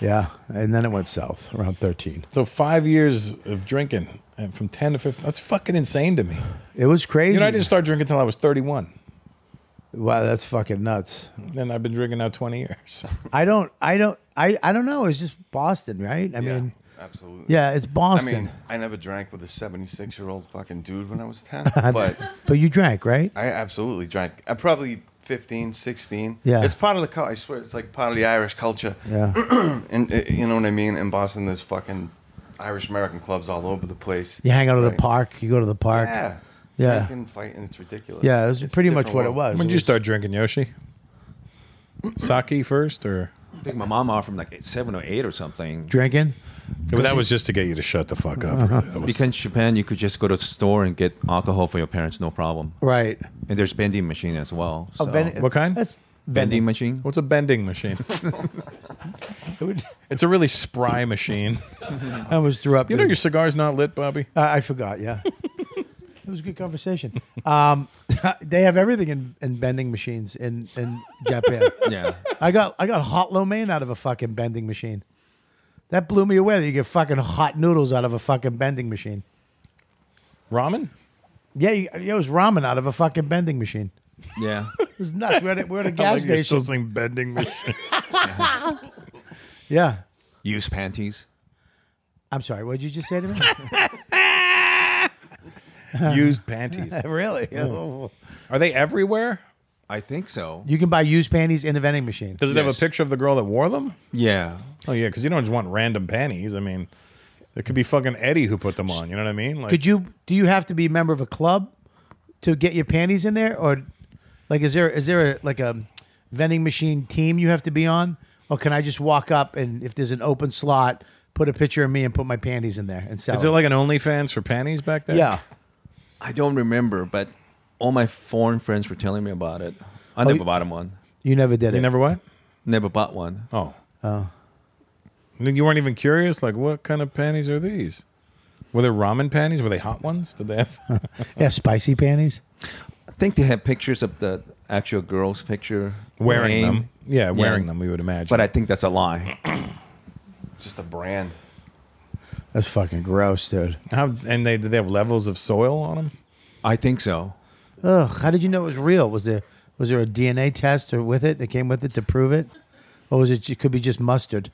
Speaker 2: yeah, and then it went south around thirteen.
Speaker 1: So five years of drinking, and from ten to fifteen, that's fucking insane to me.
Speaker 2: It was crazy.
Speaker 1: You know, I didn't start drinking until I was thirty-one.
Speaker 2: Wow, that's fucking nuts.
Speaker 1: And I've been drinking now twenty years.
Speaker 2: I don't. I don't. I. I don't know. It's just Boston, right? I mean,
Speaker 6: Absolutely.
Speaker 2: Yeah, it's Boston.
Speaker 6: I mean, I never drank with a 76 year old fucking dude when I was 10.
Speaker 2: [laughs] but
Speaker 6: but
Speaker 2: you drank, right?
Speaker 6: I absolutely drank. I probably 15, 16.
Speaker 2: Yeah.
Speaker 6: It's part of the culture. I swear it's like part of the Irish culture.
Speaker 2: Yeah.
Speaker 6: [clears throat] and uh, you know what I mean? In Boston, there's fucking Irish American clubs all over the place.
Speaker 2: You hang out at
Speaker 6: Right.
Speaker 2: the park. You go to the park.
Speaker 6: Yeah.
Speaker 2: Yeah.
Speaker 6: Drinking, fighting, it's ridiculous.
Speaker 2: Yeah, it was
Speaker 6: It's a
Speaker 2: pretty much
Speaker 6: different
Speaker 2: what it
Speaker 6: world.
Speaker 2: was.
Speaker 1: When did you start drinking, Yoshi? Sake first, or
Speaker 13: I think my mom offered me like eight, seven or eight or something.
Speaker 2: Drinking?
Speaker 1: Well, that was just to get you to shut the fuck up.
Speaker 13: Uh-huh.
Speaker 1: really. That was-
Speaker 13: Because in Japan, you could just go to the store and get alcohol for your parents, no problem.
Speaker 2: Right.
Speaker 13: And there's vending machine as well.
Speaker 2: Oh, vend- What kind? that's vending.
Speaker 13: vending machine.
Speaker 1: What's a bending
Speaker 2: [laughs]
Speaker 1: machine? it's a really spry machine.
Speaker 2: I almost threw up.
Speaker 1: You know your cigar's not lit, Bobby.
Speaker 2: I I forgot. Yeah. [laughs] It was a good conversation. Um, [laughs] they have everything in, in bending machines in, in Japan.
Speaker 13: Yeah.
Speaker 2: I got I got hot lo mein out of a fucking bending machine. That blew me away that you get fucking hot noodles out of a fucking bending machine.
Speaker 1: Ramen?
Speaker 2: Yeah, you, yeah, it was ramen out of a fucking bending machine.
Speaker 13: Yeah.
Speaker 2: [laughs] It was nuts. We're at a, we're at
Speaker 1: [laughs]
Speaker 2: a
Speaker 1: I
Speaker 2: gas
Speaker 1: like you're still
Speaker 2: station.
Speaker 1: saying
Speaker 13: [laughs]
Speaker 1: bending machine.
Speaker 2: yeah.
Speaker 13: Use panties.
Speaker 2: I'm sorry. What did you just say to me?
Speaker 1: [laughs] Used panties.
Speaker 2: Uh-huh. [laughs] really? Oh,
Speaker 1: Yeah. Are they everywhere?
Speaker 13: I think so.
Speaker 2: You can buy used panties in a vending machine.
Speaker 1: Does it have a picture of the girl that wore them?
Speaker 13: Yeah.
Speaker 1: Oh yeah, because you don't just want random panties. I mean, it could be fucking Eddie who put them on. You know what I mean? Like,
Speaker 2: Could you? Do you have to be a member of a club to get your panties in there, or like is there is there a, like a vending machine team you have to be on, or can I just walk up and if there's an open slot, put a picture of me and put my panties in there and sell?
Speaker 1: Is it like an OnlyFans for panties back then?
Speaker 2: Yeah.
Speaker 13: I don't remember, but all my foreign friends were telling me about it. I
Speaker 2: Oh,
Speaker 13: never
Speaker 2: you-
Speaker 13: bought him one.
Speaker 2: You never did
Speaker 1: You
Speaker 2: it.
Speaker 1: never what?
Speaker 13: Never bought one.
Speaker 1: Oh.
Speaker 2: Oh.
Speaker 1: You weren't even curious, like what kind of panties are these? Were they ramen panties? Were they hot ones? Did they have?
Speaker 2: yeah, spicy panties.
Speaker 13: I think they had pictures of the actual girl's picture.
Speaker 1: Wearing
Speaker 13: name.
Speaker 1: them. Yeah, wearing them, we would imagine.
Speaker 13: But I think that's a lie.
Speaker 6: Just a brand.
Speaker 2: That's fucking gross, dude.
Speaker 1: How and they did they have levels of soil on them?
Speaker 13: I think so.
Speaker 2: Ugh, how did you know it was real? Was there was there a DNA test or with it that came with it to prove it, or was it? It could be just mustard.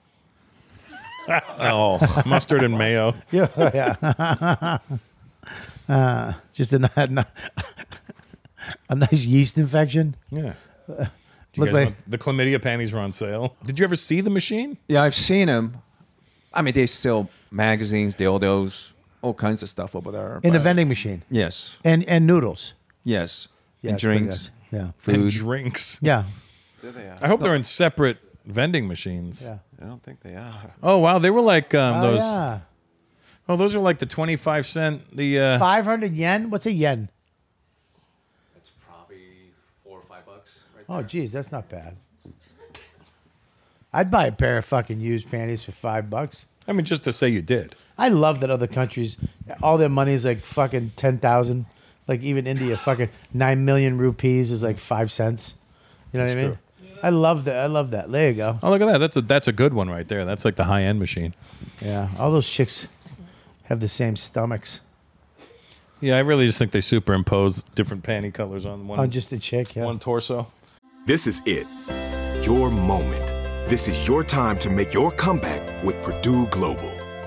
Speaker 1: [laughs] oh, mustard and mayo. [laughs]
Speaker 2: Yeah, [laughs] yeah.
Speaker 1: Oh,
Speaker 2: [laughs] uh, just a, n- [laughs] a nice yeast infection.
Speaker 1: Yeah.
Speaker 2: Uh,
Speaker 1: Do you
Speaker 2: look
Speaker 1: guys
Speaker 2: like
Speaker 1: want- the chlamydia panties were on sale. Did you ever see the machine?
Speaker 13: Yeah, I've seen them. I mean, they sell magazines, dildos, all kinds of stuff over there.
Speaker 2: in a
Speaker 13: but-
Speaker 2: vending machine.
Speaker 13: Yes.
Speaker 2: and and noodles.
Speaker 13: Yes.
Speaker 2: Yeah,
Speaker 13: and
Speaker 2: it's pretty
Speaker 13: drinks.
Speaker 2: nice. Yeah.
Speaker 13: Food.
Speaker 1: And drinks.
Speaker 2: Yeah.
Speaker 1: I hope they're in separate vending machines.
Speaker 6: [laughs]
Speaker 2: Yeah.
Speaker 6: I don't think they are.
Speaker 1: Oh wow, they were like um,
Speaker 2: Oh,
Speaker 1: those.
Speaker 2: yeah.
Speaker 1: Oh, those are like the twenty-five cent. The uh,
Speaker 2: Five hundred yen. What's a yen? That's probably four or five bucks. oh, geez, that's not bad. I'd buy a pair of fucking used panties for five bucks.
Speaker 1: I mean, just to say you did.
Speaker 2: I love that other countries, all their money is like fucking ten thousand. Like even India, fucking nine million rupees is like five cents. You know what
Speaker 1: That's
Speaker 2: I mean? I love that. I love that. There you go.
Speaker 1: Oh, look at that. That's a that's a good one right there. That's like the high-end machine.
Speaker 2: Yeah, all those chicks have the same stomachs.
Speaker 1: Yeah, I really just think they superimpose different panty colors on one.
Speaker 2: On Oh, just a chick, yeah.
Speaker 1: One torso.
Speaker 10: This is it. Your moment. This is your time to make your comeback with Purdue Global.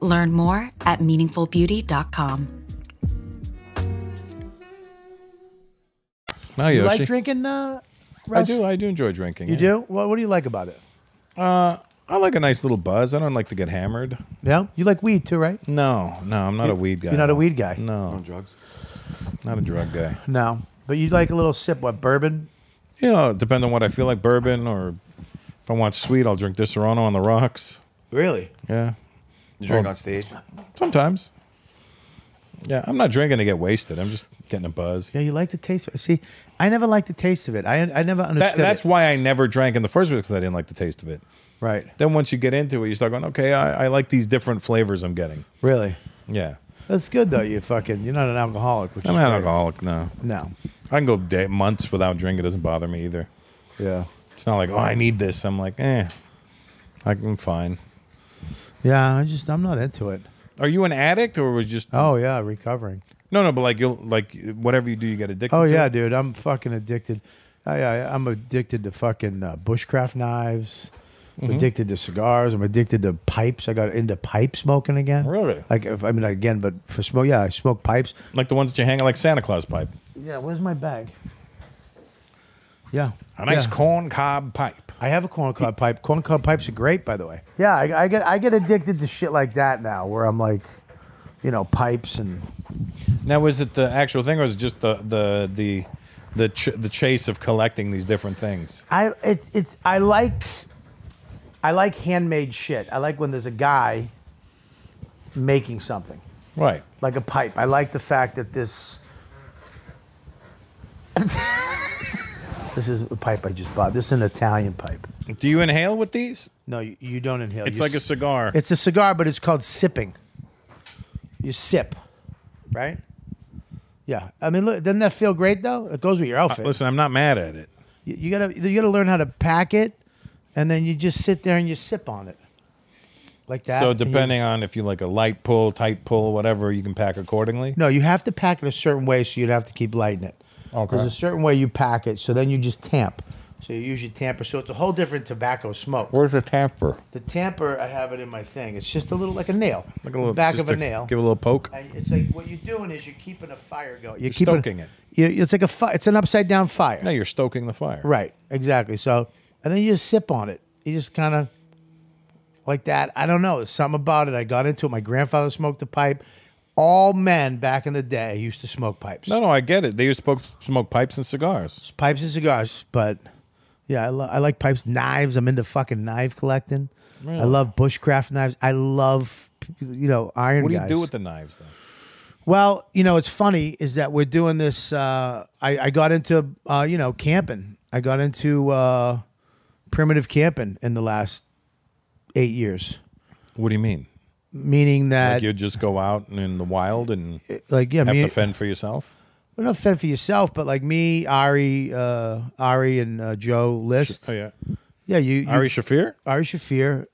Speaker 11: Learn more at meaningfulbeauty.com.
Speaker 1: Now,
Speaker 2: you
Speaker 1: Yoshi.
Speaker 2: like drinking? Uh,
Speaker 1: I
Speaker 2: Russ?
Speaker 1: do. I do enjoy drinking.
Speaker 2: You
Speaker 1: yeah.
Speaker 2: do? What, what do you like about it?
Speaker 1: Uh, I like a nice little buzz. I don't like to get hammered.
Speaker 2: Yeah, you like weed too, right?
Speaker 1: No, no, I'm not
Speaker 2: You-
Speaker 1: a weed guy.
Speaker 2: You're not a
Speaker 1: no.
Speaker 2: weed guy.
Speaker 1: No. No
Speaker 6: drugs.
Speaker 1: Not a drug guy.
Speaker 2: No, but you like a little sip. What bourbon?
Speaker 1: You know, depending on what I feel like, bourbon or if I want sweet, I'll drink Disaronno on the rocks.
Speaker 2: Really?
Speaker 1: Yeah.
Speaker 6: You drink
Speaker 1: Well,
Speaker 6: on stage?
Speaker 1: Sometimes. Yeah, I'm not drinking to get wasted. I'm just getting a buzz.
Speaker 2: Yeah, you like the taste. of it. See, I never liked the taste of it. I I never understood.
Speaker 1: That, that's
Speaker 2: it.
Speaker 1: why I never drank in the first place because I didn't like the taste of it.
Speaker 2: Right.
Speaker 1: Then once you get into it, you start going, okay, I, I like these different flavors I'm getting.
Speaker 2: really.
Speaker 1: Yeah.
Speaker 2: That's good though. You fucking. You're not an alcoholic. Which
Speaker 1: I'm
Speaker 2: is
Speaker 1: not an
Speaker 2: great.
Speaker 1: alcoholic, no.
Speaker 2: No.
Speaker 1: I can go day, months without drinking. It doesn't bother me either.
Speaker 2: Yeah.
Speaker 1: It's not like, oh, I need this. I'm like, eh, I'm fine.
Speaker 2: Yeah, I just I'm not into it.
Speaker 1: Are you an addict or was just.
Speaker 2: Oh, yeah, recovering.
Speaker 1: No, no, but like, you'll, like, whatever you do, you get addicted
Speaker 2: Oh
Speaker 1: to
Speaker 2: yeah,
Speaker 1: it?
Speaker 2: dude, I'm fucking addicted. I, I I'm addicted to fucking uh, bushcraft knives. I'm
Speaker 1: Mhm.
Speaker 2: addicted to cigars. I'm addicted to pipes. I got into pipe smoking again.
Speaker 1: Really?
Speaker 2: Like if, I mean again, but for smoke, yeah, I smoke pipes.
Speaker 1: Like the ones that you hang like Santa Claus pipe.
Speaker 2: Yeah, where's my bag? Yeah,
Speaker 1: A nice
Speaker 2: Yeah.
Speaker 1: corn cob pipe.
Speaker 2: I have a corn cob pipe. Corn cob pipes are great, by the way. Yeah, I, I get I get addicted to shit like that now, where I'm like, you know, pipes and
Speaker 1: Now, was it the actual thing, or was it just the the the the, ch- the chase of collecting these different things?
Speaker 2: I it's it's I like I like handmade shit. I like when there's a guy making something.
Speaker 1: Right.
Speaker 2: Like a pipe. I like the fact that this This is a pipe I just bought. This is an Italian pipe.
Speaker 1: Do you inhale with these?
Speaker 2: No, you, you don't inhale.
Speaker 1: It's
Speaker 2: You
Speaker 1: like a
Speaker 2: s-
Speaker 1: cigar.
Speaker 2: It's a cigar, but it's called sipping. You sip, right? Yeah. I mean, look, doesn't that feel great though? It goes with your outfit.
Speaker 1: Uh, Listen, I'm not mad at it.
Speaker 2: You, you gotta you gotta learn how to pack it, and then you just sit there and you sip on it, like that.
Speaker 1: so
Speaker 2: and you-
Speaker 1: depending on if you like a light pull, tight pull, whatever, you can pack accordingly.
Speaker 2: no, you have to pack it a certain way, so you'd have to keep lighting it.
Speaker 1: Okay.
Speaker 2: There's a certain way you pack it, so then you just tamp. So you usually tamper. So it's a whole different tobacco smoke.
Speaker 1: Where's the tamper?
Speaker 2: The tamper, I have it in my thing. It's just a little like a nail,
Speaker 1: Like a little
Speaker 2: back
Speaker 1: just
Speaker 2: of a
Speaker 1: to
Speaker 2: nail.
Speaker 1: Give it a little poke.
Speaker 2: And it's like what you're doing is you're keeping a fire going.
Speaker 1: You're
Speaker 2: keeping-
Speaker 1: stoking it.
Speaker 2: You, it's like a fi- it's an upside down fire.
Speaker 1: No, you're stoking the fire.
Speaker 2: Right, exactly. So, and then you just sip on it. You just kind of like that. I don't know. There's something about it. I got into it. My grandfather smoked a pipe. All men back in the day used to smoke pipes,
Speaker 1: No, no, I get it. They used to poke, smoke pipes and cigars.
Speaker 2: pipes and cigars. But yeah, I, lo- I like pipes, knives. I'm into fucking knife collecting.
Speaker 1: Really?
Speaker 2: I love bushcraft knives. I love you know iron.
Speaker 1: What do you
Speaker 2: guys.
Speaker 1: do with the knives, though?
Speaker 2: Well, you know, it's funny is that we're doing this. Uh, I, I got into, uh, you know, camping. I got into uh, primitive camping in the last eight years,
Speaker 1: What do you mean?
Speaker 2: meaning that
Speaker 1: like you just go out and in the wild and
Speaker 2: like, yeah,
Speaker 1: have
Speaker 2: me-
Speaker 1: to fend for yourself.
Speaker 2: well, not fed for yourself, but like me, Ari, uh, Ari, and uh, Joe List.
Speaker 1: Oh yeah,
Speaker 2: yeah. You, you
Speaker 1: Ari Shafir.
Speaker 2: Ari Shafir.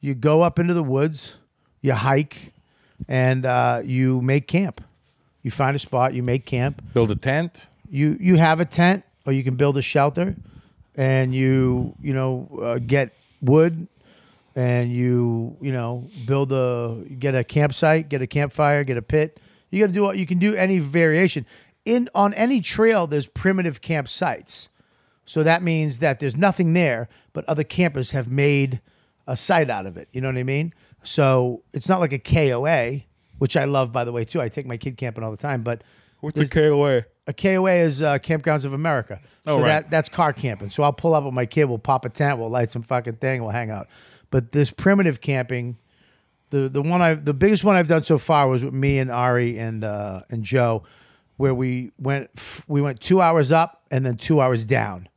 Speaker 2: You go up into the woods, you hike, and uh, you make camp. You find a spot, you make camp,
Speaker 1: build a tent.
Speaker 2: You you have a tent, or you can build a shelter, and you you know uh, get wood, and you you know build a get a campsite, get a campfire, get a pit. You got to do all- you can do any variation in on any trail. There's primitive campsites. So that means that there's nothing there, but other campers have made a site out of it. You know what I mean? So it's not like a KOA. which I love, by the way, too. I take my kid camping all the time. But
Speaker 1: What's
Speaker 2: there's-
Speaker 1: a KOA?
Speaker 2: A KOA is uh, Campgrounds of America.
Speaker 1: Oh,
Speaker 2: so
Speaker 1: right.
Speaker 2: that, that's car camping. So I'll pull up with my kid. We'll pop a tent. We'll light some fucking thing. We'll hang out. But this primitive camping, the the one I the biggest one I've done so far was with me and Ari and uh, and Joe, where we went f- we went two hours up and then two hours down,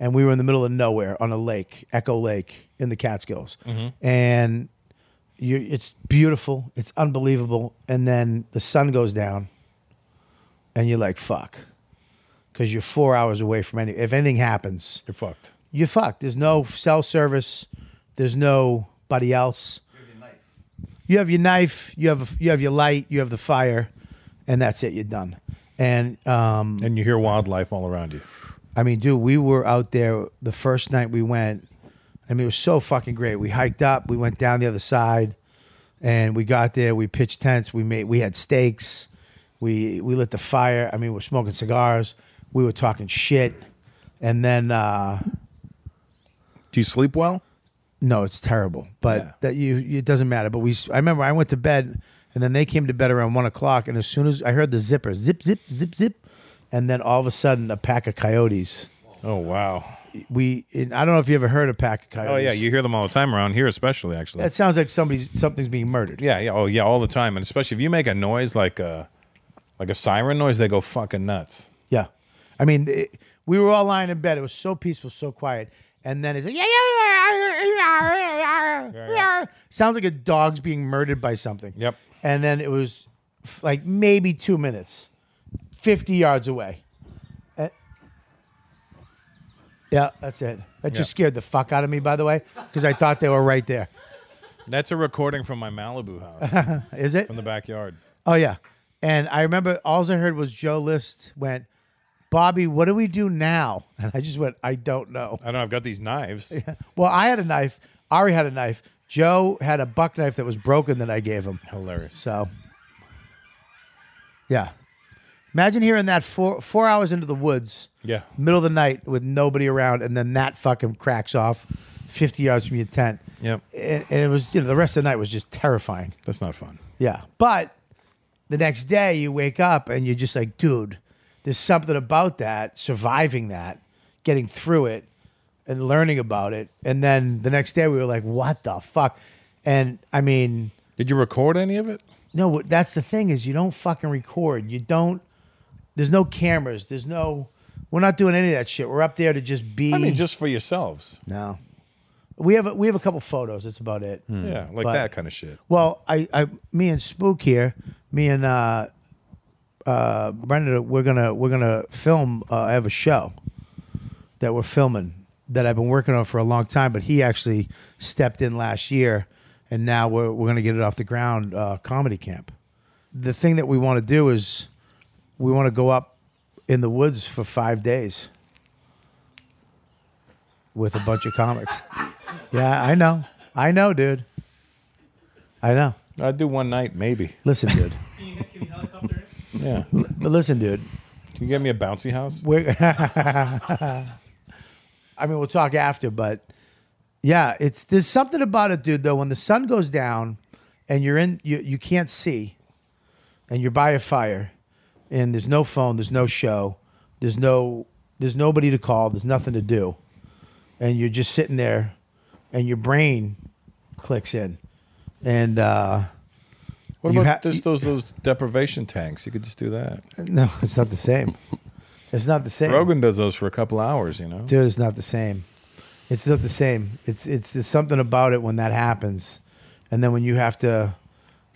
Speaker 2: and we were in the middle of nowhere on a lake, Echo Lake in the Catskills,
Speaker 14: Mhm.
Speaker 2: and you it's beautiful, it's unbelievable, and then the sun goes down, and you're like fuck, because you're four hours away from any if anything happens,
Speaker 1: you're fucked.
Speaker 2: You're fucked. There's no cell service. There's nobody else. You have your knife. You have you have your light. You have the fire, and that's it. You're done. And um,
Speaker 1: and you hear wildlife all around you.
Speaker 2: I mean, dude, we were out there the first night we went. I mean, it was so fucking great. We hiked up. We went down the other side, and we got there. We pitched tents. We made. We had steaks. We we lit the fire. I mean, we were smoking cigars. We were talking shit, and then. Uh,
Speaker 1: Do you sleep well?
Speaker 2: No, it's terrible. But
Speaker 1: Yeah.
Speaker 2: that you it doesn't matter. But we s- I remember I went to bed and then they came to bed around one o'clock and as soon as I heard the zipper zip zip zip zip, and then all of a sudden a pack of coyotes.
Speaker 1: Oh wow!
Speaker 2: We and I don't know if you ever heard a pack of coyotes.
Speaker 1: Oh yeah, you hear them all the time around here, especially actually.
Speaker 2: That sounds like somebody something's being murdered.
Speaker 1: yeah, yeah, oh yeah, all the time, and especially if you make a noise like a like a siren noise, they go fucking nuts.
Speaker 2: Yeah, I mean it, we were all lying in bed. It was so peaceful, so quiet. And then it's like yeah yeah yeah yeah yeah. Sounds like a dog's being murdered by something. Yep. And then it was f- like maybe two minutes, fifty yards away. Eh, Yeah, that's it. That
Speaker 1: Yeah.
Speaker 2: just scared the fuck out of me, by the way, because I thought they were right there.
Speaker 1: That's a recording from my Malibu house.
Speaker 2: [laughs] Is it
Speaker 1: from the backyard?
Speaker 2: Oh yeah. And I remember all I heard was Joe List went, Bobby, what do we do now? And I just went, I don't know.
Speaker 1: I don't. know, I've got these knives.
Speaker 2: [laughs] Well, I had a knife. Ari had a knife. Joe had a buck knife that was broken that I gave him.
Speaker 1: Hilarious.
Speaker 2: So, yeah. Imagine hearing that four four hours into the woods.
Speaker 1: Yeah.
Speaker 2: Middle of the night with nobody around, and then that fucking cracks off, fifty yards from your tent.
Speaker 1: Yep.
Speaker 2: And, and it was you know the rest of the night was just terrifying.
Speaker 1: That's not fun.
Speaker 2: Yeah. But the next day you wake up and you're just like, dude, there's something about that, surviving that, getting through it and learning about it. And then the next day we were like, what the fuck? And I mean,
Speaker 1: did you record any of it?
Speaker 2: No, what- that's the thing is you don't fucking record. You don't there's no cameras. There's no we're not doing any of that shit. We're up there to just be
Speaker 1: I mean, just for yourselves.
Speaker 2: No. We have a, we have a couple photos. That's about it.
Speaker 1: Hmm. Yeah, like
Speaker 2: But-
Speaker 1: that kind of shit.
Speaker 2: Well, I, I, me and Spook here, me and uh, uh, Brendan, we're gonna we're gonna film. Uh, I have a show that we're filming that I've been working on for a long time, but he actually stepped in last year, and now we're we're gonna get it off the ground. Uh, comedy camp. The thing that we want to do is we want to go up in the woods for five days with a bunch of comics. Yeah, I know, I know, dude. I know.
Speaker 1: I'd do one night, maybe.
Speaker 2: Listen, dude.
Speaker 1: [laughs] Yeah.
Speaker 2: But listen, dude.
Speaker 1: Can you get me a bouncy house?
Speaker 2: We're I mean, we'll talk after, but yeah, it's there's something about it, dude. Though when the sun goes down and you're in, you you can't see, and you're by a fire, and there's no phone, there's no show, there's no there's nobody to call, there's nothing to do, and you're just sitting there, and your brain clicks in, and uh,
Speaker 1: What
Speaker 2: you
Speaker 1: about
Speaker 2: ha-
Speaker 1: just those those deprivation tanks? You could just do that.
Speaker 2: No, [laughs] it's not the same. It's not the same.
Speaker 1: Rogan does those for a couple hours, you know.
Speaker 2: Dude, it's not the same. It's not the same. It's it's there's something about it when that happens, and then when you have to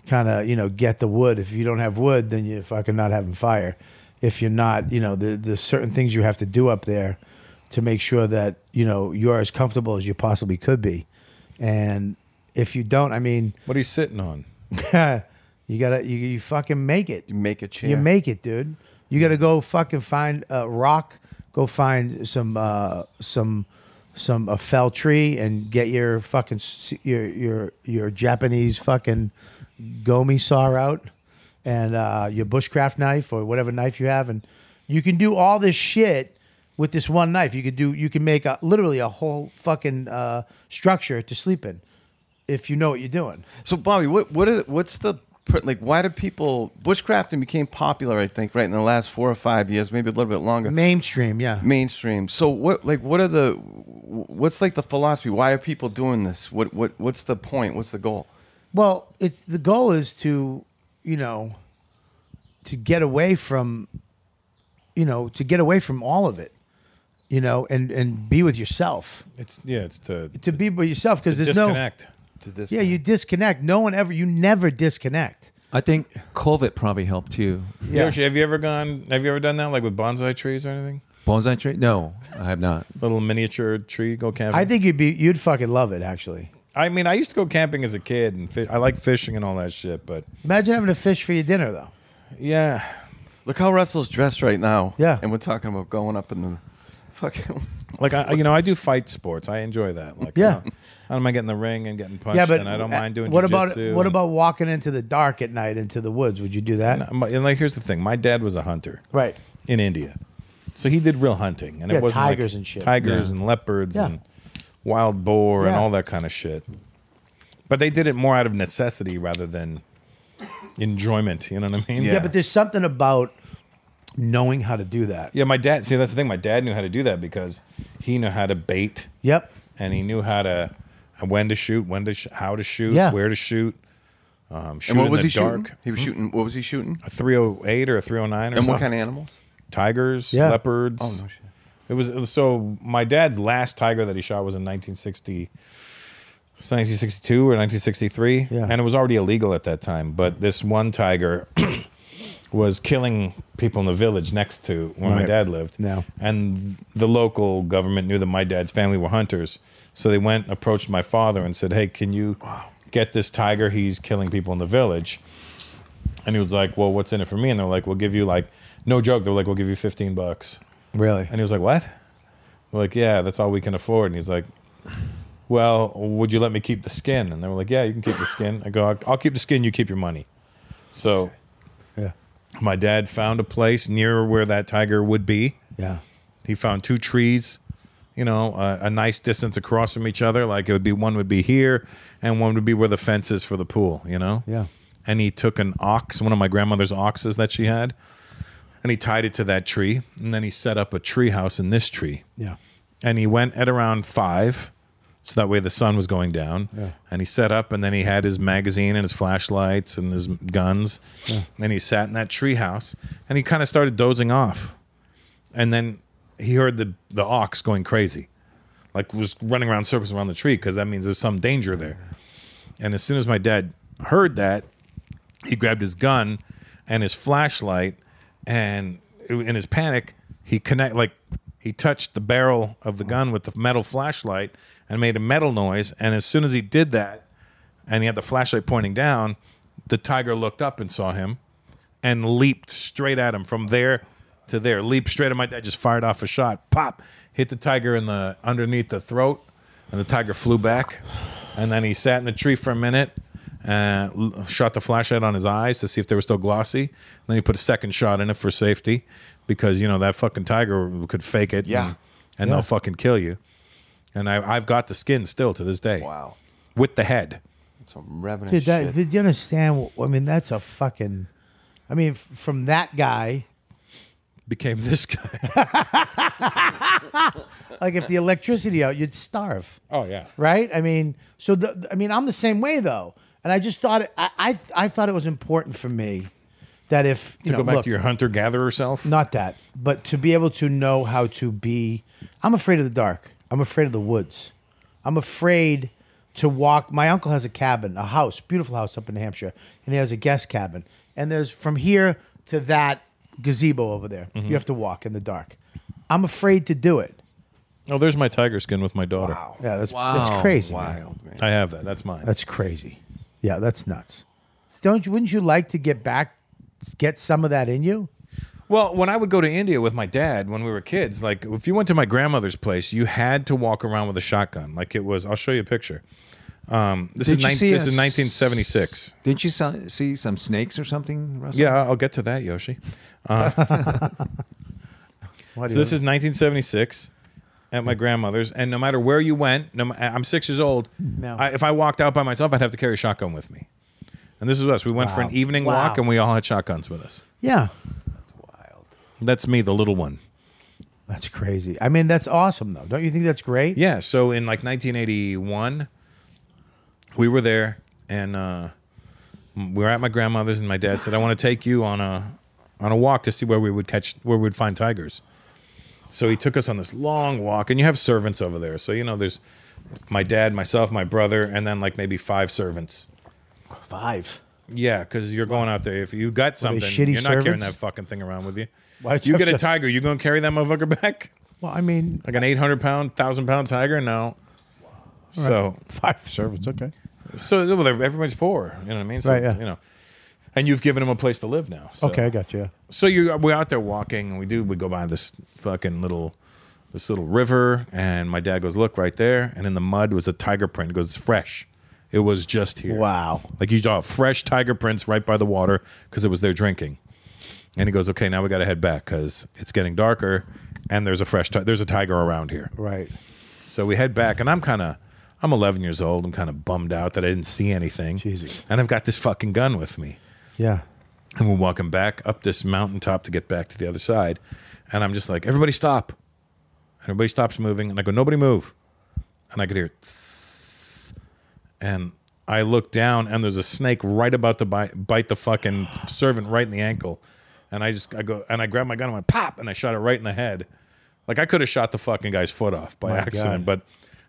Speaker 2: kind of you know get the wood. If you don't have wood, then you're fucking not having fire. If you're not, you know, the there's certain things you have to do up there to make sure that you know you're as comfortable as you possibly could be. And if you don't, I mean,
Speaker 1: what are you sitting on?
Speaker 2: [laughs] you gotta you, you fucking make it. You
Speaker 6: make a
Speaker 2: You
Speaker 6: chair.
Speaker 2: make it, dude. You gotta go fucking find a rock. Go find some uh, some some a fell tree and get your fucking s- your your your Japanese fucking gomi saw out and uh, your bushcraft knife or whatever knife you have, and you can do all this shit with this one knife. You could do you can make a, literally a whole fucking uh, structure to sleep in if you know what you're doing.
Speaker 14: So Bobby, what what are, what's the
Speaker 6: pr- like why do people bushcrafting became popular? I think right in the last four or five years, maybe a little bit longer.
Speaker 2: Mainstream, yeah.
Speaker 6: Mainstream. So what like what are the what's like the philosophy? Why are people doing this? What what what's the point? What's the goal?
Speaker 2: Well, it's the goal is to, you know, to get away from, you know, to get away from all of it, you know, and and be with yourself.
Speaker 1: It's yeah, it's to
Speaker 2: to, be with yourself because
Speaker 1: to
Speaker 2: there's
Speaker 1: disconnect.
Speaker 2: no
Speaker 1: To
Speaker 2: Yeah, you disconnect. No one ever. You never disconnect.
Speaker 13: I think COVID probably helped too.
Speaker 1: Yoshi, have you ever gone? Have you ever done that, like with bonsai trees or anything?
Speaker 13: Bonsai tree? No, I have not.
Speaker 1: Little miniature tree go camping.
Speaker 2: I think you'd be you'd fucking love it actually.
Speaker 1: I mean, I used to go camping as a kid, and fi- I like fishing and all that shit. But
Speaker 2: Imagine having a fish for your dinner though.
Speaker 1: yeah,
Speaker 6: look how Russell's dressed right now.
Speaker 2: Yeah,
Speaker 6: and we're talking about going up in the fucking.
Speaker 1: like I, you know, I do fight sports. I enjoy that. Like,
Speaker 2: Yeah.
Speaker 1: I don't, I don't mind getting in the ring and getting punched, and I don't mind doing.
Speaker 2: what about
Speaker 1: jujitsu
Speaker 2: what
Speaker 1: and-
Speaker 2: about walking into the dark at night into the woods? Would you do that?
Speaker 1: And, my- and, like, here's the thing: my dad was a hunter,
Speaker 2: right,
Speaker 1: in India, so he did real hunting, and
Speaker 2: Yeah,
Speaker 1: it wasn't like
Speaker 2: tigers and shit.
Speaker 1: tigers
Speaker 2: Yeah.
Speaker 1: and leopards
Speaker 2: Yeah.
Speaker 1: and wild boar and
Speaker 2: Yeah.
Speaker 1: all that kind of shit. But they did it more out of necessity rather than enjoyment. You know what I mean?
Speaker 2: Yeah. but there's something about knowing how to do that.
Speaker 1: Yeah, my dad. See, that's the thing. My dad knew how to do that because he knew how to bait.
Speaker 2: Yep.
Speaker 1: And he knew how to when to shoot, when to sh- how to shoot,
Speaker 2: Yeah.
Speaker 1: where to shoot. Um, shoot
Speaker 6: and what
Speaker 1: in
Speaker 6: was
Speaker 1: the
Speaker 6: he
Speaker 1: dark.
Speaker 6: shooting? He was shooting. What was he shooting?
Speaker 1: A 308 or a 309 or
Speaker 6: And what
Speaker 1: something.
Speaker 6: kind of animals?
Speaker 1: Tigers,
Speaker 6: Yeah.
Speaker 1: leopards.
Speaker 6: Oh, no shit.
Speaker 1: It was it was- so my dad's last tiger that he shot was in 1960 it's 1962 or 1963 yeah. and it was already illegal at that time but this one tiger [clears throat] was killing people in the village next to where my
Speaker 2: Right.
Speaker 1: dad lived
Speaker 2: No.
Speaker 1: and the local government knew that my dad's family were hunters so they went approached my father and said hey can you get this tiger he's killing people in the village and he was like well what's in it for me and they're like we'll give you like no joke they were like we'll give you 15 bucks
Speaker 2: Really?
Speaker 1: and he was like what we're like yeah that's all we can afford and he's like well would you let me keep the skin and they were like yeah you can keep the skin i go "I'll- i'll keep the skin you keep your money so
Speaker 2: Yeah.
Speaker 1: my dad found a place near where that tiger would be.
Speaker 2: Yeah.
Speaker 1: He found two trees, you know, a, a nice distance across from each other. Like it would be one would be here and one would be where the fence is for the pool, you know?
Speaker 2: Yeah.
Speaker 1: And he took an ox, one of my grandmother's oxes that she had, and he tied it to that tree. And then he set up a tree house in this tree.
Speaker 2: Yeah.
Speaker 1: And he went at around five. So that way the sun was going down.
Speaker 2: Yeah.
Speaker 1: And he set up and then he had his magazine and his flashlights and his guns.
Speaker 2: Yeah.
Speaker 1: And he sat in that treehouse and he kind of started dozing off. And then he heard the, the ox going crazy, like was running around circles around the tree because that means there's some danger there. And as soon as my dad heard that, he grabbed his gun and his flashlight and in his panic he connect like he touched the barrel of the gun with the metal flashlight and made a metal noise and as soon as he did that and he had the flashlight pointing down the tiger looked up and saw him and leaped straight at him from there to there leaped straight at my dad just fired off a shot pop hit the tiger in the underneath the throat and the tiger flew back and then he sat in the tree for a minute uh, l- shot the flashlight on his eyes to see if they were still glossy. And then he put a second shot in it for safety because you know that fucking tiger could fake it.
Speaker 6: Yeah.
Speaker 1: and, and
Speaker 6: Yeah.
Speaker 1: they'll fucking kill you. And I, I've got the skin still to this day. Wow, with the head.
Speaker 6: It's some revenue.
Speaker 2: Did that? Did you understand? wh- I mean, that's a fucking. I mean, f- from that guy.
Speaker 1: Became this guy.
Speaker 2: [laughs] [laughs] like if the electricity out, you'd starve.
Speaker 1: Oh yeah.
Speaker 2: Right. I mean, so the, I mean, I'm the same way though, and I just thought it, I, I I thought it was important for me that if you
Speaker 1: To
Speaker 2: know,
Speaker 1: go back
Speaker 2: look,
Speaker 1: to your hunter gatherer self.
Speaker 2: Not that, but to be able to know how to be. I'm afraid of the dark. I'm afraid of the woods. I'm afraid to walk. My uncle has a cabin, a house, beautiful house up in New Hampshire, and he has a guest cabin. And there's from here to that gazebo over there.
Speaker 1: Mhm.
Speaker 2: You have to walk in the dark. I'm afraid to do it.
Speaker 1: Oh, there's my tiger skin with my daughter.
Speaker 2: Yeah, that's that's crazy. man.
Speaker 1: I have that. That's mine.
Speaker 2: That's crazy. Yeah, that's nuts. Don't you? Wouldn't you like to get back, get some of that in you?
Speaker 1: Well, when I would go to India with my dad when we were kids, like if you went to my grandmother's place, you had to walk around with a shotgun. Like it was, I'll show you a picture. Um, this
Speaker 13: Did
Speaker 1: is
Speaker 13: you
Speaker 1: nine
Speaker 13: see
Speaker 1: this
Speaker 13: a
Speaker 1: is 1976.
Speaker 13: Didn't you saw, see some snakes or something, Russell?
Speaker 1: Yeah, I'll get to that, Yoshi.
Speaker 2: [laughs]
Speaker 1: Uh,
Speaker 13: Why do
Speaker 1: so
Speaker 13: you-
Speaker 1: this is 1976 at my grandmother's, and no matter where you went, no, ma- I'm six years old.
Speaker 2: No.
Speaker 1: I, if I walked out by myself, I'd have to carry a shotgun with me. And this is us. We went for an
Speaker 2: Wow.
Speaker 1: evening
Speaker 2: Wow.
Speaker 1: walk, and we all had shotguns with us.
Speaker 2: Yeah.
Speaker 1: That's me, the little one.
Speaker 2: That's crazy. I mean, that's awesome, though. Don't you think that's great?
Speaker 1: Yeah. So in like 1981, we were there, and uh, we were at my grandmother's, and my dad said, "I want to take you on a on a walk to see where we would catch where we'd find tigers." So he took us on this long walk, and you have servants over there, so you know there's my dad, myself, my brother, and then like maybe five servants.
Speaker 8: Five.
Speaker 1: Yeah, because you're going out there. If you got
Speaker 2: Were they
Speaker 1: something, you're
Speaker 2: shitty
Speaker 1: not carrying
Speaker 2: servants?
Speaker 1: that fucking thing around with you.
Speaker 2: [laughs] Why'd you
Speaker 1: you
Speaker 2: have
Speaker 1: get a
Speaker 2: so-
Speaker 1: tiger, you gonna carry that motherfucker back?
Speaker 2: Well, I mean,
Speaker 1: Like an 800 pound, 1,000 pound tiger? No. So
Speaker 2: [laughs] five servants, okay.
Speaker 1: So well, they're- everybody's poor, you know what I mean? So,
Speaker 2: Right, yeah.
Speaker 1: You know, and you've given them a place to live now. So.
Speaker 2: okay, I got you.
Speaker 1: So you we're out there walking, and we do we go by this fucking little this little river, and my dad goes, "Look right there," and in the mud was a tiger print. He goes, "It's fresh." It was just here. Wow! Like you saw fresh tiger prints right by the water because it was there drinking. And he goes, "Okay, now we got to head back because it's getting darker, and there's a fresh ti- there's a tiger around here."
Speaker 2: Right.
Speaker 1: So we head back, and I'm kind of I'm 11 years old. I'm kind of bummed out that I didn't see anything. Jesus. And I've got this fucking gun with me.
Speaker 2: Yeah.
Speaker 1: And we're walking back up this mountaintop to get back to the other side. And I'm just like, everybody stop. And everybody stops moving. And I go, nobody move. And I could hear, "Tss." and I look down and there's a snake right about to bite, bite the fucking servant right in the ankle. And I just, I go, and I grab my gun and went pop and I shot it right in the head. Like I could have shot the fucking guy's foot off by
Speaker 8: My
Speaker 1: accident, but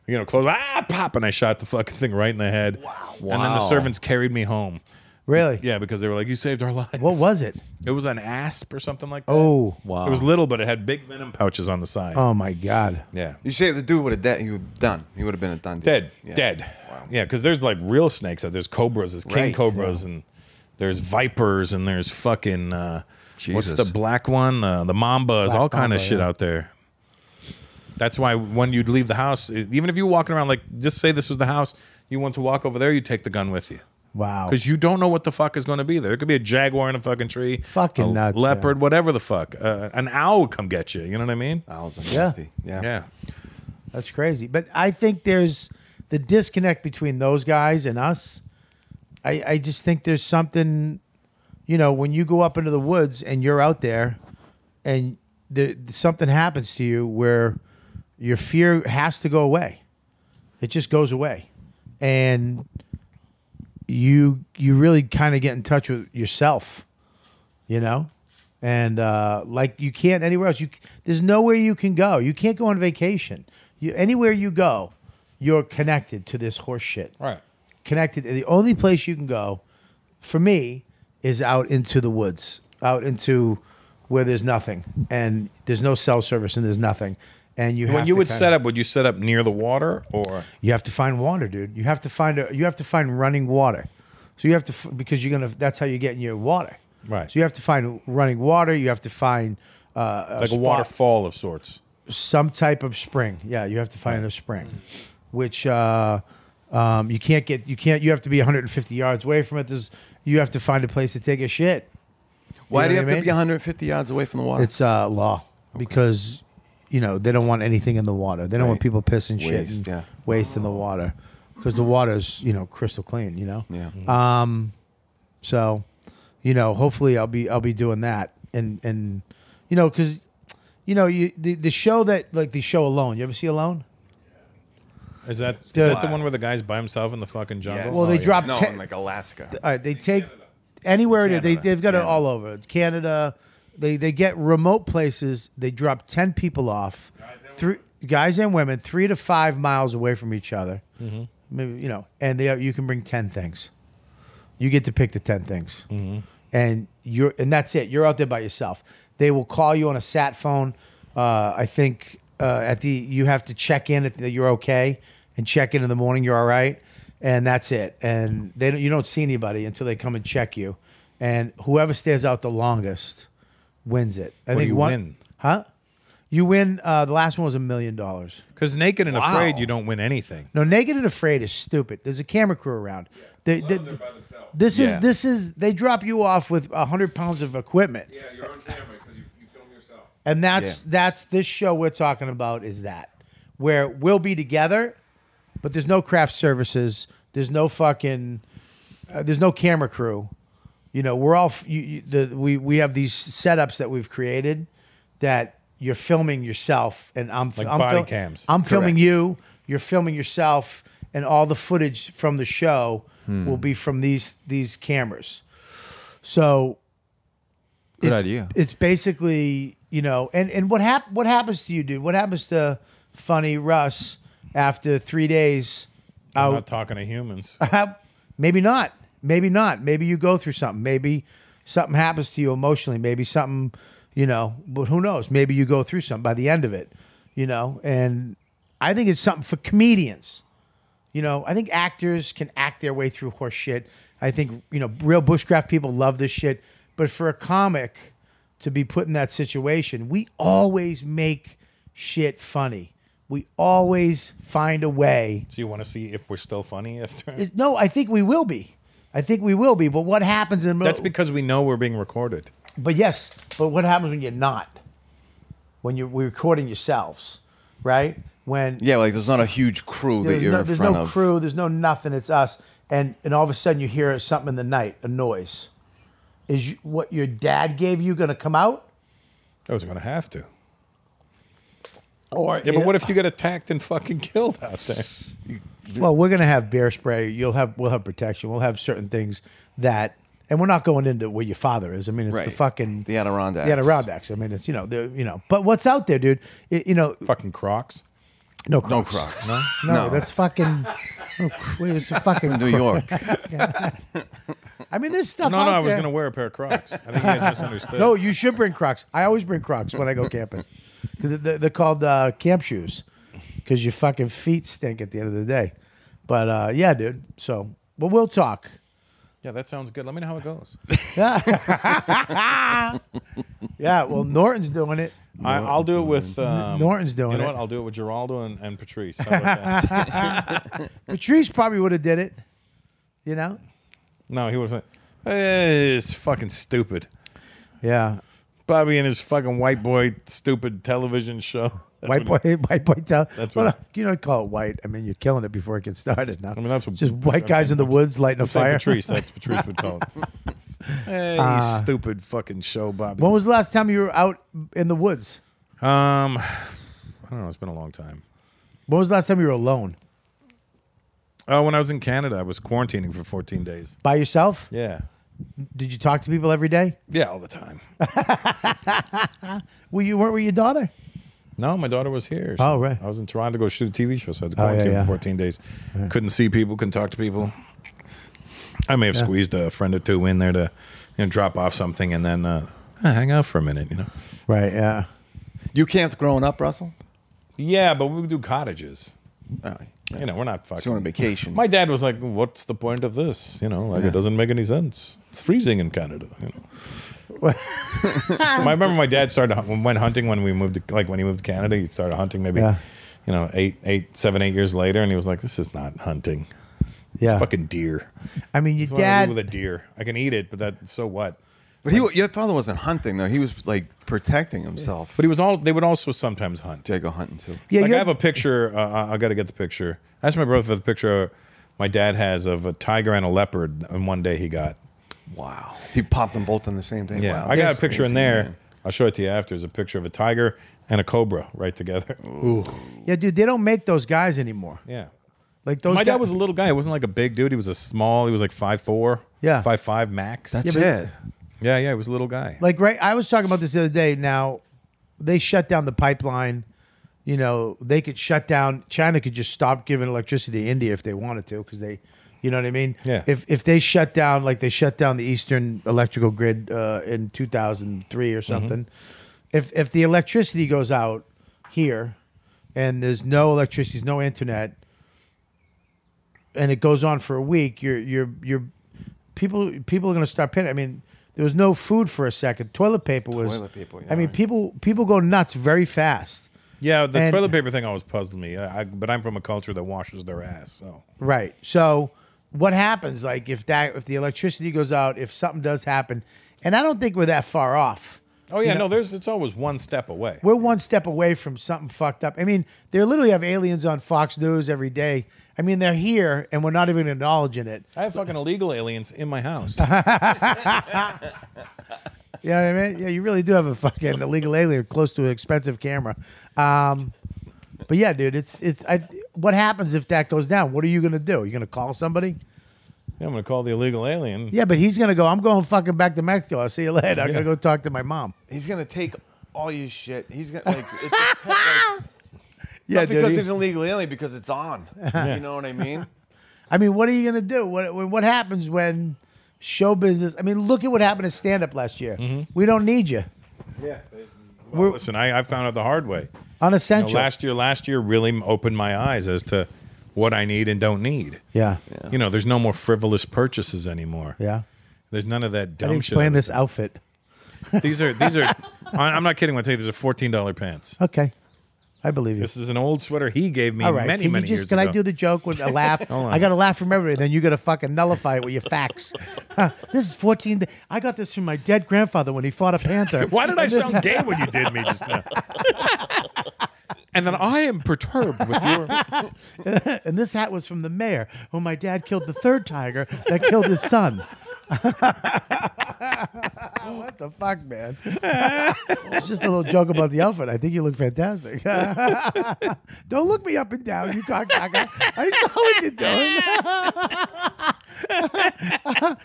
Speaker 1: you know, close, ah, pop. And I shot the fucking thing right in the head. Wow. And then
Speaker 8: Wow.
Speaker 1: the servants carried me home.
Speaker 2: Really?
Speaker 1: Yeah, because they were like, "You saved our [laughs] life."
Speaker 2: What was it?
Speaker 1: It was an asp or something like that.
Speaker 2: Oh, wow.
Speaker 1: It was little, but it had big venom pouches on the side.
Speaker 2: Oh my god.
Speaker 1: Yeah.
Speaker 6: You say the dude would have dead. He would done. He would have been a done. deal.
Speaker 1: Dead,
Speaker 6: Yeah.
Speaker 1: dead. Yeah, because there's like real snakes. out there. There's cobras, there's king
Speaker 6: Right,
Speaker 1: cobras, and there's vipers, and there's fucking uh, what's
Speaker 6: Jesus.
Speaker 1: the black one? Uh, the mambas,
Speaker 8: Black
Speaker 1: all kind
Speaker 8: mamba,
Speaker 1: of shit
Speaker 8: yeah.
Speaker 1: out there. That's why when you'd leave the house, e- even if you're walking around, like just say this was the house, you want to walk over there, you take the gun with you.
Speaker 2: Wow.
Speaker 1: Because you don't know what the fuck is going to be there. It could be a jaguar in a fucking tree,
Speaker 2: Fucking
Speaker 1: a
Speaker 2: nuts,
Speaker 1: leopard, whatever the fuck. Uh, an owl come get you. You know what I mean?
Speaker 6: Owls are
Speaker 2: Yeah. nasty.
Speaker 6: Yeah.
Speaker 1: Yeah.
Speaker 2: That's crazy. But I think there's the disconnect between those guys and us. I, I just think there's something, you know, when you go up into the woods and you're out there and there, something happens to you where your fear has to go away. It just goes away. And you you really kind of get in touch with yourself, you know, and uh, like you can't anywhere else. You there's nowhere you can go. You can't go on vacation. You anywhere you go, you're connected to this horse shit.
Speaker 1: Right.
Speaker 2: Connected. The only place you can go, for me, is out into the woods, out into where there's nothing and there's no cell service and there's nothing, and you
Speaker 1: when
Speaker 2: have
Speaker 1: you
Speaker 2: to
Speaker 1: would
Speaker 2: kinda-
Speaker 1: set up, would you set up near the water or?
Speaker 2: you have to find water, dude. You have to find a, you have to find running water. So you have to f- because you're gonna. That's how you're getting your water.
Speaker 1: Right.
Speaker 2: So you have to find running water. You have to find uh,
Speaker 1: like a
Speaker 2: spot-
Speaker 1: waterfall of sorts.
Speaker 2: some type of spring. Yeah, you have to find a spring, which uh, um, you can't get. You can't. You have to be 150 yards away from it. There's, you have to find a place to take a shit.
Speaker 6: Why do you
Speaker 2: know
Speaker 6: have
Speaker 2: what I
Speaker 6: to
Speaker 2: mean?
Speaker 6: be 150 yards away from the water?
Speaker 2: It's uh, law because you know they don't want anything in the water. They don't want
Speaker 6: Right.
Speaker 2: people pissing shit,
Speaker 6: Waste,
Speaker 2: and
Speaker 6: yeah.
Speaker 2: waste in the water because the water's you know crystal clean. You know.
Speaker 6: Yeah.
Speaker 2: Um, so, you know, hopefully I'll be I'll be doing that and and you know because you know you the, the show that like the show Alone. You ever see Alone?
Speaker 1: Is that is
Speaker 2: Dude.
Speaker 1: that the one where the guy's by himself in the fucking jungle?
Speaker 2: Well, they drop
Speaker 6: No,
Speaker 2: ten-
Speaker 6: in like Alaska.
Speaker 2: All right, they take anywhere it is. They,
Speaker 6: Canada.
Speaker 2: they've got it all over Canada. They they get remote places. They drop ten people off, three guys and women, three to five miles away from each other.
Speaker 8: Mhm.
Speaker 2: Maybe you know, and they you can bring ten things. You get to pick the ten things, and you're and that's it. You're out there by yourself. They will call you on a sat phone. Uh, I think uh, at the you have to check in at the, you're okay and check in in the morning. You're all right, and that's it. And they don't, you don't see anybody until they come and check you, and whoever stays out the longest wins it. I
Speaker 1: What do
Speaker 2: think
Speaker 1: you
Speaker 2: one,
Speaker 1: win?
Speaker 2: huh? You win. Uh, the last one was a million dollars.
Speaker 1: Because naked and
Speaker 2: Wow.
Speaker 1: afraid, you don't win anything.
Speaker 2: No, naked and afraid is stupid. There's a camera crew around. They, they- this
Speaker 1: Yeah.
Speaker 2: is this is they drop you off with hundred pounds of equipment. Yeah, you're on camera because you, you film yourself. And that's that's this show we're talking about is that where we'll be together, but there's no craft services. There's no fucking uh, there's no camera crew. You know, we're all f- you, you, the we we have these setups that we've created that you're filming yourself, and I'm f-
Speaker 1: Like
Speaker 2: I'm
Speaker 1: body cams.
Speaker 2: I'm filming
Speaker 1: Correct.
Speaker 2: you. You're filming yourself, and all the footage from the show
Speaker 13: Hmm.
Speaker 2: will be from these these cameras. So
Speaker 13: Good
Speaker 2: it's-
Speaker 13: idea.
Speaker 2: It's basically you know, and and what hap- what happens to you, dude? What happens to funny Russ after three days?
Speaker 1: I'm
Speaker 2: out?
Speaker 1: not talking to humans.
Speaker 2: maybe not. Maybe not. Maybe you go through something. Maybe something happens to you emotionally. Maybe something, you know. But who knows? Maybe you go through something by the end of it, you know. And I think it's something for comedians. You know, I think actors can act their way through horse shit. I think, you know, real bushcraft people love this shit. But for a comic to be put in that situation, we always make shit funny. We always find a way.
Speaker 1: So you want to see if we're still funny after?
Speaker 2: It- no, I think we will be. I think we will be. But what happens in the
Speaker 1: That's
Speaker 2: middle?
Speaker 1: because we know we're being recorded.
Speaker 2: but yes, but what happens when you're not? When you're we're recording yourselves, right? When
Speaker 6: Yeah, like there's not a huge crew that
Speaker 2: there's
Speaker 6: you're
Speaker 2: no,
Speaker 6: in
Speaker 2: there's
Speaker 6: front
Speaker 2: no
Speaker 6: of.
Speaker 2: crew, there's no nothing. It's us, and and all of a sudden you hear something in the night, a noise. Is you, what your dad gave you going to come out?
Speaker 1: I was going to have to.
Speaker 2: Or
Speaker 1: yeah, but what if you get attacked and fucking killed out
Speaker 6: [laughs]
Speaker 1: there?
Speaker 2: Well, we're gonna have bear spray. You'll have we'll have protection. We'll have certain things that, and we're not going into where your father is. I mean, it's the
Speaker 6: Right.
Speaker 2: fucking
Speaker 6: The Adirondacks.
Speaker 2: the Adirondacks. I mean, it's you know the you
Speaker 6: [laughs]
Speaker 2: know. But what's out there, dude? It- you know,
Speaker 1: fucking Crocs.
Speaker 2: No
Speaker 6: No
Speaker 2: Crocs.
Speaker 6: Crocs.
Speaker 2: No,
Speaker 6: No.
Speaker 2: that's fucking. Oh, cr- wait, it's a fucking
Speaker 6: New York.
Speaker 2: [laughs] I mean, this stuff.
Speaker 1: No,
Speaker 2: out
Speaker 1: no, I was
Speaker 2: there-
Speaker 1: gonna wear a pair of Crocs. I think you
Speaker 2: [laughs]
Speaker 1: guys misunderstood.
Speaker 2: no, you should bring Crocs. I always bring Crocs when I go camping. 'Cause they- They're called uh, camp shoes because your fucking feet stink at the end of the day. But uh, yeah, dude. So, but
Speaker 1: [laughs]
Speaker 2: we'll talk.
Speaker 1: Yeah, that sounds good. Let me know how it goes.
Speaker 2: yeah, well, Norton's doing it.
Speaker 1: I, I'll do it with um,
Speaker 2: Norton's doing
Speaker 1: You know
Speaker 2: it.
Speaker 1: what? I'll do it with Geraldo and, and Patrice. How about
Speaker 2: [laughs]
Speaker 1: that?
Speaker 2: Patrice probably would have did it. You know?
Speaker 1: no, he was like, "Eh, it's fucking stupid.
Speaker 2: Yeah.
Speaker 1: Bobby and his fucking white boy stupid television show. [laughs] That's
Speaker 2: white boy, [laughs]
Speaker 1: what he-
Speaker 2: white boy. Tell
Speaker 1: That's
Speaker 2: well,
Speaker 1: what-
Speaker 2: no, you don't call it white. I mean, you're killing it before it gets started. Now, I mean, that's
Speaker 1: what-
Speaker 2: just white
Speaker 1: I'm
Speaker 2: guys
Speaker 1: saying
Speaker 2: in the
Speaker 1: that's-
Speaker 2: woods lighting
Speaker 1: I'm
Speaker 2: a
Speaker 1: saying
Speaker 2: fire.
Speaker 1: Patrice,
Speaker 2: [laughs]
Speaker 1: that's what Patrice would call it. Eh, you
Speaker 2: Uh,
Speaker 1: stupid fucking show, Bobby.
Speaker 2: When was the last time you were out in the woods?
Speaker 1: Um, I don't know. It's been a long time.
Speaker 2: When was the last time you were alone
Speaker 1: Oh, when I was in Canada, I was quarantining for 14 days.
Speaker 2: by yourself?
Speaker 1: Yeah.
Speaker 2: Did you talk to people every day?
Speaker 1: Yeah, all the time.
Speaker 2: Well, you weren't with your daughter.
Speaker 1: No, my daughter was here.
Speaker 2: Oh, right.
Speaker 1: I was in Toronto to go shoot a TV show, so I was
Speaker 2: Oh,
Speaker 1: quarantined
Speaker 2: yeah, yeah.
Speaker 1: for 14 days. Couldn't see people, couldn't talk to people. I may have
Speaker 2: Yeah.
Speaker 1: squeezed a friend or two in there to you know, drop off something and then uh, hang out for a minute, you know?
Speaker 2: Right. Yeah.
Speaker 6: You camped growing up, Russell?
Speaker 1: Yeah, but we would do cottages. You know, we're not fucking.
Speaker 6: on vacation.
Speaker 1: My dad was like, "What's the point of this? You know, like
Speaker 6: Yeah.
Speaker 1: it doesn't make any sense. It's freezing in Canada." You know. I remember my dad started hun- went hunting when we moved, to, like when he moved to Canada. He started hunting maybe,
Speaker 2: Yeah.
Speaker 1: you know, eight, eight, seven, eight years later, and he was like, "This is not hunting.
Speaker 2: Yeah.
Speaker 1: it's fucking deer.
Speaker 2: I mean, your
Speaker 1: It's what I
Speaker 2: dad.
Speaker 1: do with a deer. I can eat it, but that so what?
Speaker 6: But he, your father wasn't hunting though. He was like protecting himself.
Speaker 1: But he was all. They would also sometimes hunt.
Speaker 6: They go hunting too.
Speaker 2: Yeah,
Speaker 1: like
Speaker 2: you
Speaker 1: I
Speaker 2: had-
Speaker 1: have a picture. Uh, I- I got to get the picture. I asked my brother for the picture my dad has of a tiger and a leopard in one day he got.
Speaker 6: Wow. He popped them both on the same day.
Speaker 1: Yeah,
Speaker 6: Wow.
Speaker 1: I got
Speaker 6: That's
Speaker 1: a picture in
Speaker 6: amazing,
Speaker 1: there.
Speaker 6: man.
Speaker 1: I'll show it to you after. There's a picture of a tiger and a cobra right together.
Speaker 2: Yeah, dude, they don't make those guys anymore.
Speaker 1: Yeah.
Speaker 2: Like those.
Speaker 1: my
Speaker 2: guy-
Speaker 1: dad was a little guy. He wasn't like a big dude. He was a small. He was like five four.
Speaker 2: Yeah.
Speaker 1: five five max.
Speaker 2: That's Yeah, but- it.
Speaker 1: Yeah, yeah. He was a little guy.
Speaker 2: Like right, I was talking about this the other day. Now, they shut down the pipeline. You know, they could shut down. China could just stop giving electricity to India if they wanted to, because they, you know what I mean.
Speaker 1: Yeah.
Speaker 2: If if they shut down, like they shut down the Eastern electrical grid uh, in 2003
Speaker 1: Mm-hmm.
Speaker 2: or something, if if the electricity goes out here, and there's no electricity, there's no internet, and it goes on for a week, you're you're you're people people are going to start panicking. I mean, there was no food for a second. Toilet paper was.
Speaker 6: Toilet paper,
Speaker 2: I mean, people people go nuts very fast.
Speaker 1: Yeah, the
Speaker 2: And-
Speaker 1: toilet paper thing always puzzled me. I, I, but I'm from a culture that washes their ass. So
Speaker 2: Right. So what happens like if that if the electricity goes out, if something does happen, and I don't think we're that far off.
Speaker 1: Oh yeah,
Speaker 2: You know-
Speaker 1: no, there's it's always one step away.
Speaker 2: We're one step away from something fucked up. I mean, they literally have aliens on Fox News every day. I mean, they're here and we're not even acknowledging it.
Speaker 1: I have fucking illegal aliens in my house.
Speaker 2: [laughs] You know what I mean? Yeah, you really do have a fucking illegal alien close to an expensive camera. Um, but yeah, dude, it's it's. I, what happens if that goes down? What are you gonna do? You gonna call somebody?
Speaker 1: Yeah, I'm gonna call the illegal alien.
Speaker 2: Yeah, but he's gonna go. I'm going fucking back to Mexico. I'll see you later. I'm
Speaker 1: Yeah.
Speaker 2: gonna go talk to my mom.
Speaker 6: He's gonna take all your shit. He's gonna
Speaker 1: [laughs]
Speaker 6: like. It's a pet, like
Speaker 2: Yeah,
Speaker 6: not
Speaker 2: dude,
Speaker 6: because
Speaker 2: he-
Speaker 6: it's an illegal alien, because it's
Speaker 2: [laughs]
Speaker 6: on.
Speaker 2: Yeah.
Speaker 6: You know what
Speaker 2: [laughs]
Speaker 6: I mean?
Speaker 2: I mean, what are you gonna do? What when- what happens when show business? I mean, look at what happened to stand up last year. We don't need you.
Speaker 1: Yeah. Well, listen, I, I found out the hard way.
Speaker 2: Unessential.
Speaker 1: You know, last year, last year really m- opened my eyes as to what I need and don't need.
Speaker 2: Yeah.
Speaker 1: You know, there's no more frivolous purchases anymore.
Speaker 2: Yeah.
Speaker 1: There's none of that
Speaker 2: I
Speaker 1: dumb
Speaker 2: didn't explain
Speaker 1: shit.
Speaker 2: this outfit.
Speaker 1: These are these
Speaker 2: [laughs]
Speaker 1: are. I- I'm not kidding. when I tell you, these are fourteen dollar pants.
Speaker 2: Okay, I believe you.
Speaker 1: This is an old sweater he gave me many
Speaker 2: can
Speaker 1: many
Speaker 2: you just,
Speaker 1: years
Speaker 2: Can
Speaker 1: ago.
Speaker 2: I do the joke
Speaker 1: [laughs]
Speaker 2: with a laugh?
Speaker 1: Hold on.
Speaker 2: I got to laugh from everybody. Then you got to fucking nullify it with your
Speaker 1: [laughs]
Speaker 2: facts. [laughs] Huh, this is 14. th- I got this from my dead grandfather when he fought a panther.
Speaker 1: [laughs] Why did I
Speaker 2: And this-
Speaker 1: sound gay when you did me just now? and then I am perturbed with your.
Speaker 2: [laughs] and this hat was from the mayor when my dad killed the third tiger that killed his
Speaker 1: [laughs]
Speaker 2: son. [laughs] what the fuck, man? it's just a little joke about the outfit. I think you look fantastic. [laughs] Don't look me up and down, you cocksucker. I saw what you're doing. [laughs]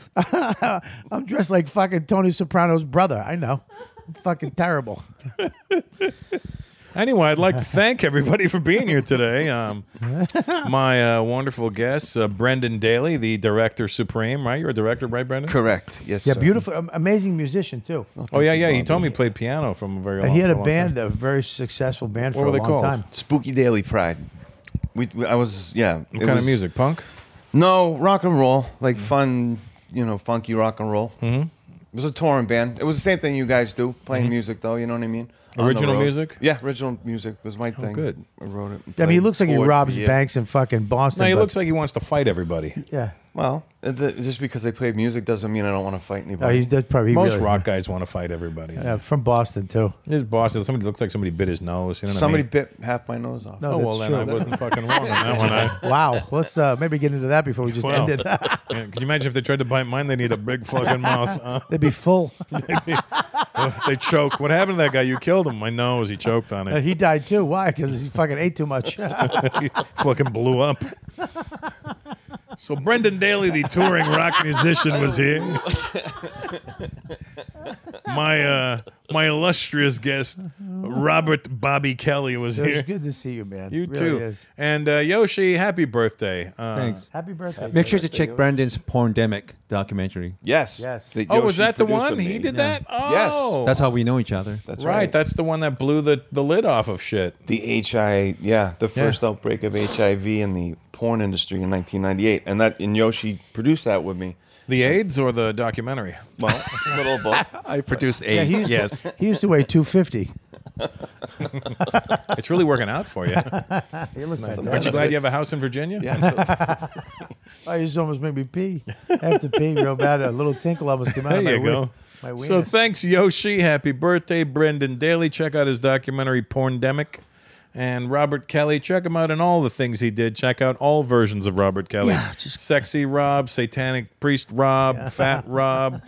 Speaker 2: I'm dressed like fucking Tony Soprano's brother. I know. I'm fucking terrible.
Speaker 1: Anyway, I'd like to thank everybody for being here today.
Speaker 2: [laughs]
Speaker 1: Um, my uh, wonderful guests, uh, Brendan Daly, the director supreme, right? You're a director, right, Brendan?
Speaker 6: Correct. Yes.
Speaker 2: Yeah, beautiful, am- amazing musician too.
Speaker 1: Oh yeah, yeah. He told me he played piano from a very.
Speaker 2: And
Speaker 1: long,
Speaker 2: he had
Speaker 1: for
Speaker 2: a
Speaker 1: long
Speaker 2: band,
Speaker 1: time.
Speaker 2: a very successful band
Speaker 1: What
Speaker 2: for
Speaker 1: were
Speaker 2: a
Speaker 1: they
Speaker 2: long
Speaker 1: called?
Speaker 2: time.
Speaker 6: Spooky Daily Pride. We, we- I was yeah. What
Speaker 1: kind of music, Punk? Mm-hmm.
Speaker 6: No, rock and roll, like fun, you know, funky rock and roll. Mm-hmm. It was a touring band. It was the same thing you guys do, playing
Speaker 1: Mhm.
Speaker 6: music though. You know what I mean? On the
Speaker 1: Original
Speaker 6: road.
Speaker 1: music? Oh,
Speaker 6: Yeah, original music was my thing.
Speaker 1: good.
Speaker 6: I wrote it. and
Speaker 2: I mean, he
Speaker 6: played,
Speaker 2: looks like he
Speaker 6: toured for
Speaker 2: robs
Speaker 6: years.
Speaker 2: banks in fucking Boston.
Speaker 1: No, he
Speaker 2: but-
Speaker 1: looks like he wants to fight everybody.
Speaker 2: Yeah.
Speaker 6: Well, uh, the, just because I played music doesn't mean I don't want to fight
Speaker 2: No,
Speaker 6: anybody.
Speaker 2: he does probably he
Speaker 1: Most
Speaker 2: really-
Speaker 1: rock guys want to fight everybody.
Speaker 2: Yeah, from Boston too.
Speaker 1: His boss is somebody looks like somebody bit his nose. You know what I
Speaker 6: Somebody
Speaker 1: mean?
Speaker 6: bit half my nose off.
Speaker 2: No,
Speaker 1: oh
Speaker 2: that's
Speaker 1: well, then
Speaker 2: true.
Speaker 1: I
Speaker 2: [laughs]
Speaker 1: wasn't fucking wrong on that one. I,
Speaker 2: wow. Let's uh, maybe get into that before we just Uh,
Speaker 1: Well,
Speaker 2: end [laughs]
Speaker 1: [laughs]
Speaker 2: it.
Speaker 1: yeah, can you imagine if they tried to bite mine? They need a big
Speaker 2: [laughs]
Speaker 1: fucking mouth. Uh,
Speaker 2: They'd be full.
Speaker 1: [laughs] they'd be- oh, they choke. What happened to that guy? You killed him. My nose. He choked on
Speaker 2: Uh,
Speaker 1: it.
Speaker 2: he died too. Why? Because he fucking ate
Speaker 1: [laughs]
Speaker 2: too much. Uh,
Speaker 1: he fucking blew up. So Brendan Daly, the touring
Speaker 13: [laughs]
Speaker 1: rock musician, was [laughs] here. My uh, my illustrious guest, Robert Bobby Kelly, was
Speaker 2: It was
Speaker 1: here.
Speaker 2: good to see you, man.
Speaker 1: You
Speaker 2: It really
Speaker 1: too.
Speaker 2: is.
Speaker 1: And uh, Yoshi, happy birthday. Uh,
Speaker 13: Thanks.
Speaker 2: Happy birthday.
Speaker 13: Make sure to check Brandon's Porndemic documentary.
Speaker 6: Yes.
Speaker 2: Yes.
Speaker 6: That
Speaker 1: Oh, was
Speaker 6: Yoshi
Speaker 1: that the
Speaker 6: produced
Speaker 1: one?
Speaker 6: with
Speaker 1: He
Speaker 6: me.
Speaker 1: did that?
Speaker 6: Yes.
Speaker 1: Oh.
Speaker 13: That's how we know each other.
Speaker 6: That's
Speaker 1: right.
Speaker 6: right.
Speaker 1: That's the one that blew the, the lid off of shit.
Speaker 6: the HI, yeah,
Speaker 1: Yeah.
Speaker 6: the first outbreak of HIV in the porn industry in 1998, and that and Yoshi produced that with me.
Speaker 1: The AIDS or the documentary?
Speaker 6: Well, a little of both.
Speaker 13: I produced
Speaker 2: Yeah, he used To, he used to weigh two fifty.
Speaker 1: [laughs] it's really working out for you.
Speaker 2: You look fantastic.
Speaker 1: Aren't you glad you have a house in Virginia?
Speaker 2: [laughs]
Speaker 6: Yeah.
Speaker 1: [laughs]
Speaker 2: I used to almost make me pee. I have to pee real bad. A little tinkle almost came out
Speaker 1: There
Speaker 2: of my
Speaker 1: you
Speaker 2: wee-
Speaker 1: go.
Speaker 2: my wiener.
Speaker 1: So thanks, Yoshi. Happy birthday, Brendan Daly. Check out his documentary, Porndemic. And Robert Kelly, check him out in all the things he did. Check out all versions of Robert Kelly. Sexy Rob, Satanic Priest Rob, Fat
Speaker 2: [laughs]
Speaker 1: Rob,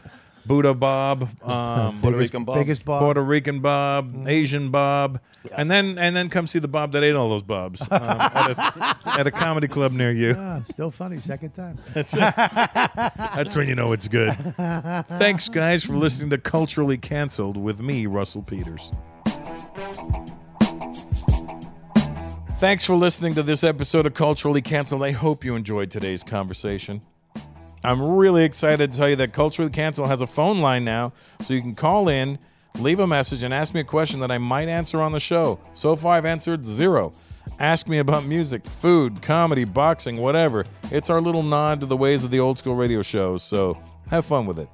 Speaker 1: Buddha Bob, um,
Speaker 2: Puerto Rican Bob. biggest Bob. Mm-hmm.
Speaker 1: Puerto Rican Bob, Asian Bob, and then and then come see the Bob that ate all those Bobs um, at, a, at a comedy club near you.
Speaker 2: Ah, still funny, second time.
Speaker 1: That's it. [laughs] That's when you know it's good. Thanks, guys, for listening to Culturally Cancelled with me, Russell Peters. Thanks for listening to this episode of Culturally Cancelled. I hope you enjoyed today's conversation. I'm really excited to tell you that Culturally Cancelled has a phone line now, so you can call in, leave a message, and ask me a question that I might answer on the show. So far, I've answered zero. Ask me about music, food, comedy, boxing, whatever. It's our little nod to the ways of the old school radio shows, so have fun with it.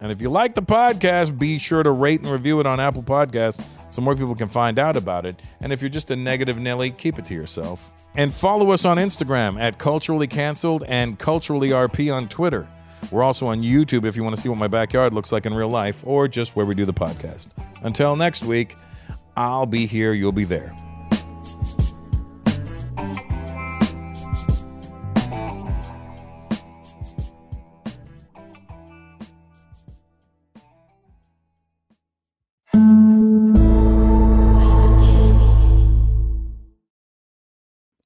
Speaker 1: And if you like the podcast, be sure to rate and review it on Apple Podcasts so more people can find out about it. And if you're just a negative Nelly, keep it to yourself. And follow us on Instagram at Culturally Cancelled and Culturally RP on Twitter. We're also on YouTube if you want to see what my backyard looks like in real life or just where we do the podcast. Until next week, I'll be here, you'll be there.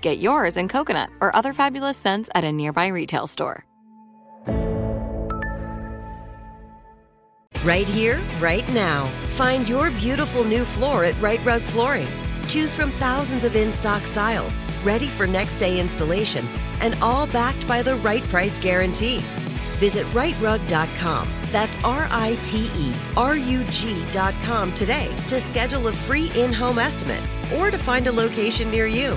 Speaker 14: Get yours in coconut or other fabulous scents at a nearby retail store.
Speaker 15: Right here, right now. Find your beautiful new floor at Right Rug Flooring. Choose from thousands of in stock styles, ready for next day installation, and all backed by the right price guarantee. Visit rightrug.com. That's R I T E R U G.com today to schedule a free in home estimate or to find a location near you.